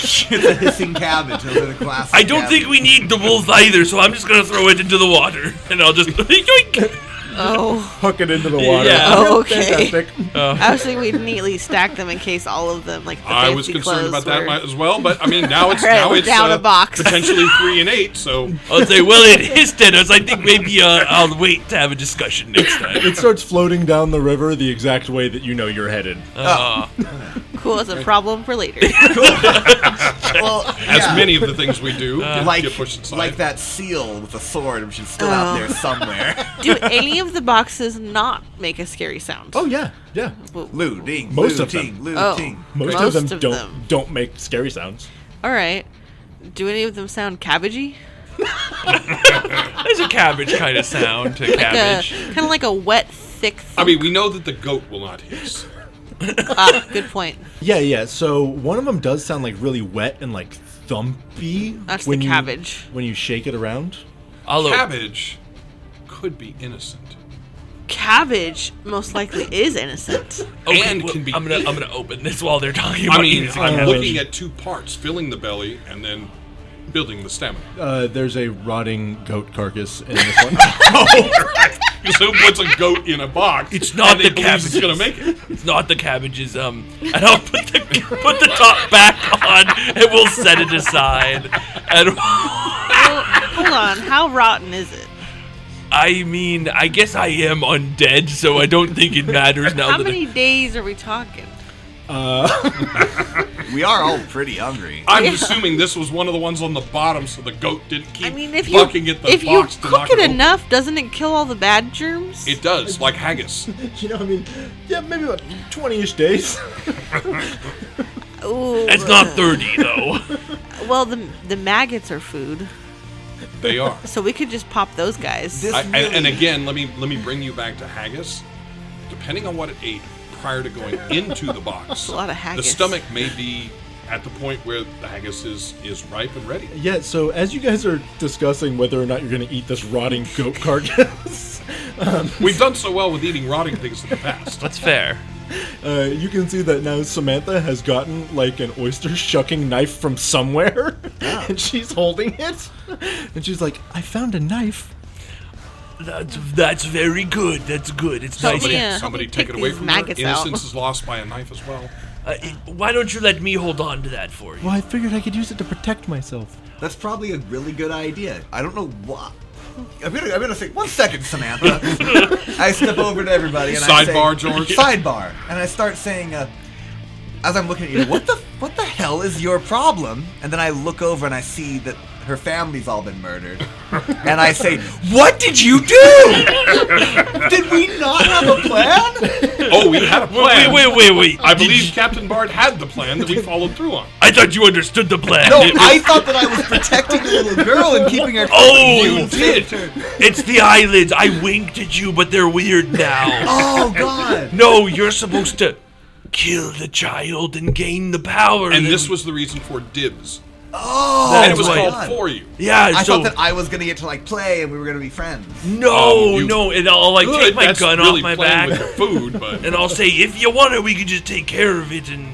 E: it's a hissing cabbage over the glass.
F: don't think we need the wolf either, so I'm just gonna throw it into the water, and I'll just. yoink!
C: Oh,
B: Hook it into the water.
F: Yeah.
C: Oh, okay.
B: Fantastic.
C: actually, we'd neatly stack them in case all of them, like the
A: I was
C: fancy
A: concerned about
C: clothes
A: that
C: were-
A: mi- as well, but I mean now it's
C: All right,
A: now
C: we're
A: it's
C: down
A: uh,
C: a box.
A: potentially three and eight. So
F: I'll say, well, in his tenors, I think maybe uh, I'll wait to have a discussion next time.
B: It starts floating down the river the exact way that you know you're headed.
C: cool as a problem for later.
E: well,
A: as
E: yeah.
A: many of the things we do,
F: Uh,
A: get-
E: like,
A: get pushed aside.
E: like that seal with the sword, which is still
C: Oh.
E: out there somewhere.
C: Do any of the boxes not make a scary sound?
B: Oh yeah, yeah.
E: looting,
B: Most of
E: looting,
B: them.
E: looting.
C: Oh.
B: Most,
C: Most
B: of them
C: of
B: don't
C: them.
B: don't make scary sounds.
C: All right. Do any of them sound cabbagey?
F: There's a cabbage kind of sound to cabbage.
C: kind of like a wet, thick.
A: I mean, we know that the goat will not hiss.
C: ah, good point.
B: Yeah, yeah. So one of them does sound like really wet and like thumpy.
C: That's the
B: when you-
C: cabbage.
B: when you shake it around.
F: I'll o-
A: Cabbage could be innocent.
C: Cabbage most likely is innocent.
F: okay,
A: and
F: well,
A: can be
F: I'm gonna I'm gonna open this while they're talking. About
A: I mean,
F: eating
A: I'm
F: cabbage.
A: looking at two parts: filling the belly and then building the stomach.
B: Uh, there's a rotting goat carcass in this one.
A: So puts a goat in a box.
F: It's not
A: and they
F: the
A: believes It's
F: cabbages.
A: gonna make it.
F: It's not the cabbages. Um, and I'll put the put the top back on, and we'll set it aside. And
C: Well, hold on. How rotten is it?
F: I mean, I guess I am undead, so I don't think it matters now.
C: How
F: that I-
C: many days are we talking?
E: We are all pretty hungry.
A: I'm
C: Yeah.
A: assuming this was one of the ones on the bottom, so the goat didn't keep
C: I mean, if you
A: fucking at the
C: if you
A: box to
C: cook
A: knock
C: it
A: open.
C: enough, doesn't it kill all the bad germs?
A: It does, like haggis.
B: you know, I mean, yeah, maybe about twenty-ish days.
C: Ooh,
F: It's not thirty though.
C: Well, the the maggots are food,
A: They are.
C: so we could just pop those guys.
E: This
A: I, and, and
E: really-
A: again, let me let me bring you back to haggis. Depending on what it ate prior to going into the box,
C: a lot of haggis.
A: the stomach may be at the point where the haggis is is ripe and ready.
B: Yeah, so as you guys are discussing whether or not you're going to eat this rotting goat carcass,
A: We've done so well with eating rotting things in the past.
F: That's fair.
B: uh, you can see that now Samantha has gotten like an oyster shucking knife from somewhere, and she's holding it, and she's like, "I found a knife."
F: That's that's very good. That's good. It's
C: Help
F: nice.
A: Somebody,
C: me, uh,
A: somebody
C: help me
A: take
C: pick
A: it away
C: these
A: from her.
C: maggots out.
A: Innocence is lost by a knife as well.
F: Uh, it- why don't you let me hold on to that for you?
B: Well, I figured I could use it to protect myself.
E: That's probably a really good idea. I don't know why. I'm gonna, I'm gonna say one second, Samantha. I step over to everybody and I
A: Sidebar,
E: say,
A: George.
E: Sidebar, and I start saying, uh, as I'm looking at you, what the what the hell is your problem? And then I look over and I see that her family's all been murdered, and I say, What did you do? Did we not have a plan?
A: Oh, we had a
F: Wait,
A: plan.
F: wait, wait, wait.
A: I
F: Did
A: believe
F: you-
A: Captain Bard had the plan that we followed through on.
F: I thought you understood the plan.
E: No,
F: It was-
E: I thought that I was protecting the little girl and keeping her.
F: Oh, you
E: did.
F: It's the eyelids. I winked at you, but they're weird now.
E: Oh God.
F: no, you're supposed to kill the child and gain the power.
A: And this was the reason for dibs.
E: Oh,
A: And it was
F: That's
A: called
E: God.
A: for you.
F: yeah.
E: I
F: so
E: thought that I was gonna get to like play and we were gonna be friends.
F: no,
A: Um, you-
F: no, and I'll like
A: Good,
F: take my
A: that's
F: gun
A: really
F: off my
A: playing
F: back,
A: with your food, but
F: and I'll say, if you want it, we could just take care of it. And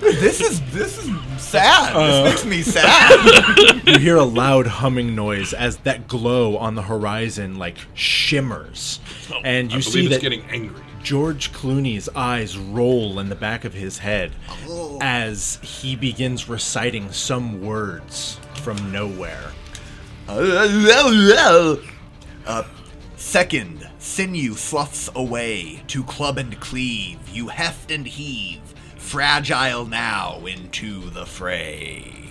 E: This is this is sad. this makes me sad.
B: you hear a loud humming noise as that glow on the horizon like shimmers, and you
A: Oh, I
B: see
A: believe
B: that
A: it's getting angry.
B: George Clooney's eyes roll in the back of his head
A: Oh.
B: as he begins reciting some words from nowhere.
E: uh, second, sinew sloughs away to club and cleave. You heft and heave, fragile now into the fray.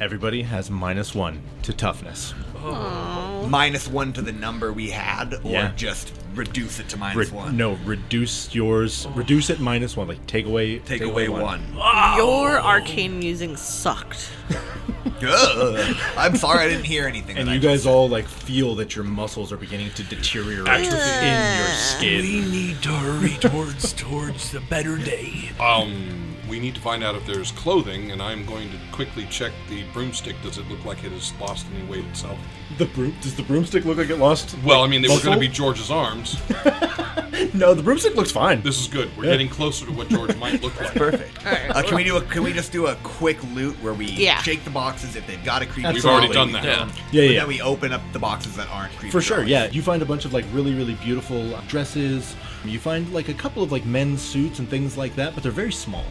B: Everybody has minus one to toughness.
E: Minus one to the number we had, or
B: Yeah.
E: just reduce it to
B: Re-
E: minus one.
B: no, reduce yours. Reduce it minus one. Like take away.
E: Take, away, one.
A: oh.
C: Your arcane musings sucked.
E: Ugh. I'm sorry I didn't hear anything.
B: And
E: that I
B: you
E: just
B: guys all like feel that your muscles are beginning to deteriorate in your skin.
F: we need to hurry towards towards the better day.
A: Um, we need to find out if there's clothing, and I'm going to quickly check the broomstick. Does it look like it has lost any weight itself?
B: The broom does the broomstick look like it lost?
A: Well, I mean, they were going to
B: Buckle?
A: be George's arms.
B: No, the broomstick looks fine.
A: This is good. We're
B: Yeah.
A: getting closer to what George might look like.
E: Perfect. Uh, can we do a? Can we just do a quick loot where we
C: Yeah.
E: shake the boxes if they've got a creature?
A: We've already
E: drawing,
A: done that.
E: we
A: Yeah.
E: don't.
B: Yeah,
E: But
B: yeah.
E: Then we open up the boxes that aren't creature.
B: For sure,
E: drawings.
B: yeah. You find a bunch of like really, really beautiful dresses. You find like a couple of like men's suits and things like that, but they're very small.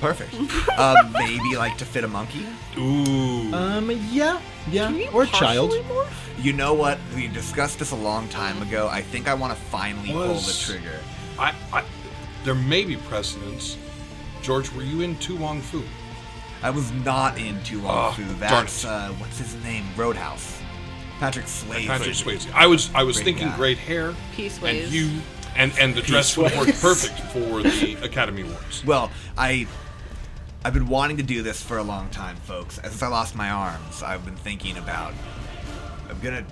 E: Perfect. uh, maybe like to fit a monkey.
A: Ooh.
F: Uh,
B: Um, yeah, yeah,
C: Can you
B: or a child.
C: partially morph?
E: You know what? We discussed this a long time ago. I think I want to finally pull the
A: Was-
E: trigger.
A: I, I, there may be precedence. George, were you in Tu Wong Fu?
E: I was not into Wong
A: Oh,
E: Fu.
A: darn
E: That's
A: it.
E: uh, what's his name? Roadhouse. Patrick Swayze.
A: Patrick Swayze. I was I was
E: Great
A: thinking
E: guy.
A: great hair.
C: Peace
A: And
C: ways.
A: you and and the dress would work perfect for the Academy Awards.
E: Well, I I've been wanting to do this for a long time, folks. Since I lost my arms, I've been thinking about I'm gonna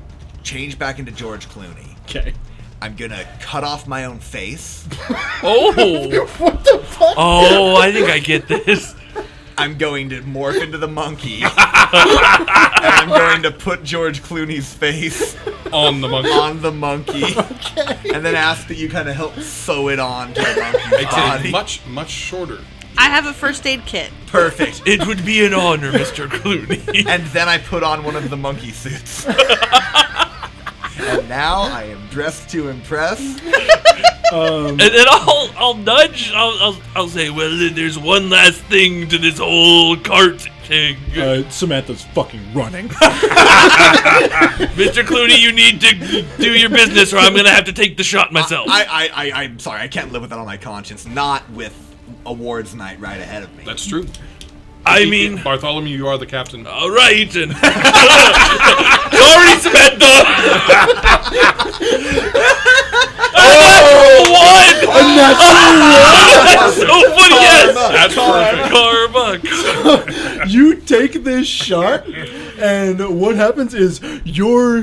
E: change back into George Clooney.
B: Okay.
E: I'm gonna cut off my own face.
F: Oh. Oh, I think I get this.
E: I'm going to morph into the monkey. and I'm going to put George Clooney's face
A: On the monkey.
E: on the monkey. And then ask that you kind of help sew it on to the monkey's
A: It's a
E: body.
A: much much shorter.
C: I have a first aid kit.
E: Perfect.
F: It would be an honor, Mr.
A: Um,
F: Clooney.
E: And then I put on one of the monkey suits. and now I am dressed to impress.
F: and then I'll I'll nudge. I'll, I'll I'll say, well, then there's one last thing to this whole cart thing.
B: Uh, Samantha's fucking running.
F: Mr. Clooney, you need to do your business, or I'm gonna have to take the shot myself.
E: I, I, I, I'm sorry, I can't live with that on my conscience. Not with awards night right ahead of me.
A: That's true.
F: I mean,
A: Bartholomew, you are the captain.
E: Uh,
F: all right, and sorry, Samantha. oh, one. That's so funny. Yes,
A: That's perfect.
F: Carbuck.
B: you take this shot, and what happens is your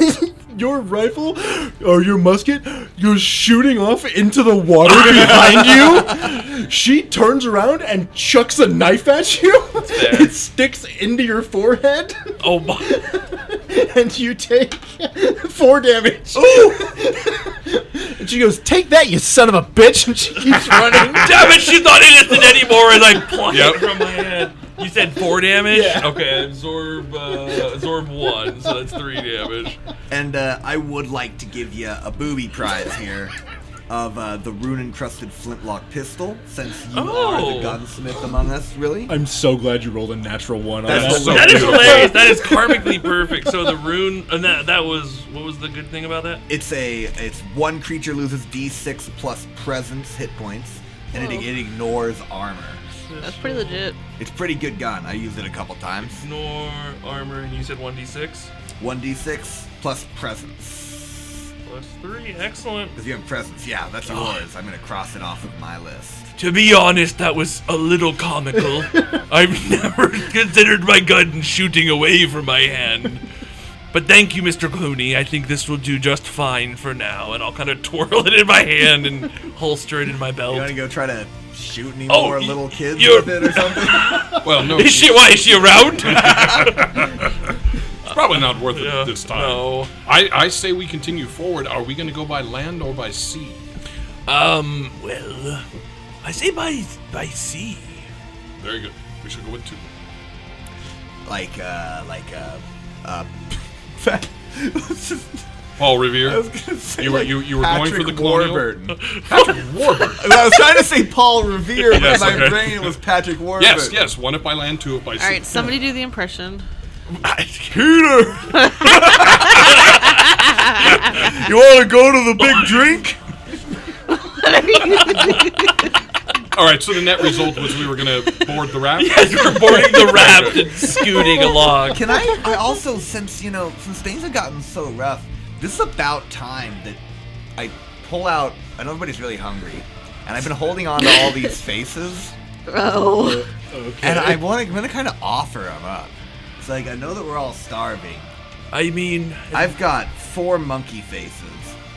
B: your rifle or your musket goes shooting off into the water behind you. She turns around and chucks a knife at you. It sticks into your forehead,
F: Oh my.
B: and you take four damage. and she goes, "Take that, you son of a bitch!" And she keeps running.
F: Damn it, she's not innocent anymore. And I pluck
A: Yep.
F: it from my hand. You said four damage.
B: Yeah.
F: Okay, absorb uh, absorb one, so that's three damage.
E: And uh, I would like to give you a booby prize here of uh, the rune encrusted flintlock pistol, since you are
F: Oh.
E: the gunsmith among us, really.
B: I'm so glad you rolled a natural one. on
A: That's
B: that.
A: so
F: That is
A: beautiful.
F: hilarious. That is karmically perfect. So the rune, and that that was what was the good thing about that?
E: It's a it's one creature loses D6 plus presence hit points, and it, it ignores armor.
C: That's pretty legit.
E: It's a pretty good gun. I used it a couple times.
F: Ignore armor, and you said one d six
E: One D6 plus presence.
F: plus three. Excellent.
E: Because you have presence, yeah, that's yours. I'm gonna cross it off of my list.
F: To be honest, that was a little comical. I've never considered my gun shooting away from my hand. But thank you, Mr. Clooney. I think this will do just fine for now, and I'll kind of twirl it in my hand and holster it in my
E: You wanna
F: belt.
E: go try to shoot any
F: Oh,
E: more
F: y-
E: little kids
F: you're-
E: with it or something?
A: Well, no,
F: Is she? Why is she around?
A: it's probably not worth it
F: Yeah,
A: this time.
F: No.
A: I, I say we continue forward. Are we going to go by land or by sea?
F: Um. Well, I say by by sea.
A: Very good. We should go with two.
E: like, uh, like, uh, uh, let's just,
A: Paul Revere.
E: I was gonna say,
A: You were-
E: like,
A: you- you were going
E: Patrick
A: for the colonial?
E: Warburton.
A: Patrick Warburton.
E: I was trying to say Paul Revere, but
A: Yes,
E: in my
A: okay.
E: brain it was Patrick Warburton.
A: yes, yes. One if by land, two if by sea.
C: All right, somebody do the impression.
E: Peter! you wanna go to the
A: Oh,
E: big drink?
A: All right, so the net result was we were going to board the raft.
F: You're boarding the raft and scooting along.
E: Can I? I also, since you know, since things have gotten so rough, this is about time that I pull out. I know everybody's really hungry, and I've been holding on to all these faces,
C: Oh,
E: and I want. I'm gonna kind of offer them up. It's like I know that we're all starving.
F: I mean,
E: I've got four monkey faces.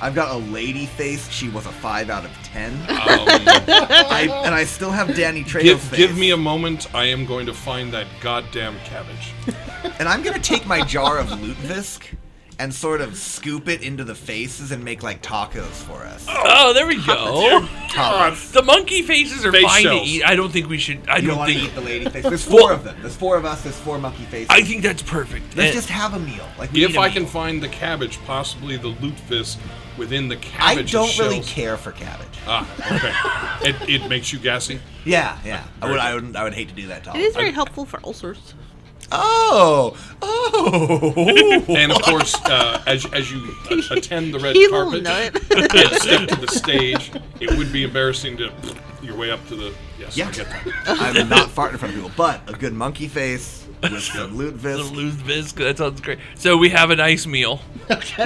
E: I've got a lady face. She was a five out of ten.
A: Um,
E: I, and I still have Danny Trejo's
A: give,
E: face.
A: give me a moment. I am going to find that goddamn cabbage.
E: And I'm gonna take my jar of lutevisk and sort of scoop it into the faces and make like tacos for us.
D: Oh, there we go.
E: Tacos.
D: The monkey faces are
A: Face
D: fine
A: shells.
D: to eat. I don't think we should. I
E: You don't
D: don't
E: want to
D: think.
E: eat the lady face. There's four of them. There's four of us. There's four monkey faces.
D: I think that's perfect.
E: Let's
D: And-
E: just have a meal. Like we
A: If
E: need a
A: I
E: meal.
A: can find the cabbage, possibly the lutefisk within the
E: I
A: cabbage.
E: don't really
A: shells.
E: care for cabbage.
A: Ah, okay. it, it makes you gassy.
E: Yeah, yeah. I would, I would, I would hate to do that, Tom.
C: It is very helpful for ulcers.
E: Oh, oh.
A: And of course, uh, as, as you attend the red
C: He will
A: carpet
C: nut.
A: and step to the stage, it would be embarrassing to your way up to the. Yes,
E: Yeah.
A: I get that.
E: I'm not farting from people, but a good monkey face with some
D: The
E: lutefisk.
D: loose bisque. That sounds great. So we have a nice meal.
B: Yeah,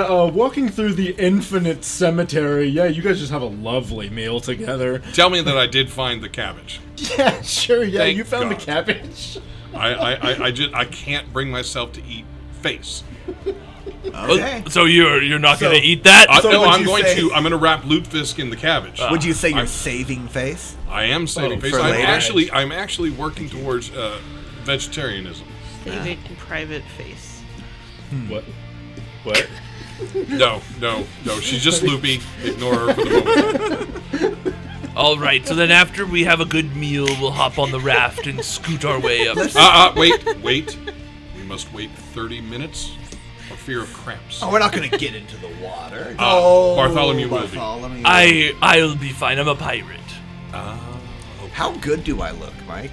B: uh, walking through the infinite cemetery. Yeah, you guys just have a lovely meal together.
A: Tell me that I did find the cabbage.
B: Yeah, sure. Yeah,
A: Thank
B: you found
A: God.
B: the cabbage.
A: I, I, I, I just I can't bring myself to eat face.
E: Okay.
D: So you're you're not
E: So-
D: gonna eat that?
A: I,
E: So
A: Uh, no,
E: what'd
A: I'm
E: you
A: going
E: say?
A: to I'm going to wrap lutefisk in the cabbage.
E: Would you say you're
A: I'm-
E: saving face?
A: I am saving
B: Oh,
A: face.
E: for
A: I'm
E: later.
A: actually I'm actually working towards uh, vegetarianism.
C: Save it in private face.
B: What? What?
A: No, no, no. She's just loopy. Ignore her for the moment.
D: All right. So then after we have a good meal, we'll hop on the raft and scoot our way up.
A: Uh, uh, wait, wait. We must wait 30 minutes for fear of cramps.
E: Oh, we're not going to get into the water.
A: Bartholomew will be.
E: Oh, Bartholomew.
D: I I'll be fine. I'm a pirate.
E: How good do I look, Mike?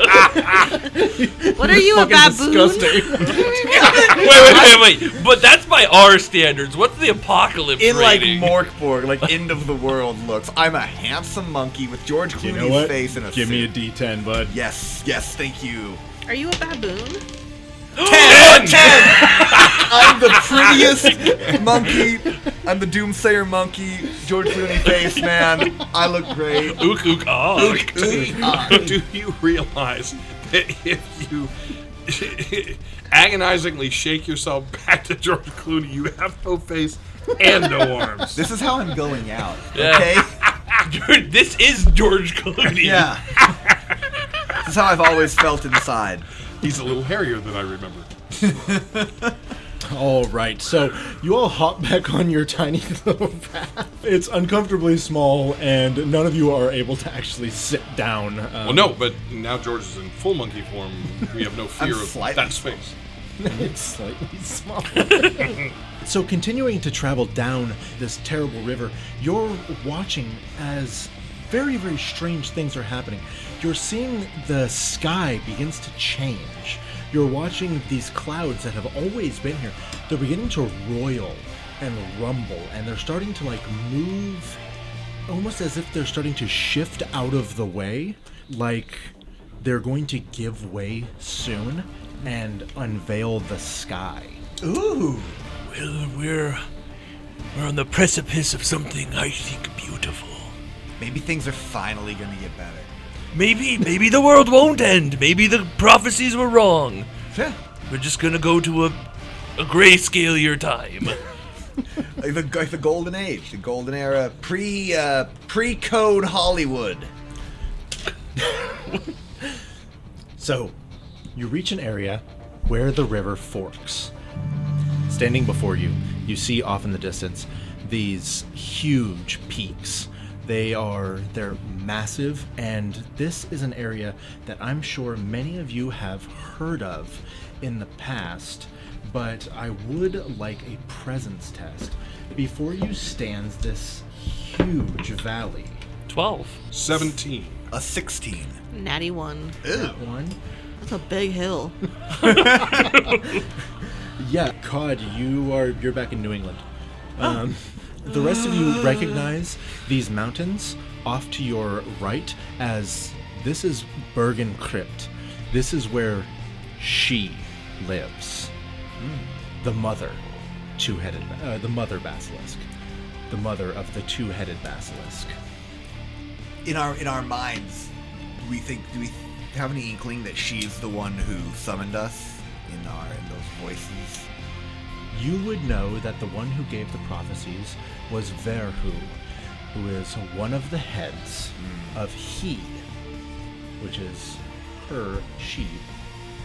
C: What are you, a baboon?
D: Wait, wait, wait, wait. But that's by our standards. What's the apocalypse
E: In like
D: rating?
E: Morkborg, like end of the world looks. I'm a handsome monkey with George Clooney's
B: You know what?
E: face in a
B: Give me a
E: suit.
B: D10, bud.
E: yes, yes, thank you.
C: Are you a baboon?
E: Ten! I'm the prettiest monkey. I'm the doomsayer monkey. George Clooney face, man. I look great.
D: Ook, ook, ah.
A: Do you realize that if you agonizingly shake yourself back to George Clooney, you have no face and no arms?
E: This is how I'm going out.
D: Yeah.
E: Okay?
D: Dude, this is George Clooney.
E: Yeah. this is how I've always felt inside.
A: He's a little hairier than I remember.
B: All right, so you all hop back on your tiny little raft. It's uncomfortably small, and none of you are able to actually sit down. Um,
A: Well, no, but now George is in full monkey form. We have no fear of
E: slightly
A: that space.
B: It's slightly small. so, continuing to travel down this terrible river, you're watching as very, very strange things are happening. You're seeing the sky begins to change. You're watching these clouds that have always been here. They're beginning to roil and rumble, and they're starting to like move almost as if they're starting to shift out of the way, like they're going to give way soon and unveil the sky.
D: Well, we're we're on the precipice of something I think beautiful.
E: Maybe things are finally gonna get better.
D: Maybe maybe the world won't end. Maybe the prophecies were wrong.
E: Yeah.
D: We're just gonna go to a a grayscalier time.
E: Like the, like the golden age, the golden era, pre uh, pre code Hollywood.
B: So, you reach an area where the river forks. Standing before you, you see off in the distance these huge peaks. They are they're massive and this is an area that I'm sure many of you have heard of in the past, but I would like a presence test. Before you stands this huge valley.
D: Twelve.
A: 17.
E: A 16.
C: Natty one.
E: Ew.
B: One
C: That's a big hill.
B: Yeah, Cod, you are you're back in New England. Um, the rest of you recognize these mountains off to your right as this is Bergen Crypt. This is where she lives, the mother, two-headed, ba- uh, the mother basilisk, the mother of the two-headed basilisk.
E: In our in our minds, do we think do we have any inkling that she's the one who summoned us? Inar and those voices.
B: you would know that the one who gave the prophecies was Verhu, who is one of the heads of He, which is her, she,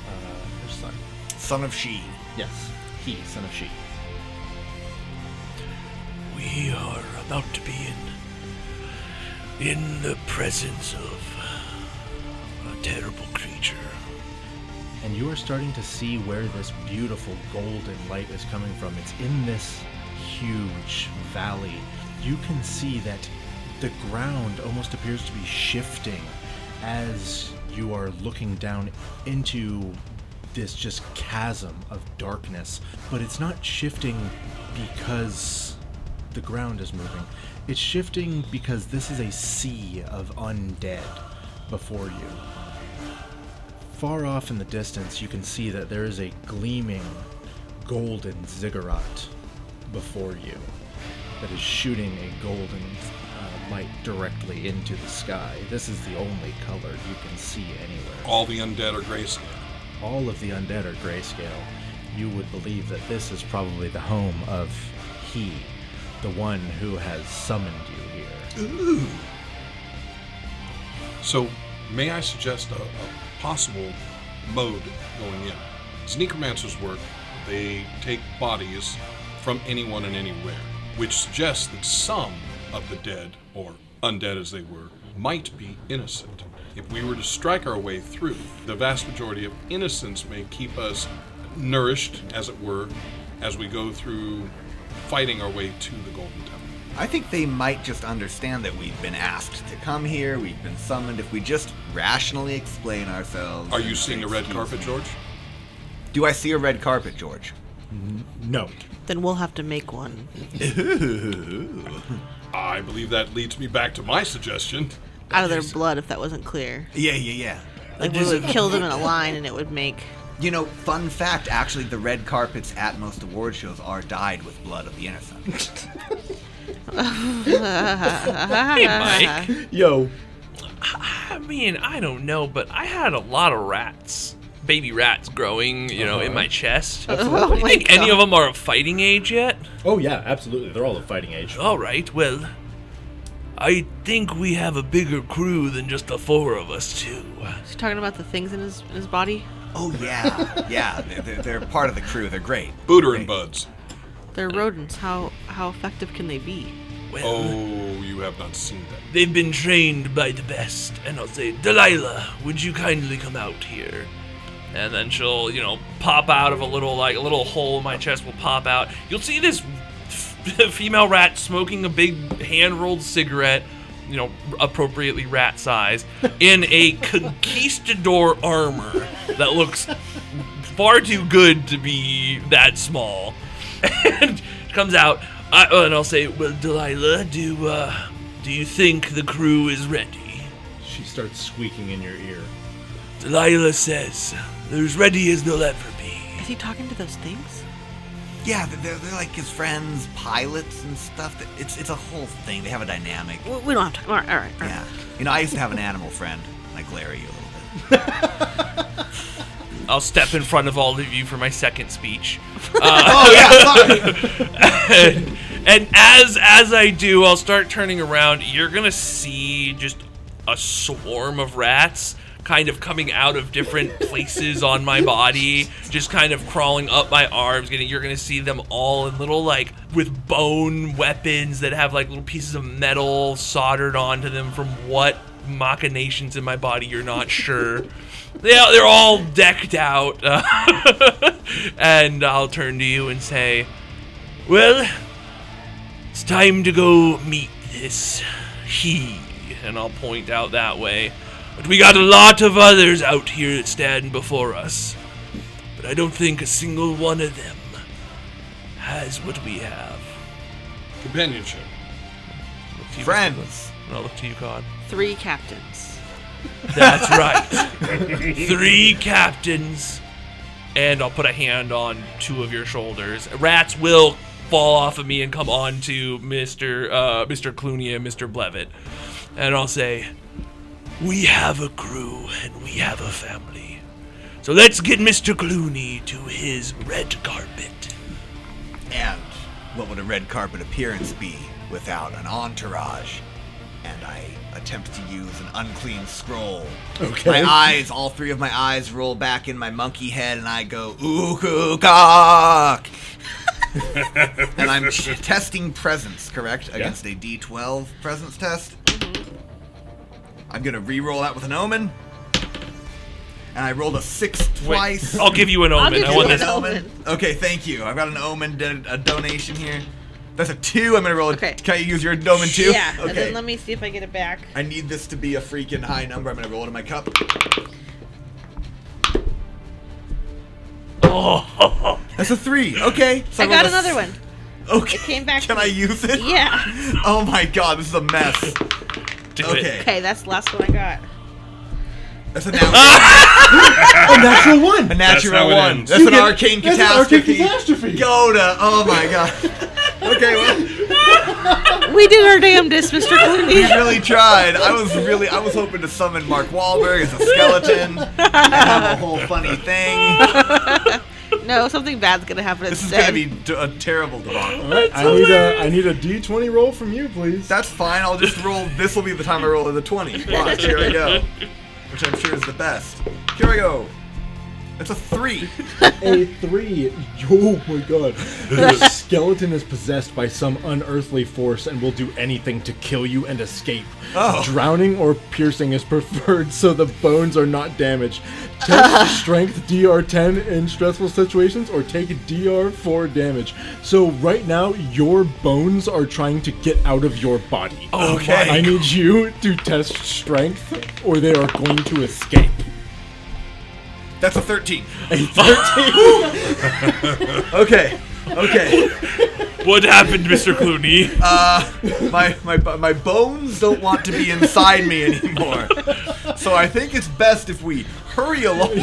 B: uh, her son.
E: Son of She.
B: Yes, He, son of she.
L: We are about to be in in the presence of a terrible creature.
B: And you are starting to see where this beautiful golden light is coming from. It's in this huge valley. You can see that the ground almost appears to be shifting as you are looking down into this just chasm of darkness. But it's not shifting because the ground is moving. It's shifting because this is a sea of undead before you. Far off in the distance, you can see that there is a gleaming golden ziggurat before you that is shooting a golden uh, light directly into the sky. This is the only color you can see anywhere.
A: All the undead are grayscale.
B: All of the undead are grayscale. You would believe that this is probably the home of he, the one who has summoned you here.
A: So, may I suggest a, a possible mode going in? It's necromancers' work. They take bodies from anyone and anywhere, which suggests that some of the dead, or undead as they were, might be innocent. If we were to strike our way through, the vast majority of innocence may keep us nourished, as it were, as we go through fighting our way to the Golden Temple.
E: I think they might just understand that we've been asked to come here, we've been summoned. If we just rationally explain ourselves.
A: Are
E: and
A: you seeing
E: say,
A: the red
E: "Excuse
A: carpet,
E: me."
A: George?
E: Do I see a red carpet, George?
B: No.
C: Then we'll have to make one.
A: I believe that leads me back to my suggestion.
C: Out of their blood, if that wasn't clear.
E: Yeah, yeah,
C: Like, we would kill them in a line and it would make.
E: yeah. You know, fun fact actually, the red carpets at most award shows are dyed with blood of the innocent.
F: Hey, Mike.
B: Yo.
F: I mean, I don't know, but I had a lot of rats, baby rats, growing, you know, in my chest.
C: Oh
F: Do you
C: my
F: think any
C: God.
F: of them are of fighting age yet?
M: Oh yeah, absolutely. They're all of fighting age.
F: All right, well, I think we have a bigger crew than just the four of us, too.
C: Is he talking about the things in his, in his body?
E: oh, yeah. Yeah, they're, they're, they're part of the crew. They're great.
A: Booter and Buds.
C: They're rodents. How how effective can they be?
F: Well,
A: Oh, you have not seen them.
F: they've been trained by the best, and I'll say, Delilah, would you kindly come out here? And then she'll, you know, pop out of a little, like, a little hole in my chest will pop out. You'll see this f- female rat smoking a big hand rolled cigarette, you know, appropriately rat size, in a conquistador armor that looks far too good to be that small. And she comes out, I, oh, and I'll say, "Well, Delilah, do uh, do you think the crew is ready?"
M: She starts squeaking in your ear.
F: Delilah says, "They're as ready as they'll ever be."
C: Is he talking to those things?
E: Yeah, they're, they're, they're like his friends, pilots and stuff. It's, it's a whole thing. They have a dynamic.
C: We, we don't have time. All right, all right. All right.
E: Yeah. You know, I used to have an animal friend, like Larry, a little bit.
F: I'll step in front of all of you for my second speech.
E: Oh, yeah, sorry.
F: and, and as as I do, I'll start turning around. You're gonna see just a swarm of rats kind of coming out of different places on my body, just kind of crawling up my arms, getting you're gonna see them all in little like with bone weapons that have like little pieces of metal soldered onto them from what machinations in my body you're not sure. Yeah, they're all decked out. and I'll turn to you and say, well, it's time to go meet this he, and I'll point out that way. But we got a lot of others out here that stand before us. But I don't think a single one of them has what we have.
A: Companionship.
F: Look to you,
E: Friends.
F: and I'll look to you, Cod.
C: Three captains.
F: That's right. Three captains, and I'll put a hand on two of your shoulders. Rats will fall off of me and come on to Mr. Uh, Mr. Clooney and Mr. Blevett, and I'll say, "We have a crew and we have a family, So let's get Mr. Clooney to his red carpet.
E: And what would a red carpet appearance be without an entourage? And I attempt to use an unclean scroll.
B: Okay.
E: My eyes, all three of my eyes, roll back in my monkey head, and I go "Ook, ook, ok." and I'm ch- testing presence, correct? Against a D12 presence test. I'm gonna re-roll that with an omen. And I rolled a six
F: Wait,
E: twice.
F: I'll give you an omen.
C: give
F: I
C: you
F: want
E: An
F: this.
C: an
E: omen. Okay, thank you. I've got an omen do- a donation here. That's a two. I'm gonna roll. A,
C: Okay.
E: Can I use your omen too?
C: Yeah,
E: Okay.
C: and then let me see if I get it back.
E: I need this to be a freaking high number. I'm gonna roll it in my cup.
F: Oh,
E: That's a three. Okay. So
C: I got
E: rolled a
C: another one.
E: s- Okay.
C: It came back
E: Can
C: to
E: I
C: me.
E: use it?
C: Yeah.
E: Oh my god, this is a mess.
F: do
E: Okay.
C: Okay, that's the last one I got.
E: That's a natural,
B: A natural one.
E: a natural
A: how it
E: one.
A: ends.
E: That's
B: You
E: an
B: get-
E: arcane
B: that's an arcane
E: catastrophe.
B: catastrophe.
E: Go to. Oh my god. Okay. Well.
C: We did our damnedest, Mr.
E: We
C: Clooney.
E: really tried. I was really, I was hoping to summon Mark Wahlberg as a skeleton and have a whole funny thing.
C: No, something bad's gonna happen
E: This is
C: instead.
E: gonna be d- a terrible debacle.
B: All right, I need a I need a d20 roll from you, please.
E: That's fine. I'll just roll. This will be the time I roll the twenty. Watch, here I go. Which I'm sure is the best. Here I go. It's a three.
B: a three. Oh my god. The skeleton is possessed by some unearthly force and will do anything to kill you and escape.
E: Oh.
B: Drowning or piercing is preferred so the bones are not damaged. Test strength DR10 in stressful situations or take DR4 damage. So right now your bones are trying to get out of your body.
E: Okay.
B: I need you to test strength or they are going to escape.
E: That's a thirteen.
B: A 13.
E: Okay. Okay.
F: What happened, Mr. Clooney?
E: My my bo- my bones don't want to be inside me anymore. So I think it's best if we hurry along.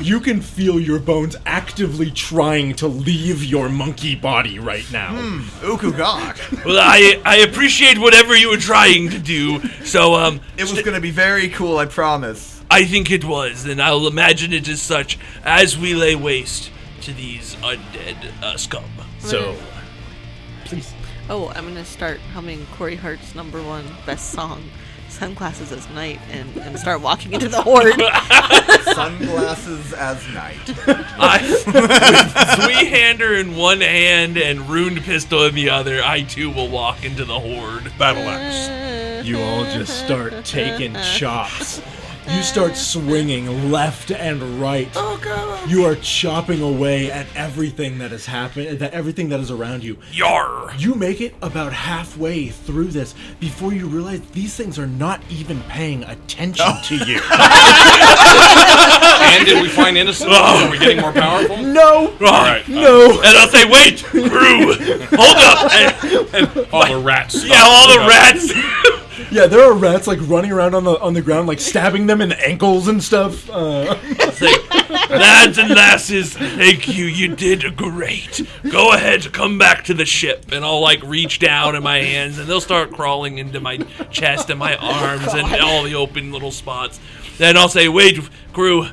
B: You can feel your bones actively trying to leave your monkey body right now.
E: Ukugok.
F: well, I I appreciate whatever you were trying to do. So um,
E: It was gonna be very cool. I promise.
F: I think it was, and I'll imagine it as such as we lay waste to these undead uh, scum.
B: So, please.
C: Oh, I'm gonna start humming Corey Hart's number one best song, "Sunglasses as Night," and, and start walking into the horde.
E: Sunglasses as night.
F: I, with Zweihander in one hand and Ruined Pistol in the other, I too will walk into the horde.
A: Battle axe.
B: You all just start taking chops. You start swinging left and right. Oh god! You are chopping away at everything that has happened, that everything that is around you.
F: Yar!
B: You make it about halfway through this before you realize these things are not even paying attention to you.
A: and did we find innocence?
F: Oh.
A: Are we getting more powerful?
B: no, Uh,
F: Alright.
B: no.
F: And I'll say, wait, crew, hold up. And, and-
A: All the rats.
F: yeah, all the rats.
B: Yeah, there are rats like running around on the on the ground, like stabbing them in the ankles and stuff. Uh,
F: Lads and lasses, thank you. You did great. Go ahead, come back to the ship. And I'll like reach down in my hands and they'll start crawling into my chest and my arms and all the open little spots. Then I'll say, wait, crew.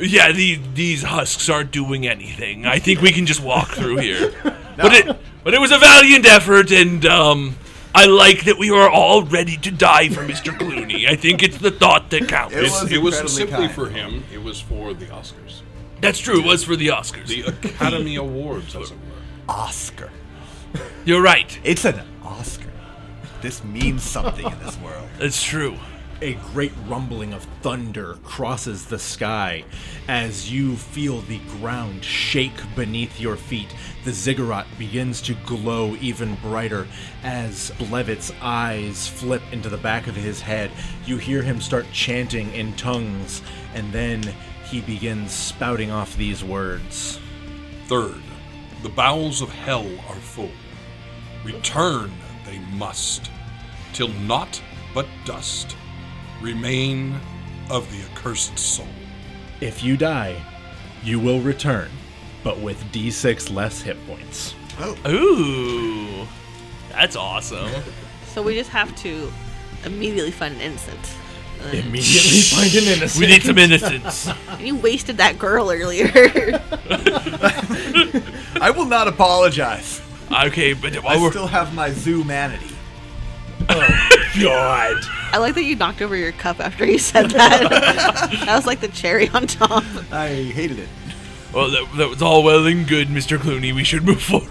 F: Yeah, these these husks aren't doing anything. I think we can just walk through here. But it but it was a valiant effort and um I like that we are all ready to die for Mr. Clooney. I think it's the thought that counts.
E: It was
A: It's- It wasn't
E: incredibly
A: simply
E: kind.
A: for him. It was for the Oscars,
F: That's true. It was for the Oscars.
A: the Academy Awards, as it were.
E: Oscar.
F: You're right.
E: It's an Oscar. This means something in this world.
F: That's true.
B: a great rumbling of thunder crosses the sky as you feel the ground shake beneath your feet. The ziggurat begins to glow even brighter as Blevitt's eyes flip into the back of his head. You hear him start chanting in tongues, and then he begins spouting off these words.
A: Third, the bowels of hell are full. Return they must, till naught but dust remain of the accursed soul.
B: If you die, you will return, but with d6 less hit points.
F: Ooh. That's awesome.
C: so we just have to immediately find an innocent.
K: Immediately find an innocent.
F: We need some innocence.
C: You wasted that girl earlier.
E: I will not apologize.
F: Okay, but while
E: I
F: we're
E: still have my zoo manatee.
F: God.
C: I like that you knocked over your cup after you said that. that was like the cherry on top.
E: I hated it.
F: Well, that, that was all well and good, Mr. Clooney. We should move forward.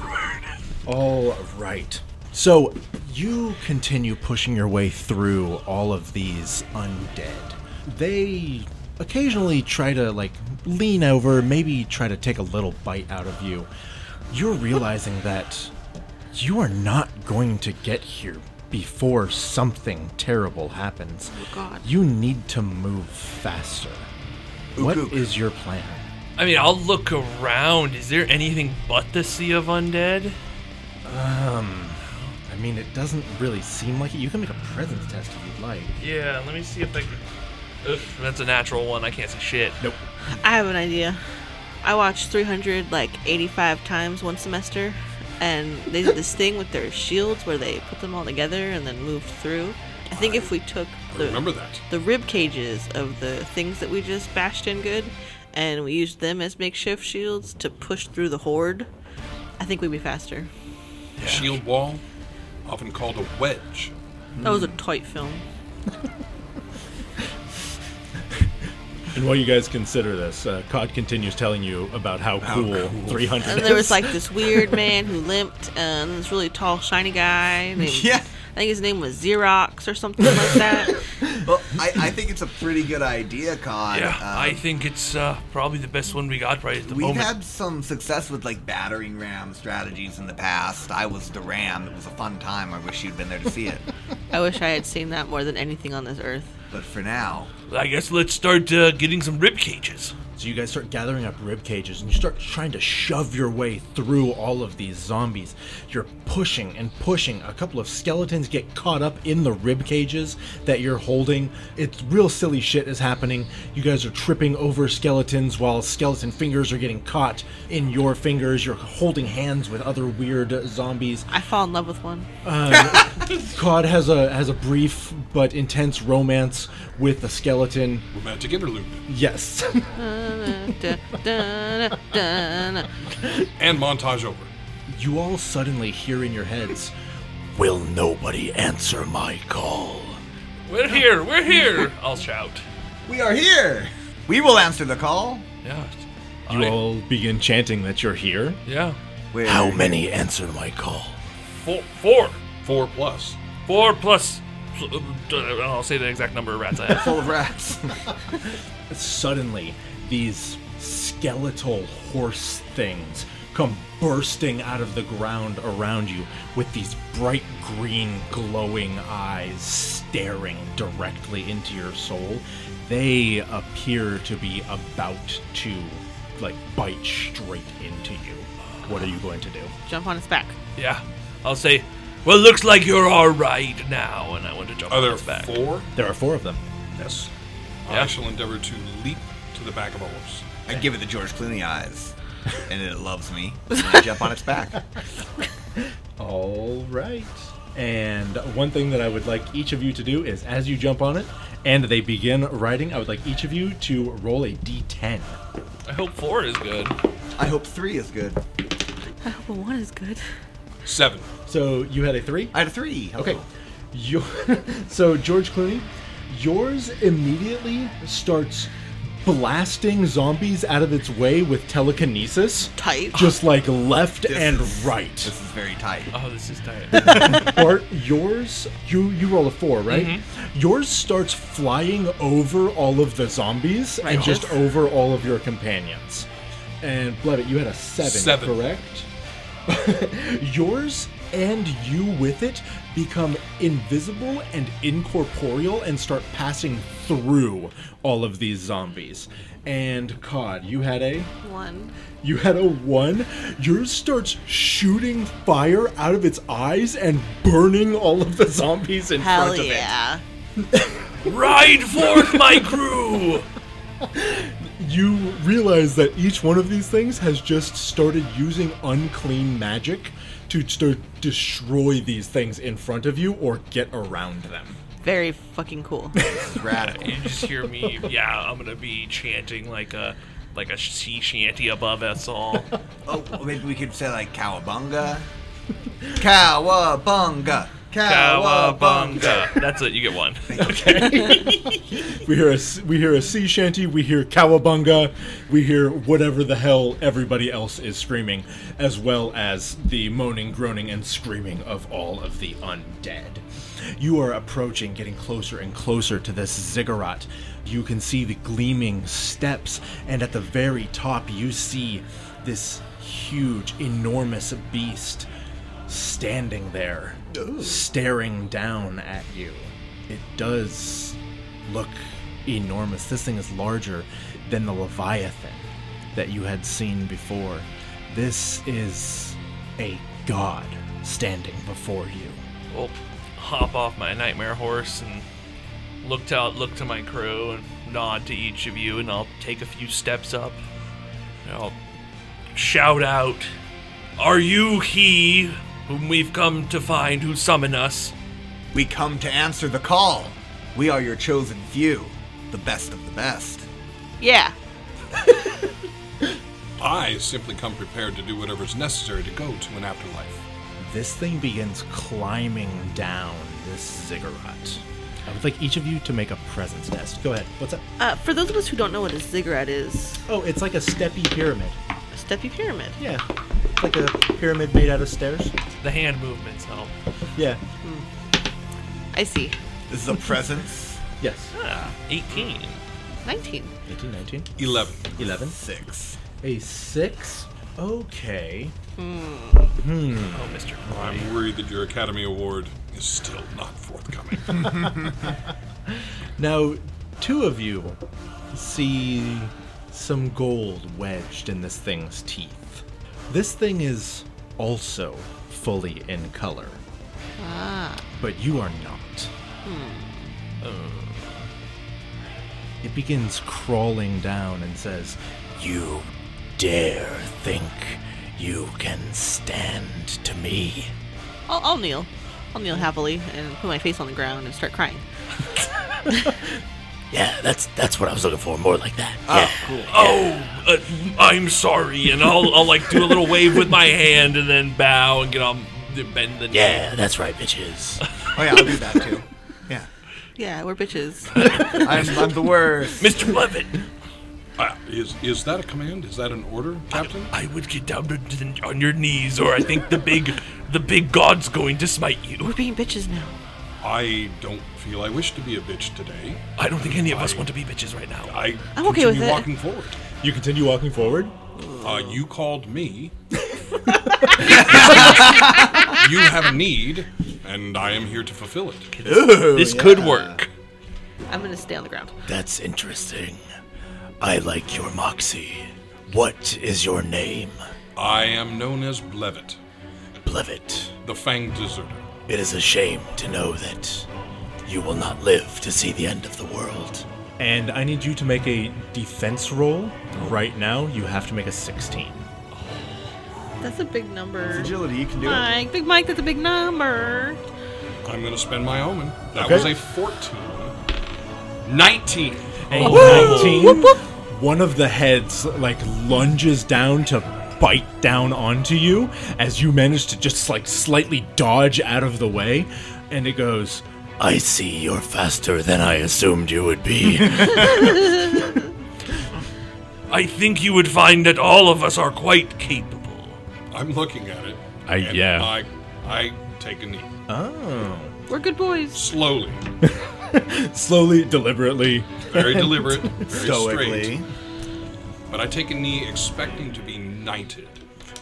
K: All right. So you continue pushing your way through all of these undead. They occasionally try to, like, lean over, maybe try to take a little bite out of you. You're realizing that you are not going to get here before something terrible happens. Oh,
C: God.
K: You need to move faster. What is your plan?
F: I mean, I'll look around. Is there anything but the Sea of Undead?
K: I mean, it doesn't really seem like it. You can make a presence test if you'd like.
F: Yeah, let me see if I can. Ugh, that's a natural one. I can't see shit.
C: I have an idea. I watched 300 like 85 times one semester, and they did this thing with their shields where they put them all together and then moved through. I think if we took
A: I
C: the
A: remember that.
C: the rib cages of the things that we just bashed in good, and we used them as makeshift shields to push through the horde, I think we'd be faster.
A: Shield wall, often called a wedge.
C: That was a
B: Mm.
C: tight film.
B: And while you guys consider this, uh, Cod continues telling you about how, cool, 300
C: And
B: is.
C: there was like this weird man who limped, and this really tall, shiny guy. Named,
E: Yeah.
C: I think his name was Xerox or something like that.
E: Well, I, I think it's a pretty good idea, Con.
F: Yeah,
E: Um,
F: I think it's uh, probably the best one we got right at the
E: We've
F: moment.
E: had some success with like battering ram strategies in the past. I was the ram. It was a fun time. I wish you'd been there to see it.
C: I wish I had seen that more than anything on this earth.
E: But for now,
F: I guess let's start uh, getting some rib cages.
K: So you guys start gathering up rib cages and you start trying to shove your way through all of these zombies. You're pushing and pushing. A couple of skeletons get caught up in the rib cages that you're holding. It's real silly shit is happening. You guys are tripping over skeletons while skeleton fingers are getting caught in your fingers. You're holding hands with other weird uh, zombies.
C: I fall in love with one.
K: Cod has a has a brief but intense romance with a skeleton.
A: Romantic interlude.
K: Yes.
C: Dun, dun, dun.
A: And montage over.
K: you all suddenly hear in your heads, Will nobody answer my call?
F: We're here. We're here. I'll shout.
E: we are here. We will answer the call.
F: Yeah.
B: you
F: I-
B: all begin chanting that you're here.
F: Yeah.
E: Where
K: How many answer my call?
F: Four. Four.
A: Four plus.
F: Four plus. pl- uh, I'll say the exact number of rats I have.
E: full of rats.
K: Suddenly, these skeletal horse things come bursting out of the ground around you with these bright green glowing eyes staring directly into your soul. They appear to be about to like bite straight into you. What are you going to do?
C: Jump on its back.
F: yeah. I'll say. Well, looks like you're all right now, and I want to jump
A: Are
F: on
A: there
F: his back.
A: four?
K: There are four of them.
A: Yes.
F: Yeah.
A: I shall endeavor to leap to the back of a horse.
E: I give it the George Clooney eyes, and it loves me. And I jump on its back.
B: All right. And one thing that I would like each of you to do is as you jump on it and they begin riding, I would like each of you to roll a d10.
F: I hope four is good.
E: I hope three is good.
C: I hope a Uh, one is good.
A: Seven.
B: So you had a three?
E: I had a three. Oh,
B: Okay. Your, so George Clooney, yours immediately starts blasting zombies out of its way with telekinesis.
C: Tight.
B: Just like left and
E: is-
B: right.
E: This is very tight.
F: Oh, this is tight.
B: Bart, yours you you roll a four, right? Yours starts flying over all of the zombies and
C: Right.
B: just over all of your companions. And Blevett, you had a seven,
A: Seven.
B: correct? yours and you with it become invisible and incorporeal and start passing through all of these zombies. And Cod, you had a
C: One.
B: you had a one. Yours starts shooting fire out of its eyes and burning all of the zombies in
C: Hell
B: front of
C: yeah.
F: Ride forth, my crew.
B: it. You realize that each one of these things has just started using unclean magic to start destroy these things in front of you or get around them.
C: very fucking cool.
E: It's radical.
F: You just hear me. Yeah, I'm gonna be chanting like a like a sea shanty above us all.
E: oh, well, maybe we could say like cowabunga. Cowabunga.
F: Cowabunga. That's it. You get one.
B: We hear a s- we hear a sea shanty, we hear cowabunga, we hear whatever the hell everybody else is screaming, as well as the moaning, groaning, and screaming of all of the undead. You are approaching, getting closer and closer to this ziggurat. You can see the gleaming steps, and at the very top, you see this huge, enormous beast standing there, staring down at you. It does look enormous. This thing is larger than the Leviathan that you had seen before. This is a god standing before you.
F: Well, hop off my nightmare horse and look to look to my crew and nod to each of you, and I'll take a few steps up. And I'll shout out, "Are you he whom we've come to find who summoned us?"
E: We come to answer the call. We are your chosen few, the best of the best.
C: yeah.
A: I simply come prepared to do whatever's necessary to go to an afterlife.
B: This thing begins climbing down this ziggurat. I would like each of you to make a presence test. Go ahead. What's up?
C: Uh, for those of us who don't know what a ziggurat is,
B: Oh, it's like a steppy pyramid.
C: a steppy pyramid.
B: Yeah. It's like a pyramid made out of stairs.
F: The hand movements help.
B: Yeah.
C: I see.
E: This is a presence.
B: Yes.
F: Ah, 18.
C: 19.
B: 18, 19,
A: 11.
B: 11.
E: Six.
B: A 6? Okay.
F: Oh, Mr.
A: I'm worried that your Academy Award is still not forthcoming.
B: Now, two of you see some gold wedged in this thing's teeth. This thing is also fully in color. But you are not. Uh, it begins crawling down and says, You dare think you can stand to me?
C: I'll, I'll kneel. I'll kneel happily and put my face on the ground and start crying.
N: Yeah, that's that's what I was looking for. More like that.
E: Oh.
F: Oh, uh, I'm sorry, and I'll, I'll like do a little wave with my hand and then bow and get on bend the knee.
N: Yeah, that's right, bitches.
E: Oh yeah, I'll do that too. Yeah.
C: Yeah, we're bitches.
E: I'm, I'm the worst.
F: Mr. Blevin,
A: Ah, is, is that a command? Is that an order, Captain?
F: I would get down to, to- on your knees, or I think the big the big god's going to smite you.
C: we're being bitches now.
A: I don't feel I wish to be a bitch today.
F: I don't think any of us want to be bitches right now.
A: I
C: I'm
A: continue
C: okay with it.
A: walking forward.
B: You continue walking forward.
A: Uh, you called me. you have a need, and I am here to fulfill it.
F: this could work.
C: I'm going to stay on the ground.
N: That's interesting. I like your moxie. What is your name?
A: I am known as Blevitt,
N: Blevitt.
A: the Fanged Deserter.
N: It is a shame to know that you will not live to see the end of the world.
B: And I need you to make a defense roll right now. You have to make a 16.
C: That's a big number.
E: Agility, you can do it.
C: Mike, Big Mike, that's a big number.
A: I'm going to spend my omen. That
B: Okay.
A: was a 14. 19.
B: A 19. One of the heads like lunges down to bite down onto you as you manage to just like slightly dodge out of the way and it goes
N: I see you're faster than I assumed you would be.
F: I think you would find that all of us are quite capable.
A: I'm looking at it.
B: I-
A: and
B: yeah.
A: I, I take a knee.
B: oh
C: We're good boys.
A: Slowly,
B: slowly deliberately
A: very deliberate, very
E: Stoically.
A: straight. But I take a knee expecting to be knighted.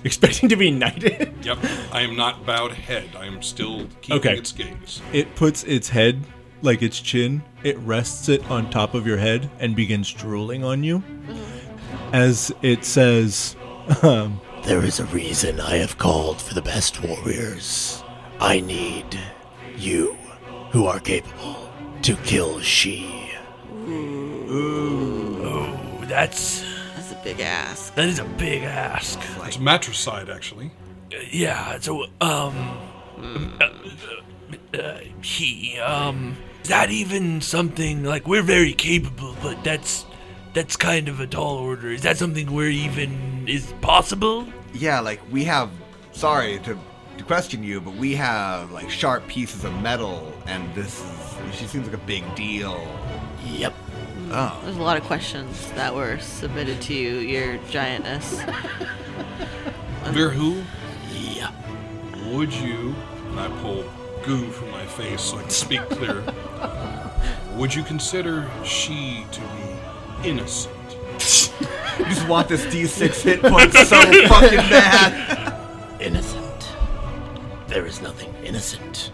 B: expecting to be knighted
A: Yep. I am not bowed head. I am still keeping
B: Okay.
A: its gaze.
B: it puts its head like its chin it rests it on top of your head and begins drooling on you as it says um,
N: There is a reason I have called for the best warriors. I need you, who are capable, to kill she.
F: Oh, that's
C: That's a big ask.
F: that is a big ask.
A: It's matricide, actually.
F: Yeah. So, um, uh, uh, he, um, is that even something like we're very capable, but that's that's kind of a tall order. Is that something we're even is possible?
E: Yeah, like we have. Sorry to, to question you, but we have like sharp pieces of metal, and this is. She seems like a big deal.
N: Yep.
E: Oh,
C: There's a lot of questions that were submitted to you, your giantness.
A: We're who?
N: Yep.
A: Would you, and I pull goo from my face so I can speak clearer, would you consider she to be innocent?
E: you just want this D6 hit point so fucking bad.
N: Innocent. There is nothing innocent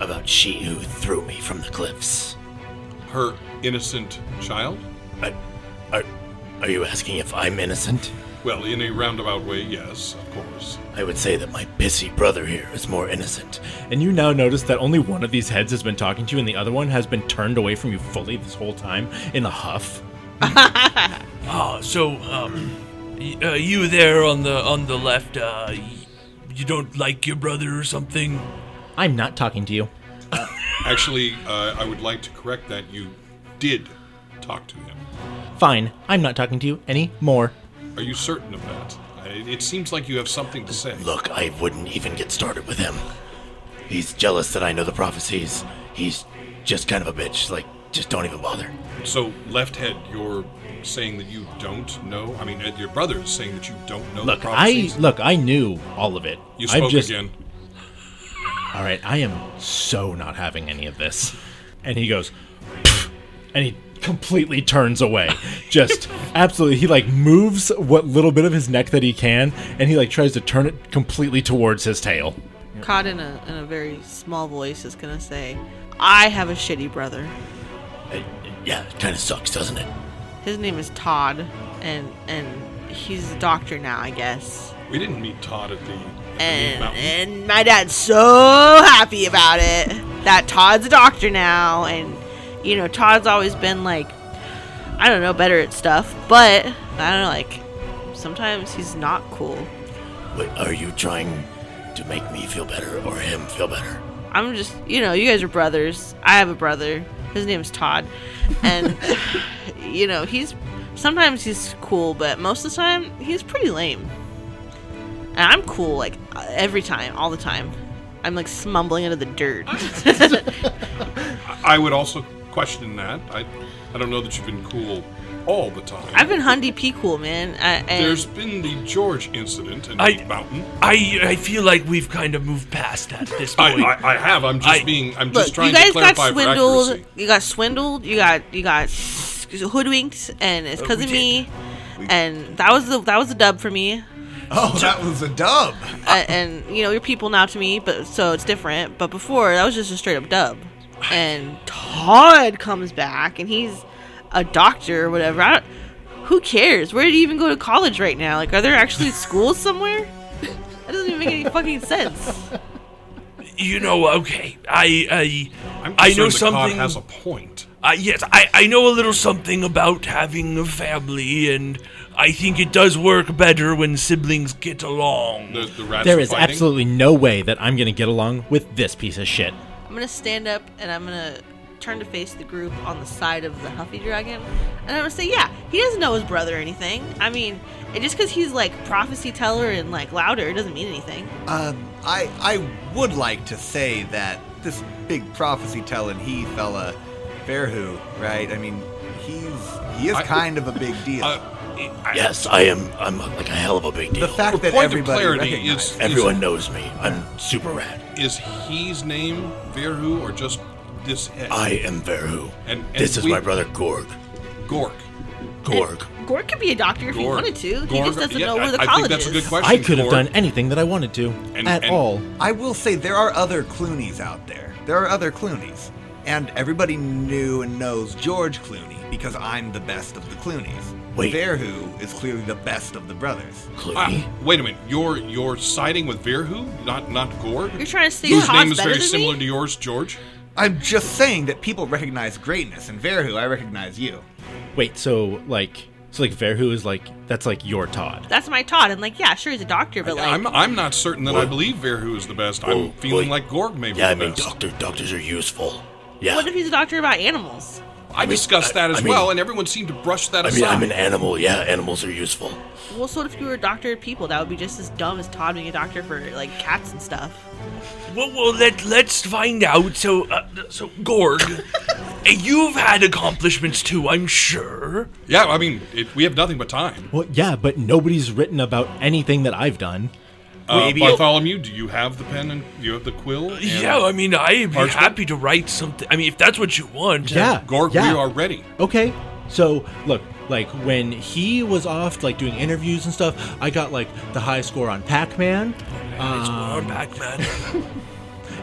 N: about she who threw me from the cliffs.
A: Her innocent child?
N: But are, are you asking if I'm innocent?
A: Well, in a roundabout way, yes, of course.
N: I would say that my pissy brother here is more innocent.
B: And you now notice that only one of these heads has been talking to you, and the other one has been turned away from you fully this whole time in a huff.
F: Ah, so um, y- uh, you there on the on the left, uh, y- you don't like your brother or something?
B: I'm not talking to you.
A: Actually, uh, I would like to correct that. You did talk to him.
B: Fine, I'm not talking to you anymore.
A: Are you certain of that? I- It seems like you have something to say.
N: Look, I wouldn't even get started with him. He's jealous that I know the prophecies. He's just kind of a bitch. Like, just don't even bother.
A: So, left head, you're saying that you don't know. I mean, uh, your brother is saying that you don't know.
B: Look,
A: the
B: I
A: prophecies.
B: look, I knew all of it.
A: You
B: I'm
A: spoke
B: just,
A: again.
B: All right, I am so not having any of this. And he goes, "Pff," and he completely turns away. Just absolutely, he like moves what little bit of his neck that he can, and he like tries to turn it completely towards his tail.
C: Caught in a, in a very small voice is gonna say, I have a shitty brother.
N: I, yeah, it kind of sucks, doesn't it?
C: His name is Todd, and and he's a doctor now, I guess.
A: We didn't meet Todd at the, at the
C: And
A: mountain.
C: and my dad's so happy about it that Todd's a doctor now, and you know Todd's always been like, I don't know, better at stuff, but I don't know, like sometimes he's not cool.
N: Wait, are you trying to make me feel better or him feel better?
C: I'm just, you know, you guys are brothers. I have a brother. His name's Todd. And, you know, he's sometimes he's cool, but most of the time he's pretty lame. And I'm cool, like, every time, all the time. I'm like smumbling into the dirt.
A: I would also question that. I, I don't know that you've been cool all the time.
C: I've been Hundy P cool, man. I, and
A: There's been the George incident in
F: I-
A: the mountain.
F: I I feel like we've kind of moved past that at this
A: I,
F: point.
A: I, I have. I'm just
F: I-
A: being. I'm
C: look,
A: just
C: you
A: trying to
C: guys got
A: clarify for
C: swindled.
A: accuracy.
C: You got swindled. You got you got hoodwinked, and
A: Uh,
C: it's because
F: we
C: of
F: did.
C: me. And that was the that was a dub for me.
E: Oh, that was a dub.
C: uh, and you know you're people now to me, but so it's different. But before that was just a straight up dub. And Todd comes back, and he's a doctor or whatever. I don't, who cares? Where did he even go to college right now? Like, are there actually schools somewhere? That doesn't even make any fucking sense.
F: you know, okay. I I
A: I'm
F: I know
A: concerned that Todd
F: something.
A: has a point.
F: Uh, yes, I, I know a little something about having a family, and I think it does work better when siblings get along.
A: The, the rats
B: There
A: are
B: is
A: fighting.
B: absolutely no way that I'm gonna get along with this piece of shit.
C: I'm gonna stand up and I'm gonna turn to face the group on the side of the Huffy Dragon, and I'm gonna say, yeah, he doesn't know his brother or anything. I mean, and just because he's like prophecy teller and like louder doesn't mean anything.
E: Um, I I would like to say that this big prophecy telling he fella, Fairhu, right? I mean, he's he is
A: I-
E: kind of a big deal.
A: Uh, I-
N: Yes, I am. I'm like a hell of a big
E: the
N: deal.
E: fact
A: the
E: that
A: point of
E: everybody
A: clarity
E: recognizes-
A: is
N: Everyone knows me. I'm super rad.
A: Is, is he's name Verhu or just this head?
N: I am Verhu.
A: And- and
N: this is
A: we-
N: my brother Gorg.
A: Gork.
N: Gorg.
C: Gorg could be a doctor if he
A: Gorg.
C: wanted to. He
A: Gorg,
C: just doesn't
A: yeah,
C: know where the
A: I, I
C: college
A: think that's
C: is.
A: a good question.
B: I could have
A: Gorg.
B: done anything that I wanted to
A: And-
B: at
A: and-
B: all.
E: I will say there are other Clooney's out there. There are other Clooney's. And everybody knew and knows George Clooney because I'm the best of the Clooney's.
N: Wait.
E: Verhu is clearly the best of the brothers.
N: Clooney.
A: Ah, wait a minute. You're you're siding with Verhu, not not Gorg.
C: You're trying to say
A: whose
C: Todd's
A: name is
C: better
A: very
C: than
A: similar
C: me?
A: to yours, George.
E: I'm just saying that people recognize greatness, and Verhu, I recognize you.
B: Wait, so like So like Verhu is like that's like your Todd.
C: That's my Todd. And like, yeah, sure, he's a doctor, but like,
A: I'm, I'm not certain that I believe Verhu is the best.
N: Well,
A: I'm feeling
N: well,
A: like Gorg may be
N: Yeah, I
A: the
N: mean,
A: best.
N: doctor, doctors are useful. Yeah.
C: what if he's a doctor about animals?
A: I discussed that as
N: I mean-
A: well, and everyone seemed to brush that
N: I mean,
A: aside.
N: I'm an animal. Yeah, animals are useful.
C: Well, so what if you were a doctor of people? That would be just as dumb as Todd being a doctor for like cats and stuff.
F: Well, well let, let's find out. So, uh, so Gorg, eh, you've had accomplishments too, I'm sure.
A: yeah, I mean, it, we have nothing but time.
B: Well, yeah, but nobody's written about anything that I've done.
A: Uh,
E: Maybe-
A: Bartholomew, do you have the pen and you have the quill? And
F: Yeah, I mean, I'd be
A: Parchment?
F: happy to write something. I mean, if that's what you want.
B: Yeah.
A: Gorg,
B: yeah.
A: we are ready.
B: Okay. So look, like when he was off like doing interviews and stuff, I got like the high score on Pac-Man,
F: It's more back, man.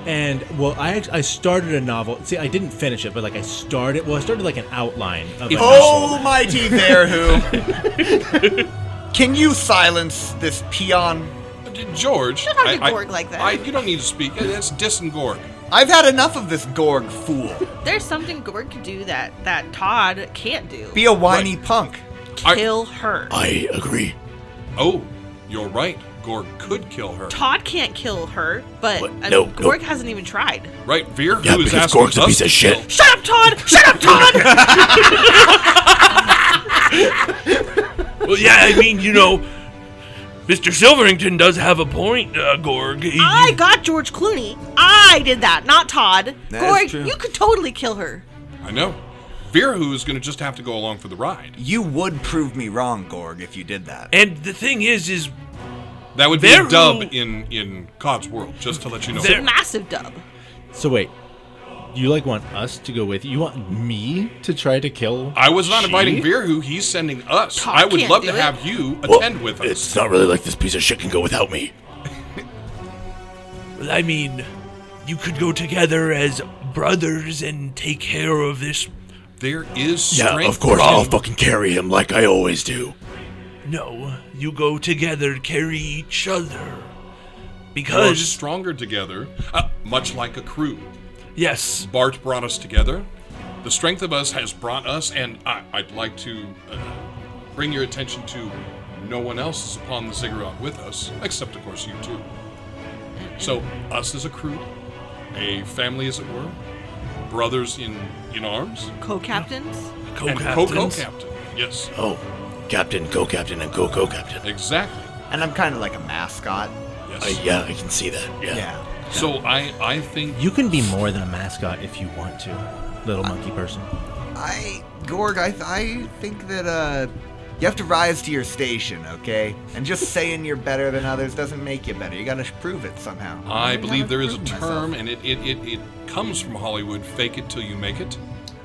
B: and well, I act- I started a novel. See, I didn't finish it, but like I started. Well, I started like an outline of. a
N: Oh!
E: Oh,
B: novel.
E: Almighty Verhu! Can you silence this peon?
A: D- George,
C: Don't talk to
A: I, I-
C: Gorg like that.
A: I- you don't need to speak. That's dissing Gorg.
E: I've had enough of this Gorg fool.
C: There's something Gorg could do that that Todd can't do.
E: Be a whiny punk.
A: I-
C: Kill her.
N: I agree.
A: Oh, you're right. Gorg could kill her.
C: Todd can't kill her, but
N: What?
C: I
N: No,
C: mean,
N: no.
C: Gorg hasn't even tried.
A: Right, Veer,
N: Yeah,
A: who is
N: because
A: asking
N: Gorg's a
A: us
N: piece
A: to
N: of shit.
A: kill-
C: Shut up, Todd! Shut up, Todd!
F: Well, yeah, I mean, you know, Mr. Silverington does have a point, uh, Gorg. He-
C: I got George Clooney. I did that, not Todd.
E: That is
C: Gorg,
E: true.
C: you could totally kill her.
A: I know. Veer, who is going to just have to go along for the ride.
E: You would prove me wrong, Gorg, if you did that.
F: and the thing is, is
A: That would be
F: Veer
A: a
F: who-
A: dub in, in Cod's world, just to let you know.
F: Veer-
C: Massive dub.
B: So wait, you like want us to go with you? You want me to try to kill?
A: I was not
B: she?
A: inviting Virhu, he's sending us.
C: Todd
A: I would
C: can't
A: love
C: do
A: to
C: it.
A: have you
N: Well,
A: attend with us.
N: It's not really like this piece of shit can go without me.
F: Well, I mean, you could go together as brothers and take care of this.
A: There is
N: Yeah,
A: strength.
N: of course.
A: in-
N: I'll fucking carry him like I always do.
F: No, you go together, carry each other.
A: We're
F: Because,
A: stronger together, uh, much like a crew.
F: yes,
A: Bart brought us together. The strength of us has brought us, and I, I'd like to uh, bring your attention to no one else is upon the ziggurat with us, except, of course, you two. So, us as a crew, a family, as it were, brothers in, in arms,
C: Co-captains.
A: and
F: co-captains.
A: co-co-captain. Yes,
N: Oh, captain, co-captain, and co-co-captain.
A: exactly.
E: And I'm kind of like a mascot.
A: Yes.
B: Uh,
N: I, yeah, I can see that. Yeah.
E: Yeah.
A: So I, I think
B: You can be more than a mascot if you want to, little monkey person.
E: I, Gorg, I, th- I think that uh, you have to rise to your station, okay? And just saying you're better than others doesn't make you better. You gotta sh- prove it somehow.
A: I believe there is a
E: Myself.
A: term, and it, it, it, it comes from Hollywood fake it till you make it.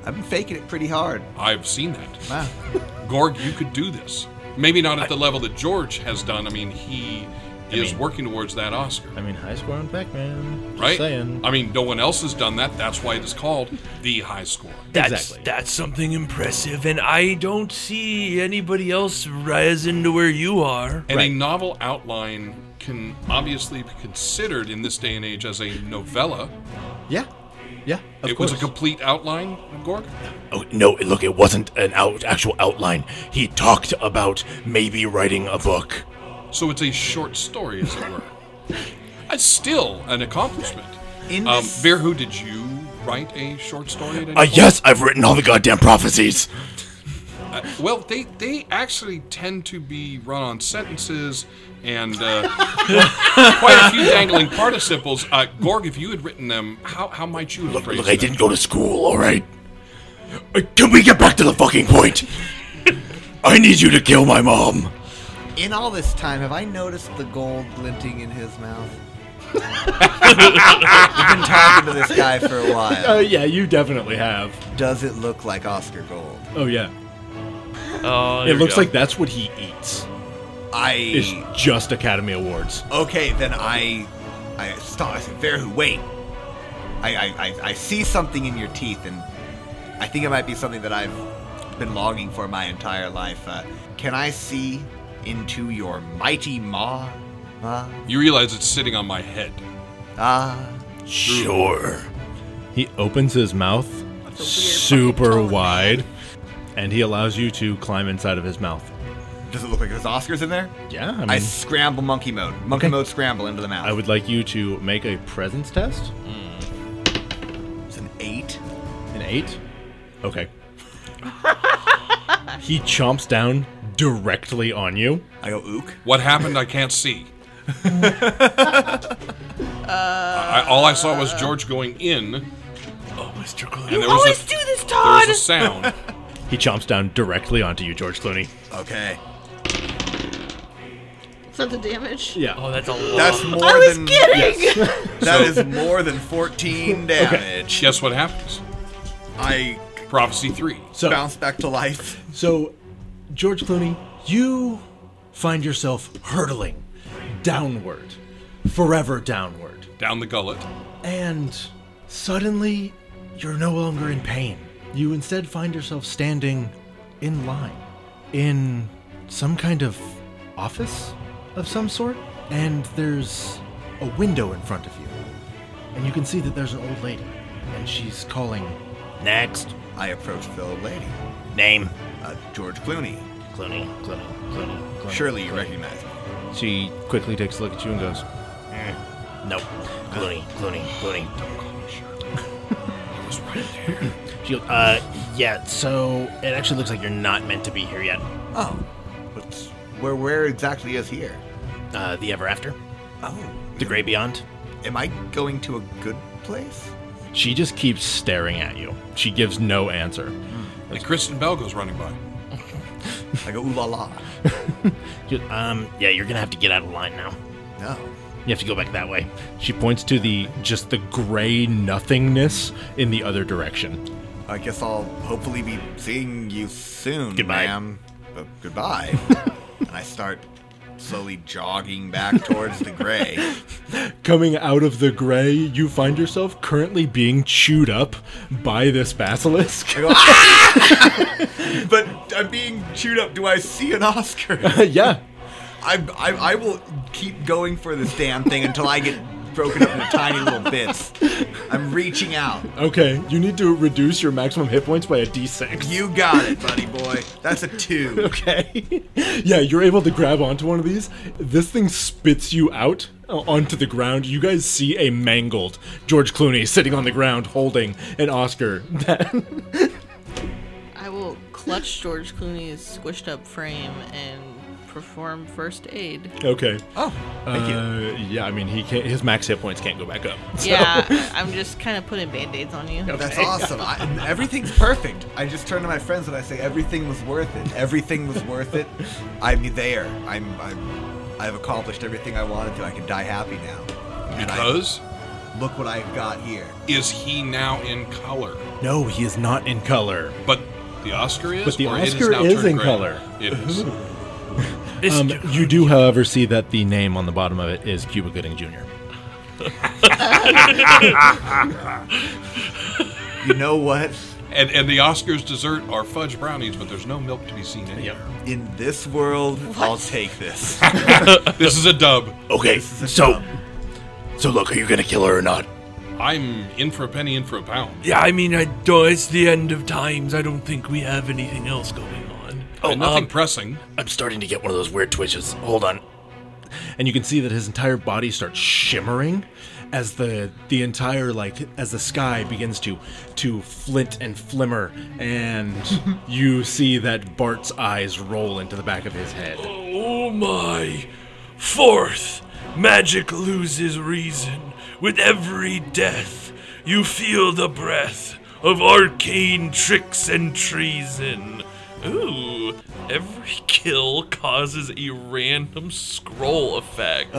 E: I've been faking it pretty hard.
A: I've seen that.
E: Wow.
A: Gorg, you could do this. Maybe not at the level that George has done. I mean, he is
B: mean-
A: working towards that Oscar,
B: I mean, high score on Pac-Man. Just
A: right?
B: Saying.
N: Uh,
A: I mean, no one else has done that. That's why it is called the high score.
F: That's,
B: Exactly.
F: That's something impressive, and I don't see anybody else rising to where you are.
A: And a novel outline can obviously be considered in this day and age as a novella.
B: Yeah. Yeah. Of
A: it
B: course.
A: was a complete outline, Gorg.
N: Oh no! Look, it wasn't an out actual outline. He talked about maybe writing a book.
A: So it's a short story, as it were. it's still an accomplishment.
E: In
A: Um,
E: this-
A: Verhu, did you write a short story? At any
N: Uh,
A: point?
N: yes, I've written all the goddamn prophecies.
A: Uh, well, they they actually tend to be run on sentences and uh, quite a few dangling participles. Uh, Gorg, if you had written them, how, how might you have
N: Look,
A: phrased
N: look, I
A: them?
N: didn't go to school. All right. Uh, Can we get back to the fucking point? I need you to kill my mom.
E: In all this time, have I noticed the gold glinting in his mouth? I've been talking to this guy for a
B: Uh,
E: while.
B: yeah, you definitely have.
E: Does it look like Oscar Gold?
B: Oh yeah.
F: Oh, there
B: it
F: we
B: looks
F: go.
B: like that's what he eats. Is
E: I.
B: just Academy Awards.
E: Okay, then I. I stop. I said, Verhu, wait. I, I, I, I see something in your teeth, and I think it might be something that I've been longing for my entire life. Uh, can I see into your mighty maw? Ma?
A: You realize it's sitting on my head.
E: Ah.
N: Sure.
B: He opens his mouth
C: weird
B: super
C: fucking tone.
B: wide. and he allows you to climb inside of his mouth.
E: Does it look like there's Oscars in there?
B: Yeah, I mean,
E: I scramble monkey mode. Monkey
B: Okay.
E: mode scramble into the mouth.
B: I would like you to make a presence test.
E: It's an eight.
B: An eight? Okay. he chomps down directly on you.
E: I go ook.
A: What happened? I can't see. I, I- all I saw was George going in, and
D: Oh, Mr. Clooney.
A: there was
C: Always
A: a,
C: do this,
A: there was
C: Todd.
A: a sound.
B: He chomps down directly onto you, George Clooney.
E: Okay.
C: Is that the damage?
D: Oh, that's a lot.
E: That's more
C: I was
E: than
C: kidding.
E: that is more than 14 damage.
A: Guess what happens?
E: I
A: Prophecy three.
B: So,
E: bounce back to life.
B: so George Clooney, you find yourself hurtling downward, forever downward.
A: Down the gullet.
B: And suddenly, you're no longer in pain. You instead find yourself standing in line in some kind of office of some sort, and there's a window in front of you. And you can see that there's an old lady, and she's calling.
N: Next.
E: I approach the old lady,
N: Name.
E: uh, George Clooney.
N: Clooney. Clooney. Clooney. Clooney.
E: Surely you recognize me.
B: She quickly takes a look at you and goes,
N: Nope. Clooney. Clooney. Clooney.
A: I was right there.
N: She goes, uh, yeah, so it actually looks like you're not meant to be here yet.
E: Oh, but where where exactly is here?
N: Uh, the Ever After?
E: Oh,
N: The Grey Beyond?
E: Am I going to a good place?
B: She just keeps staring at you. She gives no answer.
A: And Kristen Bell goes running by.
E: I go ooh la la.
N: She goes, um, yeah, you're gonna have to get out of line now.
E: No.
N: You have to go back that way.
B: She points to the just the gray nothingness in the other direction.
E: I guess I'll hopefully be seeing you soon,
N: Goodbye.
E: ma'am. But goodbye. and I start slowly jogging back towards the gray.
B: Coming out of the gray, you find yourself currently being chewed up by this basilisk.
E: I go, ah! but I'm being chewed up. Do I see an Oscar?
B: yeah.
E: I, I, I will keep going for this damn thing until I get broken up into tiny little bits. I'm reaching out.
B: Okay. You need to reduce your maximum hit points by a d6.
E: You got it, buddy boy. That's a two.
B: Okay. yeah, you're able to grab onto one of these. This thing spits you out uh, onto the ground. You guys see a mangled George Clooney sitting on the ground holding an Oscar.
C: I will clutch George Clooney's squished up frame and perform first aid.
B: okay.
E: Oh, thank you.
B: Uh, yeah, I mean, he can't, his max hit points can't go back up.
C: Yeah, I'm just kind of putting band-aids on you.
E: That's awesome. I, everything's perfect. I just turn to my friends and I say, everything was worth it. Everything was worth it. I'm there. I'm, I'm, I've accomplished everything I wanted to. I can die happy now. And I-
A: Because
E: look what I've got here.
A: is he now in color?
B: No, he is not in color.
A: But the Oscar is.
B: But the
A: Or it has
B: Oscar
A: now
B: is
A: turned
B: in
A: gray?
B: color.
A: It is.
B: Um, you do, however, see that the name on the bottom of it is Cuba Gooding Jr.
E: You know what?
A: And and the Oscar's dessert are fudge brownies, but there's no milk to be seen anywhere.
E: In this world, I'll take this.
A: This is a dub.
N: Okay, so. So, look, are you gonna kill her or not?
A: I'm in for a penny, in for a pound.
D: Yeah, I mean, I do, it's the end of times. I don't think we have anything else going on.
A: and nothing
D: um,
A: pressing.
N: I'm starting to get one of those weird twitches. Hold on.
B: and you can see that his entire body starts shimmering as the the entire like as the sky begins to to flint and flimmer and you see that Bart's eyes roll into the back of his head.
D: Oh my. Fourth, magic loses reason. With every death, you feel the breath of arcane tricks and treason. Ooh, every kill causes a random scroll effect.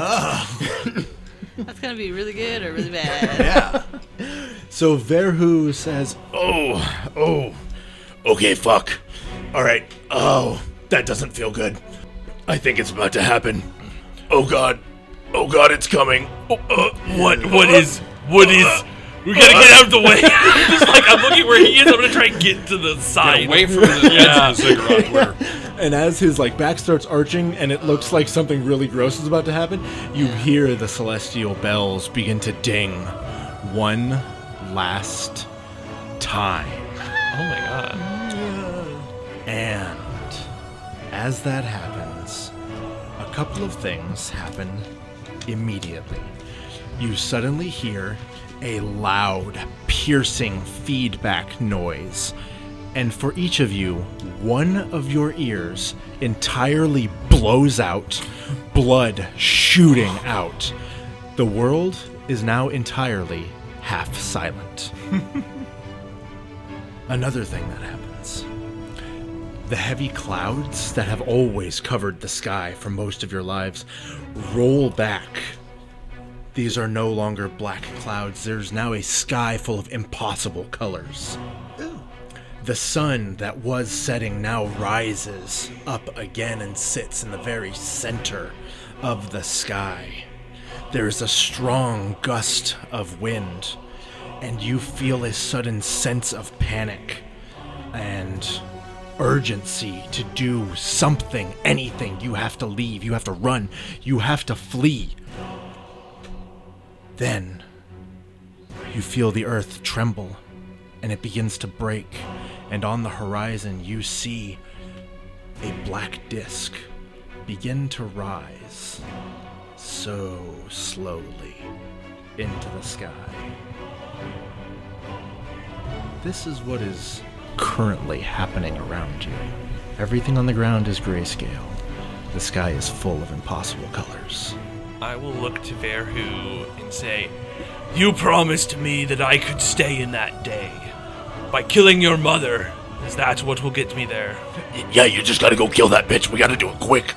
C: That's gonna be really good or really bad.
E: yeah.
B: So Verhu says,
N: Oh, oh. Okay, fuck. Alright. Oh, that doesn't feel good. I think it's about to happen. Oh god. Oh god, it's coming. Oh, uh,
D: What? What is? What is? We gotta get out of the way. Just like I'm looking where he is, I'm gonna try and get to the side.
A: Away from the
D: Yeah.
A: edge of the cigarette where
B: and as his like back starts arching and it looks like something really gross is about to happen, you hear the celestial bells begin to ding one last time.
D: Oh my god.
B: And as that happens, a couple of things happen immediately. You suddenly hear a loud, piercing feedback noise. And for each of you, one of your ears entirely blows out, blood shooting out. The world is now entirely half silent. Another thing that happens the heavy clouds that have always covered the sky for most of your lives roll back. These are no longer black clouds. There's now a sky full of impossible colors. The sun that was setting now rises up again and sits in the very center of the sky. There is a strong gust of wind, and you feel a sudden sense of panic and urgency to do something, anything. You have to leave, you have to run, you have to flee. Then you feel the earth tremble and it begins to break, and on the horizon you see a black disk begin to rise so slowly into the sky. This is what is currently happening around you. Everything on the ground is grayscale. The sky is full of impossible colors.
F: I will look to Verhu and say, You promised me that I could stay in that day. By killing your mother, is that what will get me there?
O: Y- yeah, you just gotta go kill that bitch. We gotta do it quick.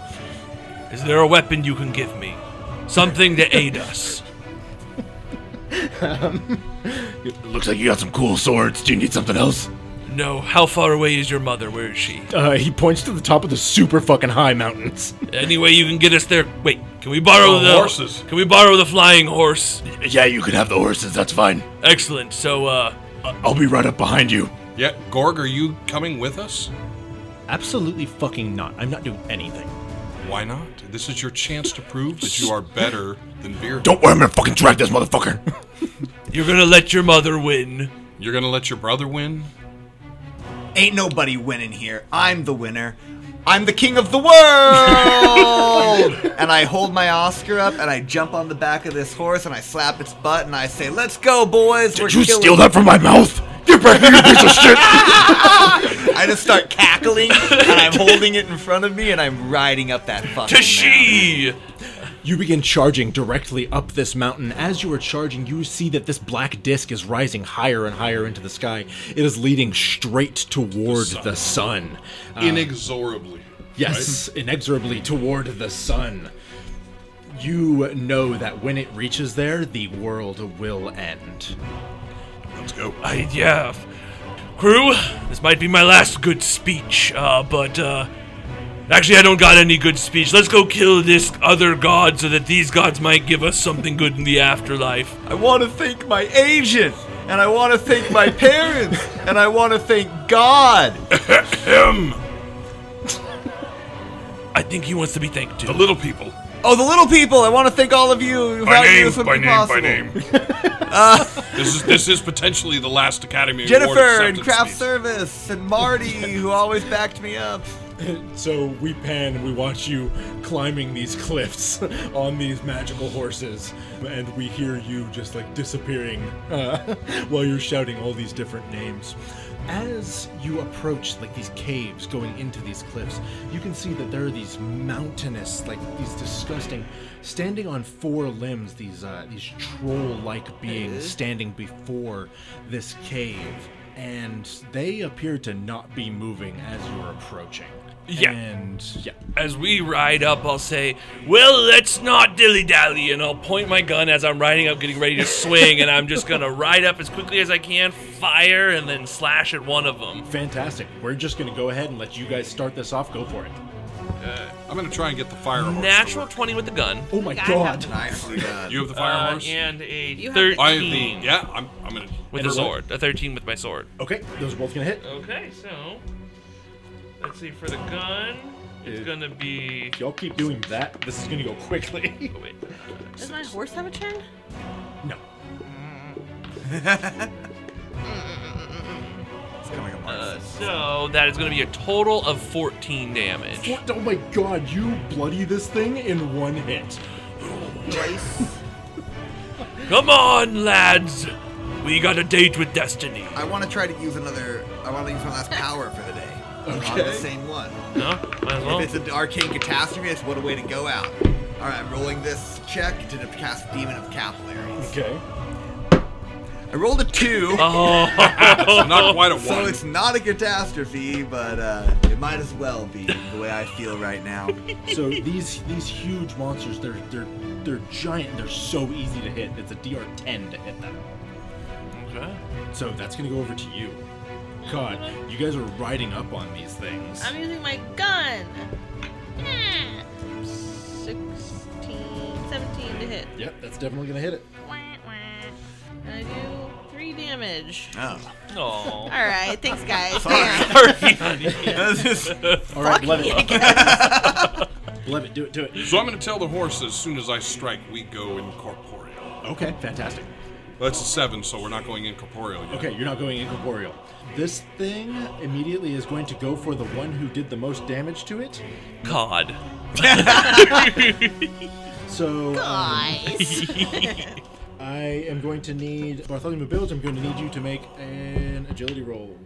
F: Is there a weapon you can give me? Something to aid us.
O: Looks like you got some cool swords. Do you need something else?
F: No, how far away is your mother? Where is she?
B: Uh, he points to the top of the super fucking high mountains.
F: Any way you can get us there? Wait, can we borrow
A: Oh,
F: the
A: horses.
F: Can we borrow the flying horse?
O: Yeah, you can have the horses. That's fine.
F: Excellent. So, uh,
O: I- I'll be right up behind you.
A: Yeah, Gorg, are you coming with us?
B: Absolutely fucking not. I'm not doing anything.
A: Why not? This is your chance to prove that you are better than Beer.
O: Don't worry, I'm gonna fucking drag this motherfucker.
F: you're gonna let your mother win.
A: You're gonna let your brother win?
E: Ain't nobody winning here. I'm the winner. I'm the king of the world! and I hold my Oscar up and I jump on the back of this horse and I slap its butt and I say, Let's go, boys! We're
O: Did you
E: killing
O: steal that from my mouth? Get back here, you piece of shit!
E: I just start cackling and I'm holding it in front of me and I'm riding up that fucking.
F: She.
B: You begin charging directly up this mountain. As you are charging, you see that this black disk is rising higher and higher into the sky. It is leading straight toward the sun.
A: Inexorably.
B: Yes, inexorably toward the sun. You know that when it reaches there, the world will end.
F: I, yeah. Crew, this might be my last good speech, uh, but, uh, actually, I don't got any good speech. Let's go kill this other god so that these gods might give us something good in the afterlife.
E: I want to thank my agent and I want to thank my parents and I want to thank God.
F: I think he wants to be thanked too.
A: Little people.
E: Oh, the little people! I want to thank all of you who
O: By
E: helped me
O: name,
E: with
O: by
E: something
O: name, by
E: possible. Uh,
O: name.
A: This is this is potentially the last Academy Award
E: Jennifer and
A: acceptance
E: craft
A: speech.
E: service and Marty who always backed me up.
B: So we pan and we watch you climbing these cliffs on these magical horses, and we hear you just like disappearing uh, while you're shouting all these different names. As you approach like these caves going into these cliffs, you can see that there are these mountainous, like these disgusting, standing on four limbs, these uh, these troll-like beings standing before this cave and they appear to not be moving as you're approaching.
F: Yeah.
B: And yeah.
F: As we ride up, I'll say, Well, let's not dilly dally. And I'll point my gun as I'm riding up, getting ready to swing. and I'm just going to ride up as quickly as I can, fire, and then slash at one of them.
B: Fantastic. We're just going to go ahead and let you guys start this off. Go for it.
A: I'm gonna try and get the fire horse. to
F: Natural
A: work.
F: 20 with the gun.
B: Oh my
C: God.
B: god.
E: Nicely done.
A: You have the fire
F: Uh,
A: horse.
F: and a
C: You have the-
F: 13
A: I have the. Yeah, I'm. I'm gonna.
F: with a sword. A 13 with my sword.
B: Okay, those are both going to hit.
F: Okay, so let's see for the gun. It's
B: Uh,
F: gonna be.
B: Y'all keep doing that. This is going to go quickly.
F: Oh, wait.
C: Does my horse have a turn?
B: no.
E: It's kind of like a Mark.
F: Uh, So that is going to be a total of 14 damage.
P: What? Oh my god, you bloody this thing in one hit.
F: Come on, lads! We got a date with destiny.
E: I want to try to use another. I want to use my last power for the day. Okay. On the same one.
F: No? Might as well.
E: If it's an arcane catastrophe, it's what a way to go out. All right, I'm rolling this check to cast Demon of Capillaries.
P: Okay.
E: I rolled a two,
F: Oh.
A: It's not quite a one.
E: so it's not a catastrophe, but uh, it might as well be the way I feel right now.
B: So these these huge monsters, they're they're they're giant. They're so easy to hit. It's a DR 10 to hit them.
F: Okay.
B: So that's gonna go over to you. God, you guys are riding up on these things.
C: I'm using my gun. Yeah. 16, 17 to hit.
B: Yep, that's definitely gonna hit it.
C: And I do three damage.
E: Oh,
F: Aw.
C: All right, thanks, guys.
F: Sorry, honey.
B: All right,
C: Fuck me, I
B: Levitt,
C: guess.
B: Levitt, do it, do it.
A: So I'm going to tell the horse as soon as I strike, we go incorporeal.
B: Okay, fantastic.
A: That's a seven, so we're not going incorporeal yet.
B: Okay, you're not going incorporeal. This thing immediately is going to go for the one who did the most damage to it.
F: God.
B: So um,
C: Guys.
B: I am going to need Bartholomew Bilge. I'm going to need you to make an agility roll.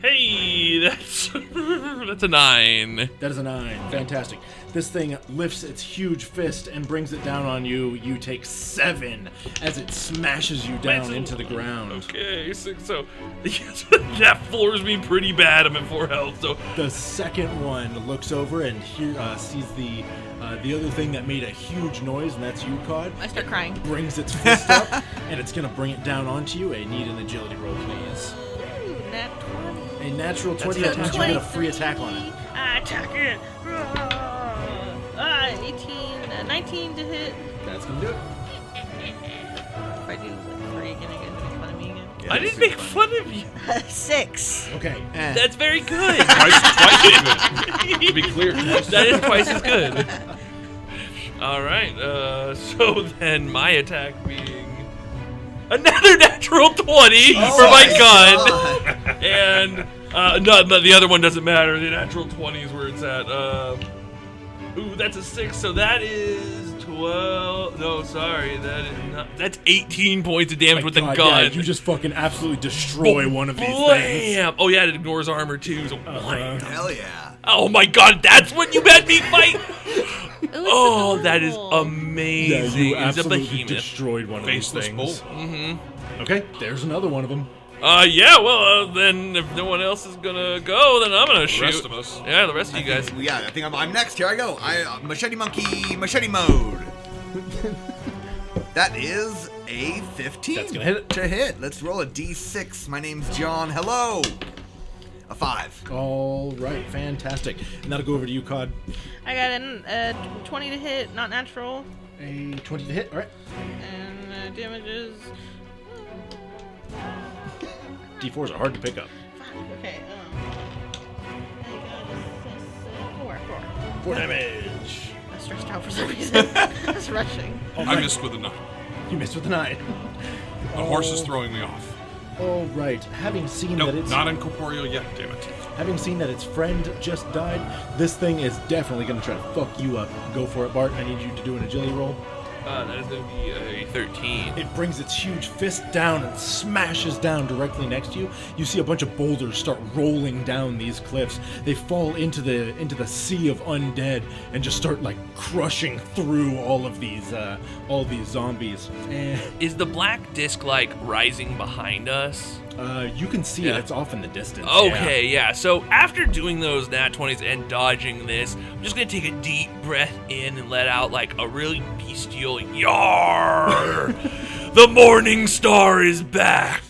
F: Hey, that's that's a nine.
B: That is a nine. Fantastic. This thing lifts its huge fist and brings it down on you. You take seven as it smashes you down into the ground.
F: Okay, six, so that floors me pretty bad. I'm at four health, so
B: The second one looks over and he- uh, sees the uh, the other thing that made a huge noise, and that's you, Cod.
C: I start crying.
B: Brings its fist up, and it's gonna bring it down onto you. I need an agility roll, please.
C: Ooh, nat 20.
B: A natural twenty. That means you get a free attack on it.
C: I attack it. Ah, 18, uh, 19 to hit.
B: That's gonna do it.
C: If I do like three again, I get make fun of me again.
F: I didn't make fun of you.
C: Six.
B: Okay. Oh
F: That's very good.
A: Twice, twice as good. To be clear, twice.
F: that is twice as good. All right. Uh, so then, my attack being another natural twenty
B: Oh
F: for my gun,
E: Oh,
F: and uh, no, no, the other one doesn't matter. The natural twenty is where it's at. Um, ooh, that's a six. So that is twelve. No, sorry, that is not. That's eighteen points of damage with a
B: God,
F: gun.
B: yeah, you just fucking absolutely destroy one of these things. Uh, Uh-huh.
F: Blam! Oh yeah, it ignores armor too. So blam.
E: hell yeah.
F: Oh my god, that's what you had me fight. Oh, that is
B: Yeah,
F: amazing.
B: you
F: it's a
B: absolutely
F: behemoth.
B: destroyed one of these
A: Faceless
B: things.
A: bolt.
B: Okay, there's another one of them.
F: Uh, yeah, well, uh, then if no one else is gonna go, then I'm gonna shoot.
A: rest of us.
F: Yeah, the rest of you guys.
E: Well, yeah, I think I'm, I'm next. Here I go. I uh, machete monkey, machete mode. that is a 15.
B: That's gonna hit it.
E: To hit. Let's roll a d6. My name's John. Hello. A five.
B: All right, fantastic. And that'll go over to you, Cod.
C: I got an uh, 20 to hit, not natural,
B: A 20 to hit. All right.
C: and uh, damages.
B: D4s are hard to pick up.
C: Okay. Um, I got a s- four, four.
B: Four damage.
C: I stretched out for some reason. I was rushing.
A: I missed with a nine.
B: You missed with a nine.
A: The horse is throwing me off.
B: All right. Having seen
A: Nope,
B: that it's
A: not incorporeal yet, damn it.
B: having seen that its friend just died, this thing is definitely going to try to fuck you up. Go for it, Bart. I need you to do an agility roll.
F: Uh, that is gonna be a 13.
B: It brings its huge fist down and smashes down directly next to you. You see a bunch of boulders start rolling down these cliffs. They fall into the into the sea of undead and just start like crushing through all of these uh, all these zombies. And
F: Is the black disc like rising behind us?
B: uh, you can see
F: Yeah.
B: it. It's off in the distance.
F: Okay, yeah. So after doing those nat 20s and dodging this, I'm just going to take a deep breath in and let out like a really bestial yar. the morning star is back.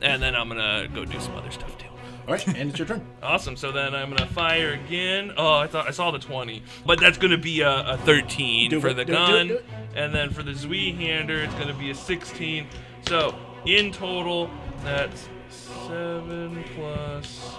F: and then I'm going to go do some other stuff too.
B: Yeah. All right, and it's your turn.
F: Awesome. So then I'm going to fire again. Oh, I thought I saw the 20, but that's going to be a, a 13
B: Do
F: for
B: it,
F: the
B: do it, do it,
F: gun.
B: do it.
F: And then for the Zweehander, it's going to be a 16. So in total, that's 7 plus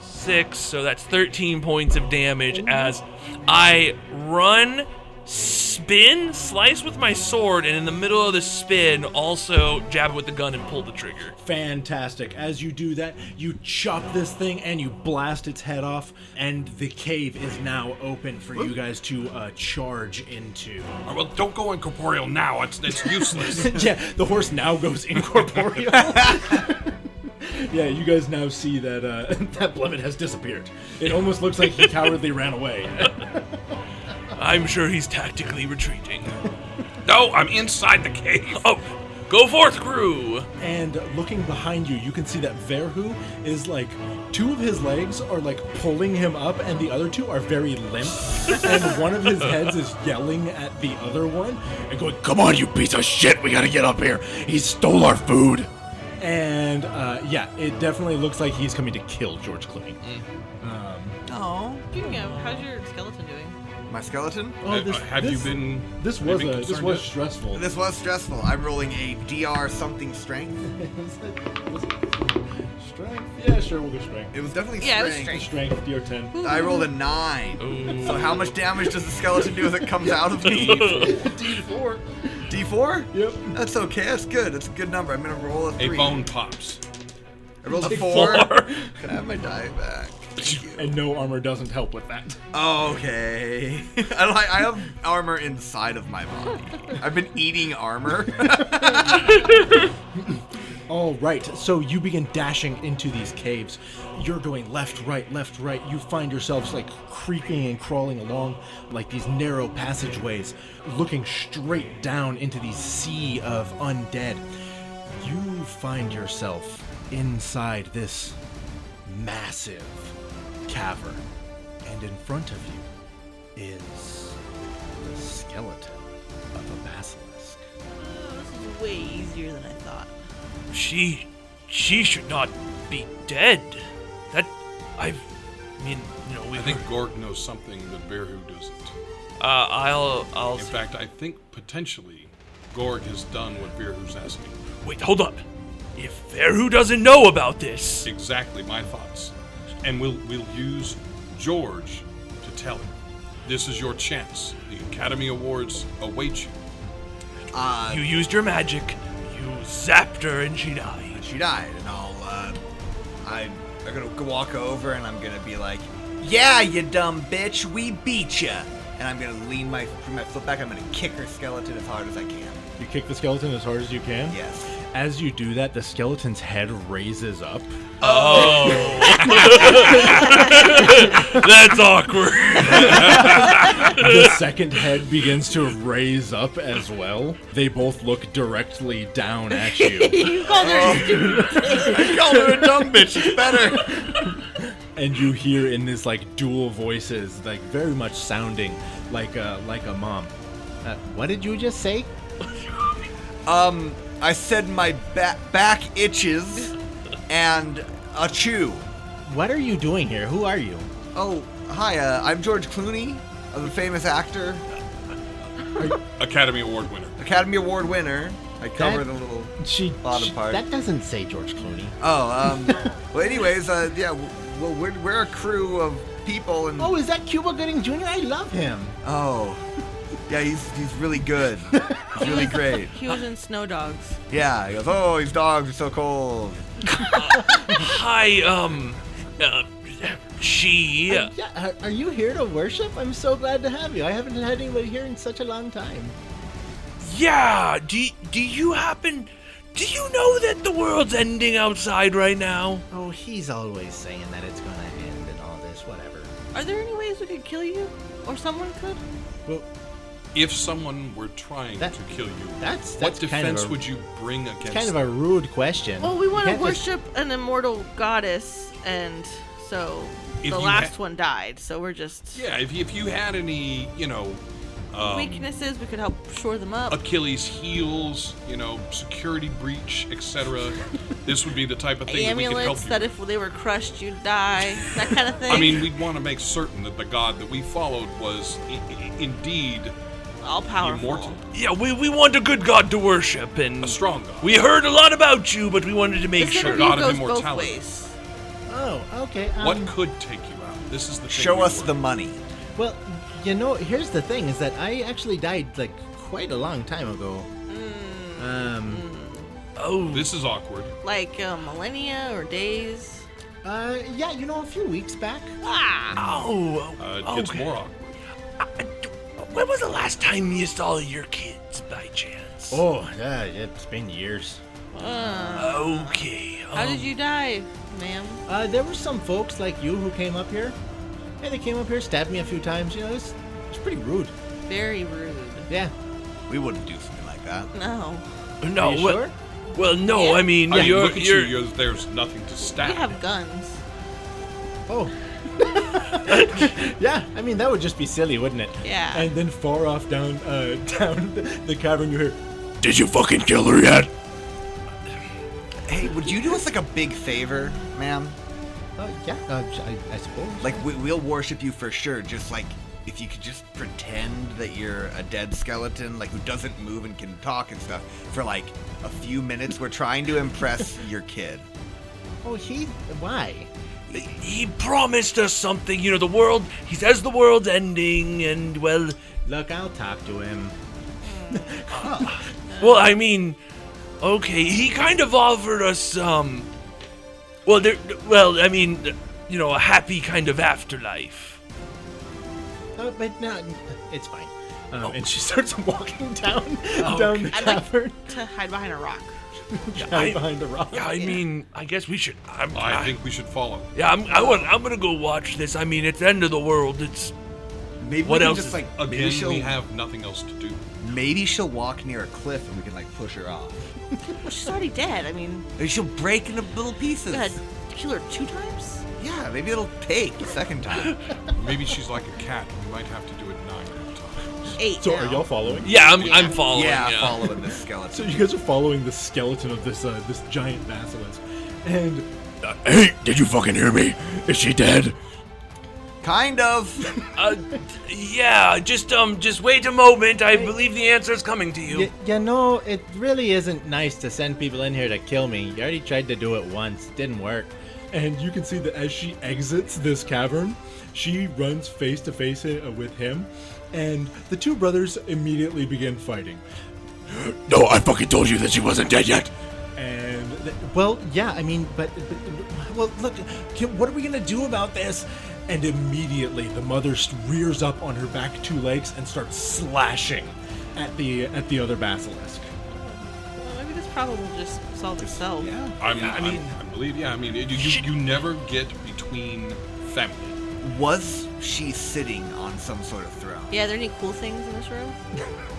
F: 6.
B: Oh,
F: So that's 13 points of damage as I run, s- spin, slice with my sword, and in the middle of the spin, also jab it with the gun and pull the trigger.
B: Fantastic. As you do that, you chop this thing and you blast its head off, and the cave is now open for you guys to uh, charge into.
A: Oh, well, don't go incorporeal now. It's it's useless.
B: yeah, the horse now goes incorporeal. yeah, you guys now see that uh, that Blevett has disappeared. It almost looks like he cowardly ran away.
F: I'm sure he's tactically retreating.
A: no, I'm inside the cave.
F: Oh, go forth, crew!
B: And looking behind you, you can see that Verhu is like two of his legs are like pulling him up, and the other two are very limp. and one of his heads is yelling at the other one and going,
Q: Come on, you piece of shit. We gotta get up here. He stole our food.
B: And uh, yeah, it definitely looks like he's coming to kill George Clooney.
A: Mm,
E: Oh,
C: Speaking of, how's your skeleton doing?
E: my skeleton.
B: Oh, this,
A: Uh, have
B: this,
A: you been?
B: This
A: have
B: was
A: you been
B: a, this
A: concerned
B: was
A: yet?
B: stressful.
E: This was stressful. I'm rolling a DR something strength.
B: strength? Yeah, sure, we'll go strength.
E: It was definitely
C: Yeah, it was
E: strength.
B: Strength, DR10.
E: I rolled a nine. So how much damage does the skeleton do as it comes out of me?
B: D4.
E: D4?
B: Yep.
E: That's okay. That's good. That's a good number. I'm gonna roll a
A: A
E: three.
A: bone pops.
E: I rolled a four. Can I have my die back? Thank you.
B: And no armor doesn't help with that.
E: Okay. I, don't, I have armor inside of my body. I've been eating armor.
B: All right, so you begin dashing into these caves. You're going left, right, left, right. You find yourselves like creeping and crawling along like these narrow passageways, looking straight down into the sea of undead. You find yourself inside this massive cavern, and in front of you is the skeleton of a basilisk.
C: Oh, this is way easier than I thought.
F: She, she should not be dead. That, I've, I mean, you know, we
A: I think Gorg knows something that Verhu doesn't.
F: Uh, I'll,
A: In
F: I'll.
A: fact, I think potentially Gorg has done what Verhu's asking.
F: Wait, hold up. If Verhu doesn't know about this,
A: Exactly my thoughts. And we'll we'll use George to tell him. This is your chance. The Academy Awards await you.
E: Uh,
F: you used your magic, you zapped her, and she died.
E: she died, and I'll. Uh, I, I'm gonna go walk over, and I'm gonna be like, "Yeah, you dumb bitch, we beat ya." And I'm gonna lean my my foot back. I'm gonna kick her skeleton as hard as I can.
R: You kick the skeleton as hard as you can.
E: Yes.
R: As you do that, the skeleton's head raises up.
F: That's awkward.
R: The second head begins to raise up as well. They both look directly down at you.
C: You called her stupid.
E: Y'all are a dumb bitch. It's better.
R: and you hear in this like dual voices, like very much sounding like a like a mom. Uh, what did you just say?
E: Um, I said my back back itches, and a chew.
R: What are you doing here? Who are you?
E: Oh, hi. Uh, I'm George Clooney. I'm a famous actor,
A: Academy Award winner.
E: Academy Award winner. I covered
R: That-
E: a little.
R: She,
E: Bottom she- part. that
R: doesn't say George Clooney.
E: Oh, um. well, anyways, uh, yeah. w- Well, we're, we're a crew of people, and
R: Oh,
B: Oh.
R: is that Cuba Gooding Jr.? I love him.
E: oh, yeah, he's he's really good.
A: Oh,
E: He's really great.
C: He was in Snow Dogs.
E: Yeah, he goes, oh, these dogs are so cold.
F: Hi, um, uh, she. uh,
R: Yeah, are you here to worship? I'm so glad to have you. I haven't had anybody here in such a long time.
F: Yeah. Do do you happen? Do you know that the world's ending outside right now?
S: Oh, he's always saying that it's gonna end and all this, whatever.
C: Are there any ways we could kill you? Or someone could?
A: If someone were trying
S: That-
A: to kill you,
S: that's-
A: what
S: that's kind of
A: defense
S: a-
A: would you bring against?
S: Kind of a rude question.
C: Well, Oh, we want to
S: can't just-
C: worship an immortal goddess, and so
A: If you
C: the last
A: ha-
C: one died. So we're just
A: yeah, if, if you had any, you know, um,
C: weaknesses. We could help shore them up.
A: Achilles heels, you know, security breach, etc. this would be the type of thing that we could help
C: Amulets
A: you.
C: that
A: with.
C: if they were crushed, you'd die. That kind of thing.
A: I mean, we'd want to make certain that the god that we followed was I- I- indeed
C: all powerful.
A: immortal,
F: Yeah, we we want a good god to worship, and
A: a strong god.
F: we heard a lot about you, but we wanted to make
C: This
F: sure.
C: interview
A: God of
C: goes both
A: immortality.
C: ways.
S: Oh, okay. Um,
A: what could take you out? This is the thing
E: Show
A: we
E: us
A: were-
E: the money.
T: Well, you know, here's the thing: is that I actually died like quite a long time ago. Um,
F: Oh,
A: This is awkward.
C: Like uh, millennia or days.
T: uh, yeah, you know, a few weeks back. Ah!
F: Oh,
A: Uh, it gets
F: Okay.
A: more awkward.
F: when was the last time you saw your kids by chance?
T: Oh, yeah, it's been years.
F: Okay.
C: Uh,
F: um,
C: How did you die, ma'am?
T: Uh, there were some folks like you who came up here. Yeah, they came up here, stabbed me a few times. You know, it's it's pretty rude.
C: Very rude.
T: Yeah.
E: We wouldn't do something like that.
C: No.
F: No.
T: Are you
F: well,
T: sure?
F: well, no. I mean,
A: I mean,
F: you're,
A: look at
F: you're,
A: you. You're, there's nothing to stab.
C: We have guns.
T: Oh. yeah, I mean that would just be silly, wouldn't it?
C: Yeah.
B: And then far off down uh, down the, the cavern, you hear,
N: Did you fucking kill her yet?
E: Hey, would you do us like a big favor, ma'am?
T: Uh, yeah, uh, I, I suppose.
E: Like we, we'll worship you for sure. Just like if you could just pretend that you're a dead skeleton, like who doesn't move and can talk and stuff, for like a few minutes. We're trying to impress your kid.
T: Oh, he? Why?
F: he promised us something. You know, the world. He says the world's ending, and well,
T: Look, I'll talk to him.
F: well, I mean, okay. He kind of offered us, um, well, there, well, I mean, you know, a happy kind of afterlife.
T: Uh, but no, it's fine. Um,
N: Oh.
T: And she starts walking down down the
C: I'd like-
T: cavern,
C: to hide behind a rock.
F: Yeah,
T: down
F: I,
T: behind a rock.
B: Oh,
F: yeah, I mean, I guess we should. I'm,
A: I
F: I-
A: think we should follow.
F: Yeah, I'm, I want, I'm gonna go watch this. I mean, it's the end of the world. It's
E: Maybe
F: What
E: we can
F: else
E: just
F: is-
E: like maybe
A: Again,
E: she'll
A: we have nothing else to do.
E: maybe she'll walk near a cliff and we can like push her off.
C: Well, she's already dead. I mean,
E: Maybe she'll break into little pieces.
C: you had to kill her two times?
E: Yeah, maybe it'll take the second time.
A: Maybe she's like a cat. We might have to do it nine times.
C: Eight.
B: "So are
C: now.
B: y'all following?"
F: yeah, I'm, I'm following.
E: yeah,
F: Yeah,
E: following this
B: So
E: skeleton.
B: you guys are following the skeleton of this uh, this giant basilisk, and
N: Uh, hey, did you fucking hear me? Is she dead?
E: Kind of.
F: uh, d- yeah. Just um, just wait a moment. I believe the answer is coming to you.
T: Y- you know, it really isn't nice to send people in here to kill me. You already tried to do it once, didn't work.
B: and you can see that as she exits this cavern, she runs face to face uh, with him, and the two brothers immediately begin fighting.
N: No, I fucking told you that she wasn't dead yet.
B: And th-
T: Well, yeah, I mean, but, but- but-
B: well, look, Kim, what are we gonna do about this? And immediately, the mother s- rears up on her back two legs and starts slashing at the at the other basilisk.
C: Well, maybe this problem will just solve itself.
A: I'm, I mean, I believe. Yeah, I mean, you, you, you never get between family.
E: Was she sitting on some sort of throne?
C: Yeah, are there any cool things in this room?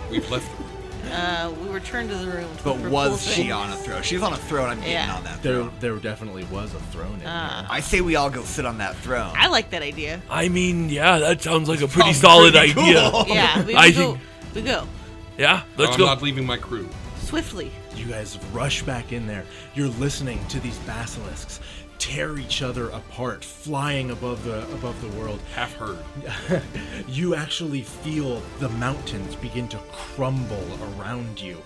A: We've left. them.
C: Uh, we returned to the room. To
E: But
C: look for cool
E: was she
C: things.
E: on a throne? She's on a throne. I'm getting
C: Yeah.
E: on that
B: There,
E: throne.
B: there definitely was a throne in
C: Ah.
E: I say we all go sit on that throne.
C: I like that idea.
F: I mean, yeah, that sounds like a pretty solid idea.
C: Yeah, we, we
F: Oh, I
C: go.
F: think-
C: We go
F: Yeah,
A: I'm
F: let's go.
A: not leaving my crew.
C: swiftly.
B: You guys rush back in there. You're listening to these basilisks tear each other apart, flying above the above the world.
A: Half heard.
B: you actually feel the mountains begin to crumble around you.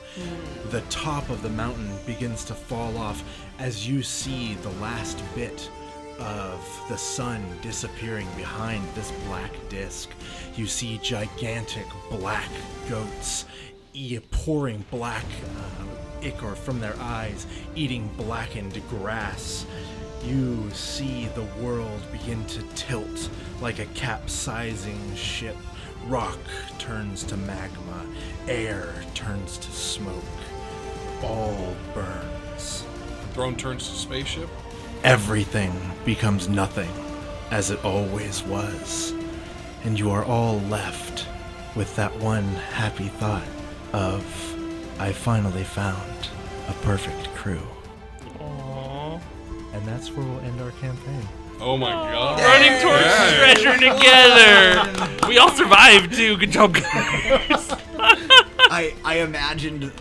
B: The top of the mountain begins to fall off as you see the last bit of the sun disappearing behind this black disk. You see gigantic black goats e- pouring black uh, ichor from their eyes, eating blackened grass. You see the world begin to tilt like a capsizing ship. Rock turns to magma, air turns to smoke. All burns.
A: Throne turns to spaceship.
B: Everything becomes nothing as it always was. And you are all left with that one happy thought of I finally found a perfect crew.
K: And that's where we'll end our campaign.
A: Oh my god.
F: Running towards
A: Yeah.
F: treasure together. we all survived too. Good job, guys.
E: I, I imagined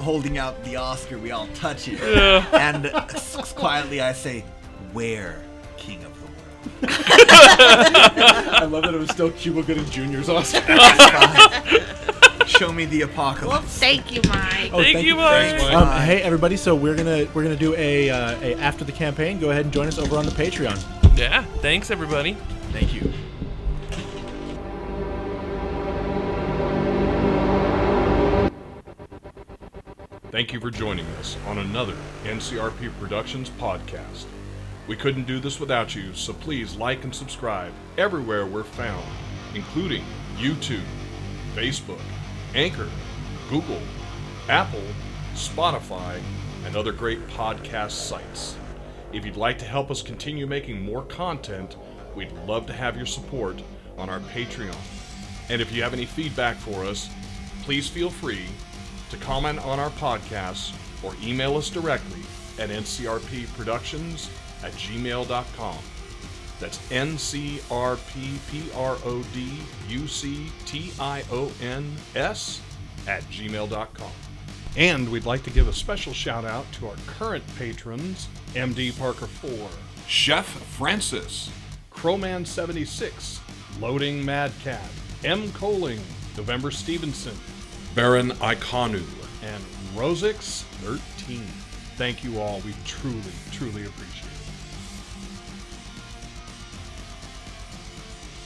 E: holding out the Oscar. We all touch it, and s- s- quietly I say, "Where, King of the World?"
B: I love that it was still Cuba Gooding Jr.'s Oscar.
E: Show me the apocalypse.
C: Thank you, Mike.
B: Oh,
F: Thank you, Mike.
A: Mike.
B: Um, hey everybody! So we're gonna we're gonna do a, uh, a after the campaign. Go ahead and join us over on the Patreon.
F: Yeah, thanks everybody.
B: Thank you.
A: Thank you for joining us on another NCRP Productions podcast. We couldn't do this without you, so please like and subscribe everywhere we're found, including YouTube, Facebook, Anchor, Google, Apple, Spotify, and other great podcast sites. If you'd like to help us continue making more content, we'd love to have your support on our Patreon. And if you have any feedback for us, please feel free to comment on our podcasts or email us directly at ncrpproductions at gmail.com. That's N-C-R-P-P-R-O-D-U-C-T-I-O-N-S at gmail.com. And we'd like to give a special shout out to our current patrons, MD Parker 4, Chef Francis, Crowman 76, Loading Madcap, M. Coling, November Stevenson, Baron Iconu, and Rosix 13. Thank you all. We truly, truly appreciate it.